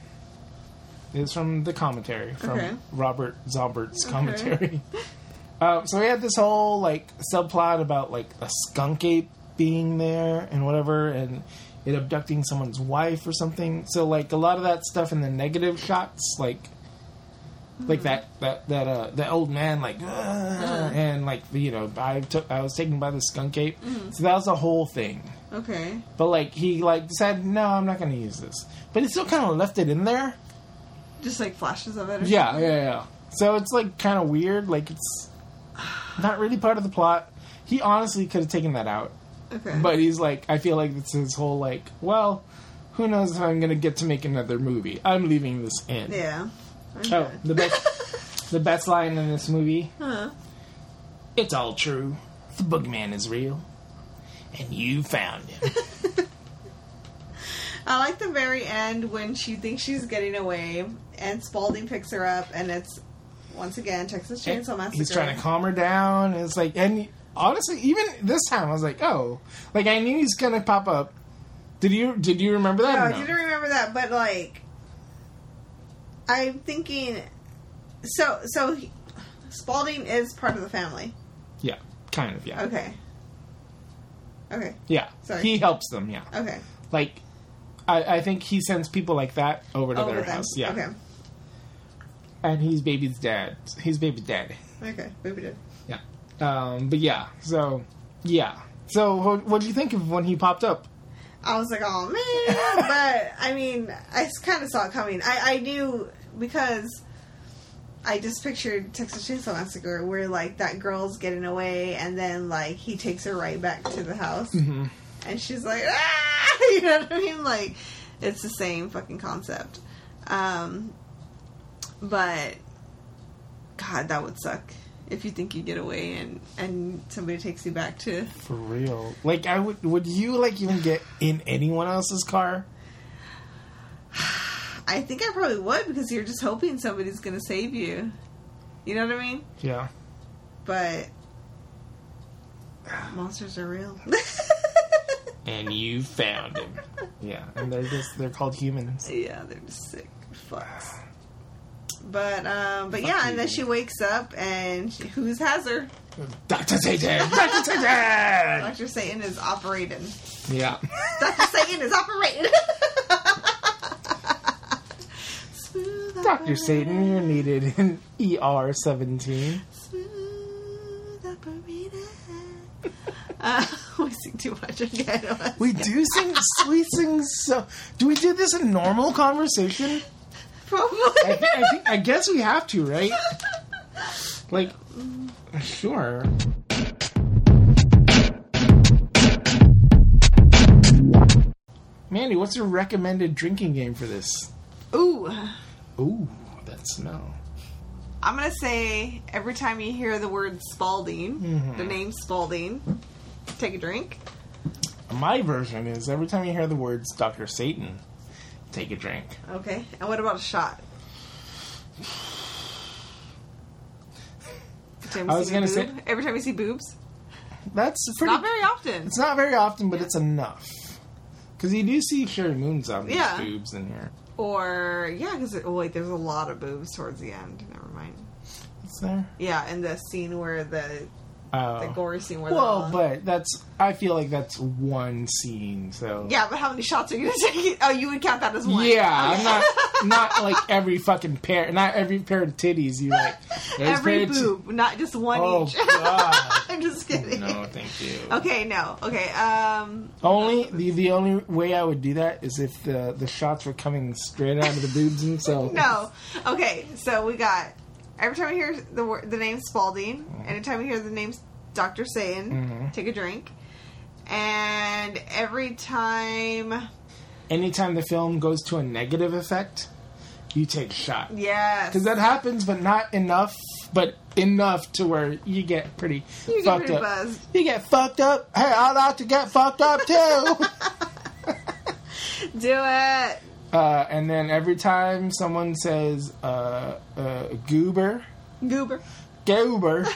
[SPEAKER 1] it's from the commentary from
[SPEAKER 2] Okay.
[SPEAKER 1] robert zombert's commentary uh, so we had this whole like subplot about like a skunk ape being there and whatever and it abducting someone's wife or something so like a lot of that stuff in the negative shots like like that that that uh that old man like "Ugh," and like you know I took I was taken by the skunk ape so that was the whole thing
[SPEAKER 2] Okay.
[SPEAKER 1] but like he like decided no I'm not gonna use this but he still kind of left it in there
[SPEAKER 2] Just like flashes of it. Or
[SPEAKER 1] yeah yeah yeah so it's like kind of weird like it's not really part of the plot he honestly could have taken that out
[SPEAKER 2] something? Okay.
[SPEAKER 1] but he's like I feel like it's his whole like well who knows if I'm gonna get to make another movie I'm leaving this in
[SPEAKER 2] yeah. Okay.
[SPEAKER 1] oh the best the best line in this movie
[SPEAKER 2] Huh.
[SPEAKER 1] It's all true. The boogeyman is real. And you found him.
[SPEAKER 2] I like the very end when she thinks she's getting away, and Spalding picks her up, and it's once again Texas Chainsaw Massacre.
[SPEAKER 1] He's trying to calm her down. And it's like, and honestly, even this time, I was like, oh, like I knew he's gonna pop up. Did you did you remember that?
[SPEAKER 2] No,
[SPEAKER 1] or
[SPEAKER 2] I
[SPEAKER 1] no?
[SPEAKER 2] didn't remember that, but like, I'm thinking. So, so he, Spalding is part of the family.
[SPEAKER 1] Yeah, kind of. Yeah,
[SPEAKER 2] Okay. Okay.
[SPEAKER 1] yeah.
[SPEAKER 2] Sorry.
[SPEAKER 1] He helps them. Yeah,
[SPEAKER 2] Okay.
[SPEAKER 1] like I, I think he sends people like that over to
[SPEAKER 2] Over
[SPEAKER 1] their
[SPEAKER 2] them.
[SPEAKER 1] house. Yeah,
[SPEAKER 2] Okay.
[SPEAKER 1] and he's baby's dad. He's baby's dad.
[SPEAKER 2] Okay. Baby did.
[SPEAKER 1] Yeah. Um, but yeah, so yeah. So what what do you think of when he popped up?
[SPEAKER 2] I was like, oh man. but I mean, I kind of saw it coming. I, I knew because I just pictured Texas Chainsaw Massacre where like that girl's getting away and then like he takes her right back to the house and she's like, ah! you know what I mean? Like it's the same fucking concept. Um, but God, that would suck if you think you get away and and somebody takes you back to
[SPEAKER 1] For real. Like I would would you like even get in anyone else's car?
[SPEAKER 2] I think I probably would because you're just hoping somebody's going to save you. You know what I mean?
[SPEAKER 1] Yeah.
[SPEAKER 2] But monsters are real.
[SPEAKER 1] And you found him. Yeah. And they're just they're called humans.
[SPEAKER 2] yeah, they're just sick fucks. But um, but yeah,
[SPEAKER 1] you.
[SPEAKER 2] and then she wakes up and she, who's has her?
[SPEAKER 1] Dr. Satan! Dr. Satan!
[SPEAKER 2] Dr. Satan is operating.
[SPEAKER 1] yeah.
[SPEAKER 2] Dr. Satan is operating. Smooth
[SPEAKER 1] Dr.
[SPEAKER 2] operator,
[SPEAKER 1] Satan, you're needed in ER 17.
[SPEAKER 2] Smooth operator. Uh, we sing too much again.
[SPEAKER 1] We do sing, we sing so. Do we do this in normal conversation?
[SPEAKER 2] probably.
[SPEAKER 1] I, thi- I, think, I guess we have to, right? Like, sure. Mandy, what's your recommended drinking game for this?
[SPEAKER 2] Ooh,
[SPEAKER 1] Ooh, that smell.
[SPEAKER 2] I'm gonna say every time you hear the word Spalding,
[SPEAKER 1] Mm-hmm.
[SPEAKER 2] the name Spalding, take a drink.
[SPEAKER 1] My version is every time you hear the words Dr. Satan, take a drink.
[SPEAKER 2] Okay. And what about a shot? Every time you
[SPEAKER 1] I was
[SPEAKER 2] see
[SPEAKER 1] gonna
[SPEAKER 2] boob-
[SPEAKER 1] say-
[SPEAKER 2] every time you see boobs,
[SPEAKER 1] That's pretty.
[SPEAKER 2] not very often.
[SPEAKER 1] it's not very often, but it's enough. Because you do see Sherry Moon's obvious
[SPEAKER 2] Yeah.
[SPEAKER 1] boobs in here.
[SPEAKER 2] Or yeah, because oh wait, there's a lot of boobs towards the end. Never mind.
[SPEAKER 1] Is there?
[SPEAKER 2] Yeah, and the scene where the
[SPEAKER 1] Oh.
[SPEAKER 2] the gory scene where
[SPEAKER 1] Well,
[SPEAKER 2] the,
[SPEAKER 1] but that's. I feel like that's one scene. So
[SPEAKER 2] yeah, but how many shots are you gonna take? Oh, you would count that as one.
[SPEAKER 1] Yeah, I'm not not like every fucking pair, not every pair of titties. You like there's
[SPEAKER 2] every
[SPEAKER 1] pair of ti-
[SPEAKER 2] boob, not just one
[SPEAKER 1] Oh
[SPEAKER 2] each.
[SPEAKER 1] god,
[SPEAKER 2] I'm just kidding.
[SPEAKER 1] no, thank you.
[SPEAKER 2] Okay, no. Okay, um,
[SPEAKER 1] Only the the only way I would do that is if the the shots were coming straight out of the boobs themselves.
[SPEAKER 2] no. Okay, so we got every time we hear the wor- the name Spalding,
[SPEAKER 1] Uh-huh.
[SPEAKER 2] anytime we hear the name Doctor Satan,
[SPEAKER 1] Mhm.
[SPEAKER 2] take a drink, and every time,
[SPEAKER 1] Anytime the film goes to a negative effect, you take a shot.
[SPEAKER 2] yes,
[SPEAKER 1] Because that happens, but not enough, but enough to where you get pretty
[SPEAKER 2] you get
[SPEAKER 1] fucked
[SPEAKER 2] pretty
[SPEAKER 1] up.
[SPEAKER 2] buzzed.
[SPEAKER 1] You get fucked up. Hey, I like to get fucked up too.
[SPEAKER 2] Do it.
[SPEAKER 1] uh, and then every time someone says uh, uh, goober,
[SPEAKER 2] Goober.
[SPEAKER 1] goober,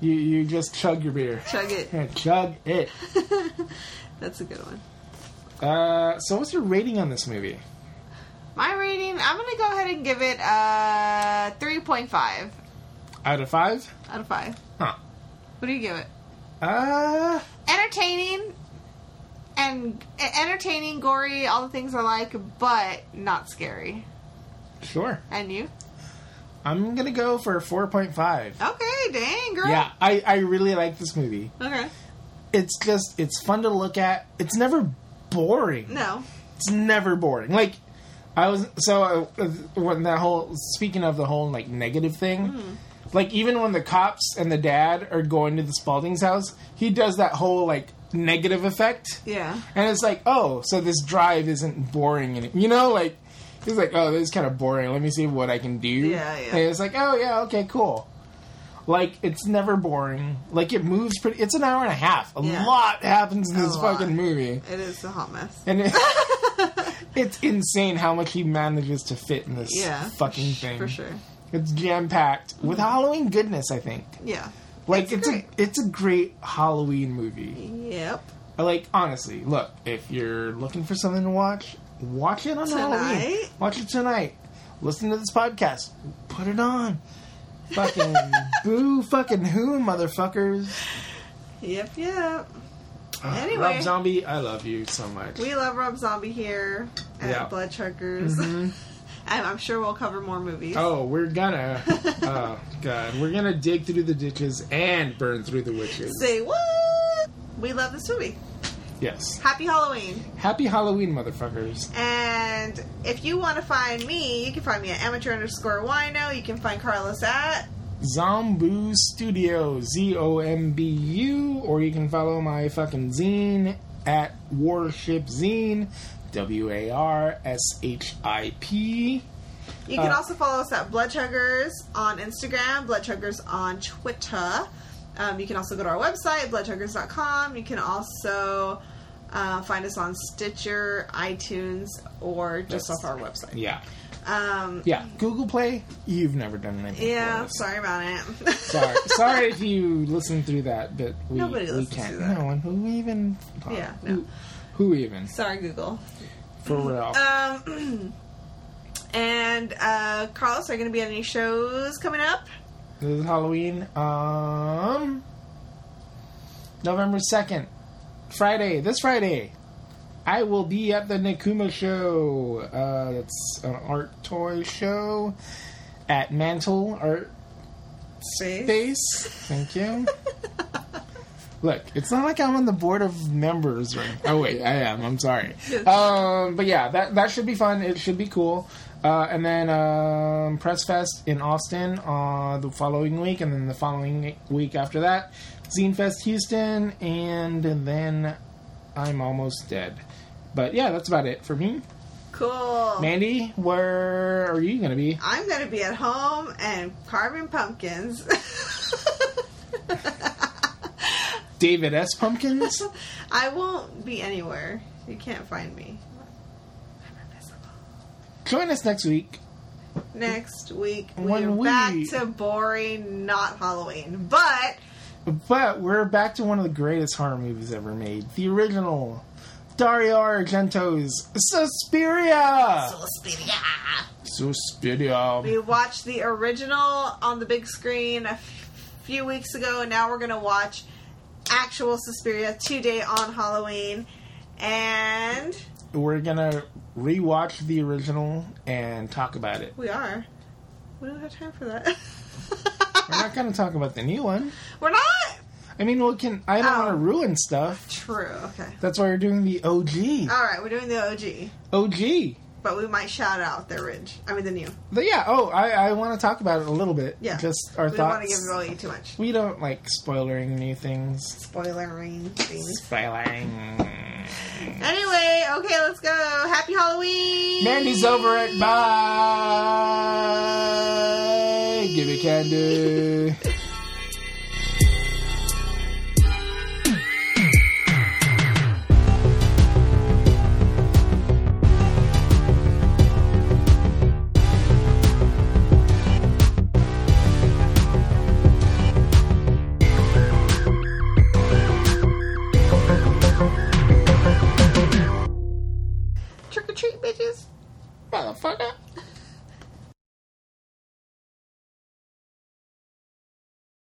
[SPEAKER 1] you you just chug your beer.
[SPEAKER 2] Chug it.
[SPEAKER 1] Yeah, chug it.
[SPEAKER 2] That's a good one.
[SPEAKER 1] Uh, so, what's your rating on this movie?
[SPEAKER 2] My rating, I'm gonna go ahead and give it a 3.5 out
[SPEAKER 1] Out of five?
[SPEAKER 2] of 5.
[SPEAKER 1] Huh.
[SPEAKER 2] What do you give it?
[SPEAKER 1] Uh,
[SPEAKER 2] Entertaining and eh, entertaining, gory, all the things I like, but not scary.
[SPEAKER 1] sure.
[SPEAKER 2] And you?
[SPEAKER 1] I'm gonna go for four point five.
[SPEAKER 2] Okay, dang, girl.
[SPEAKER 1] Yeah, I, I really like this movie.
[SPEAKER 2] Okay.
[SPEAKER 1] It's just it's fun to look at. It's never boring.
[SPEAKER 2] No.
[SPEAKER 1] it's never boring. Like I was so uh, when that whole speaking of the whole like negative thing, like even when the cops and the dad are going to the Spalding's house, he does that whole like negative effect,
[SPEAKER 2] Yeah.
[SPEAKER 1] and it's like oh, so this drive isn't boring, and you know like he's like oh this is kind of boring. Let me see what I can do.
[SPEAKER 2] Yeah, yeah.
[SPEAKER 1] And it's like oh yeah okay cool. Like it's never boring. Like it moves pretty. It's an hour and a half. A
[SPEAKER 2] Yeah.
[SPEAKER 1] lot happens in this
[SPEAKER 2] lot.
[SPEAKER 1] fucking movie.
[SPEAKER 2] It is a hot mess.
[SPEAKER 1] And it, it's insane how much he manages to fit in this
[SPEAKER 2] Yeah.
[SPEAKER 1] fucking thing.
[SPEAKER 2] For sure.
[SPEAKER 1] It's jam packed with Halloween goodness, I think.
[SPEAKER 2] Yeah.
[SPEAKER 1] Like
[SPEAKER 2] It's
[SPEAKER 1] it's,
[SPEAKER 2] great.
[SPEAKER 1] a it's a great Halloween movie.
[SPEAKER 2] Yep.
[SPEAKER 1] Like honestly, look, if you're looking for something to watch, watch it on Halloween.
[SPEAKER 2] Tonight?
[SPEAKER 1] Watch it tonight. Listen to this podcast. Put it on. Fucking boo fucking who, motherfuckers.
[SPEAKER 2] Yep, yep.
[SPEAKER 1] Ugh,
[SPEAKER 2] Anyway.
[SPEAKER 1] Rob Zombie, I love you so much.
[SPEAKER 2] We love Rob Zombie here at
[SPEAKER 1] Yeah.
[SPEAKER 2] Blood Truckers.
[SPEAKER 1] Mhm.
[SPEAKER 2] and I'm sure we'll cover more movies.
[SPEAKER 1] Oh, we're gonna. oh God, we're gonna dig through the ditches and burn through the witches.
[SPEAKER 2] Say what? We love this movie.
[SPEAKER 1] Yes.
[SPEAKER 2] Happy Halloween.
[SPEAKER 1] Happy Halloween, motherfuckers.
[SPEAKER 2] And if you want to find me, you can find me at amateur underscore wino. You can find Carlos at.
[SPEAKER 1] Zombu Studio, Z O M B U, or you can follow my fucking zine at Warship Zine, W A R S H I P.
[SPEAKER 2] You can
[SPEAKER 1] Uh,
[SPEAKER 2] also follow us at Blood Chuggers on Instagram, Blood Chuggers on Twitter. Um, you can also go to our website, bloodchuggers.com. You can also uh, find us on Stitcher, iTunes, or just
[SPEAKER 1] That's-
[SPEAKER 2] off our website.
[SPEAKER 1] Yeah,
[SPEAKER 2] Um,
[SPEAKER 1] yeah. Google Play, you've never done anything. for
[SPEAKER 2] yeah,
[SPEAKER 1] us.
[SPEAKER 2] sorry about it.
[SPEAKER 1] Sorry, sorry if you listen through that, but we,
[SPEAKER 2] Nobody
[SPEAKER 1] we
[SPEAKER 2] listens
[SPEAKER 1] can't.
[SPEAKER 2] to that.
[SPEAKER 1] No one who even.
[SPEAKER 2] Yeah,
[SPEAKER 1] who,
[SPEAKER 2] no.
[SPEAKER 1] who even?
[SPEAKER 2] sorry, Google.
[SPEAKER 1] For real.
[SPEAKER 2] uh, Um, and uh, Carlos, are you going to be at any shows coming up?
[SPEAKER 1] This is Halloween. Um, November 2nd, Friday, this Friday, I will be at the Nakuma Show. Uh, that's an art toy show at Mantle Art Space. Thank you. Look, it's not like I'm on the board of members. Or, oh wait, I am. I'm sorry. Um, but yeah, that that should be fun. It should be cool. Uh, and then um, Press Fest in Austin uh, the following week, and then the following week after that, Zine Fest Houston, and then I'm almost dead. But yeah, that's about it for me.
[SPEAKER 2] Cool.
[SPEAKER 1] Mandy, where are you going to be?
[SPEAKER 2] I'm gonna be at home and carving pumpkins.
[SPEAKER 1] David S. Pumpkins?
[SPEAKER 2] I won't be anywhere. You can't find me.
[SPEAKER 1] Join us next week.
[SPEAKER 2] Next week we're
[SPEAKER 1] One
[SPEAKER 2] back
[SPEAKER 1] week.
[SPEAKER 2] to boring, not Halloween, but
[SPEAKER 1] But we're back to one of the greatest horror movies ever made the original Dario Argento's Suspiria! Suspiria.
[SPEAKER 2] we watched the original on the big screen a f- few weeks ago, and now we're gonna watch actual Suspiria today on Halloween, and
[SPEAKER 1] We're gonna rewatch the original and talk about it.
[SPEAKER 2] we are. We don't have time for that.
[SPEAKER 1] We're not gonna talk about the new one.
[SPEAKER 2] we're not.
[SPEAKER 1] I mean, what can I don't
[SPEAKER 2] Oh.
[SPEAKER 1] want to ruin stuff.
[SPEAKER 2] True. Okay.
[SPEAKER 1] That's why we're doing the OG.
[SPEAKER 2] All right, we're doing the OG,
[SPEAKER 1] OG.
[SPEAKER 2] but we might shout out the ridge. I mean the new.
[SPEAKER 1] But yeah. Oh, I, I want to talk about it a little bit.
[SPEAKER 2] Yeah.
[SPEAKER 1] Just our
[SPEAKER 2] we don't want to
[SPEAKER 1] thoughts.
[SPEAKER 2] give away too much.
[SPEAKER 1] we don't like spoilering new things.
[SPEAKER 2] Spoilering things.
[SPEAKER 1] Spoiling.
[SPEAKER 2] Anyway, okay, let's go. Happy Halloween.
[SPEAKER 1] Mandy's over it. Bye. Give me candy.
[SPEAKER 2] Trick or treat, bitches.
[SPEAKER 1] Motherfucker.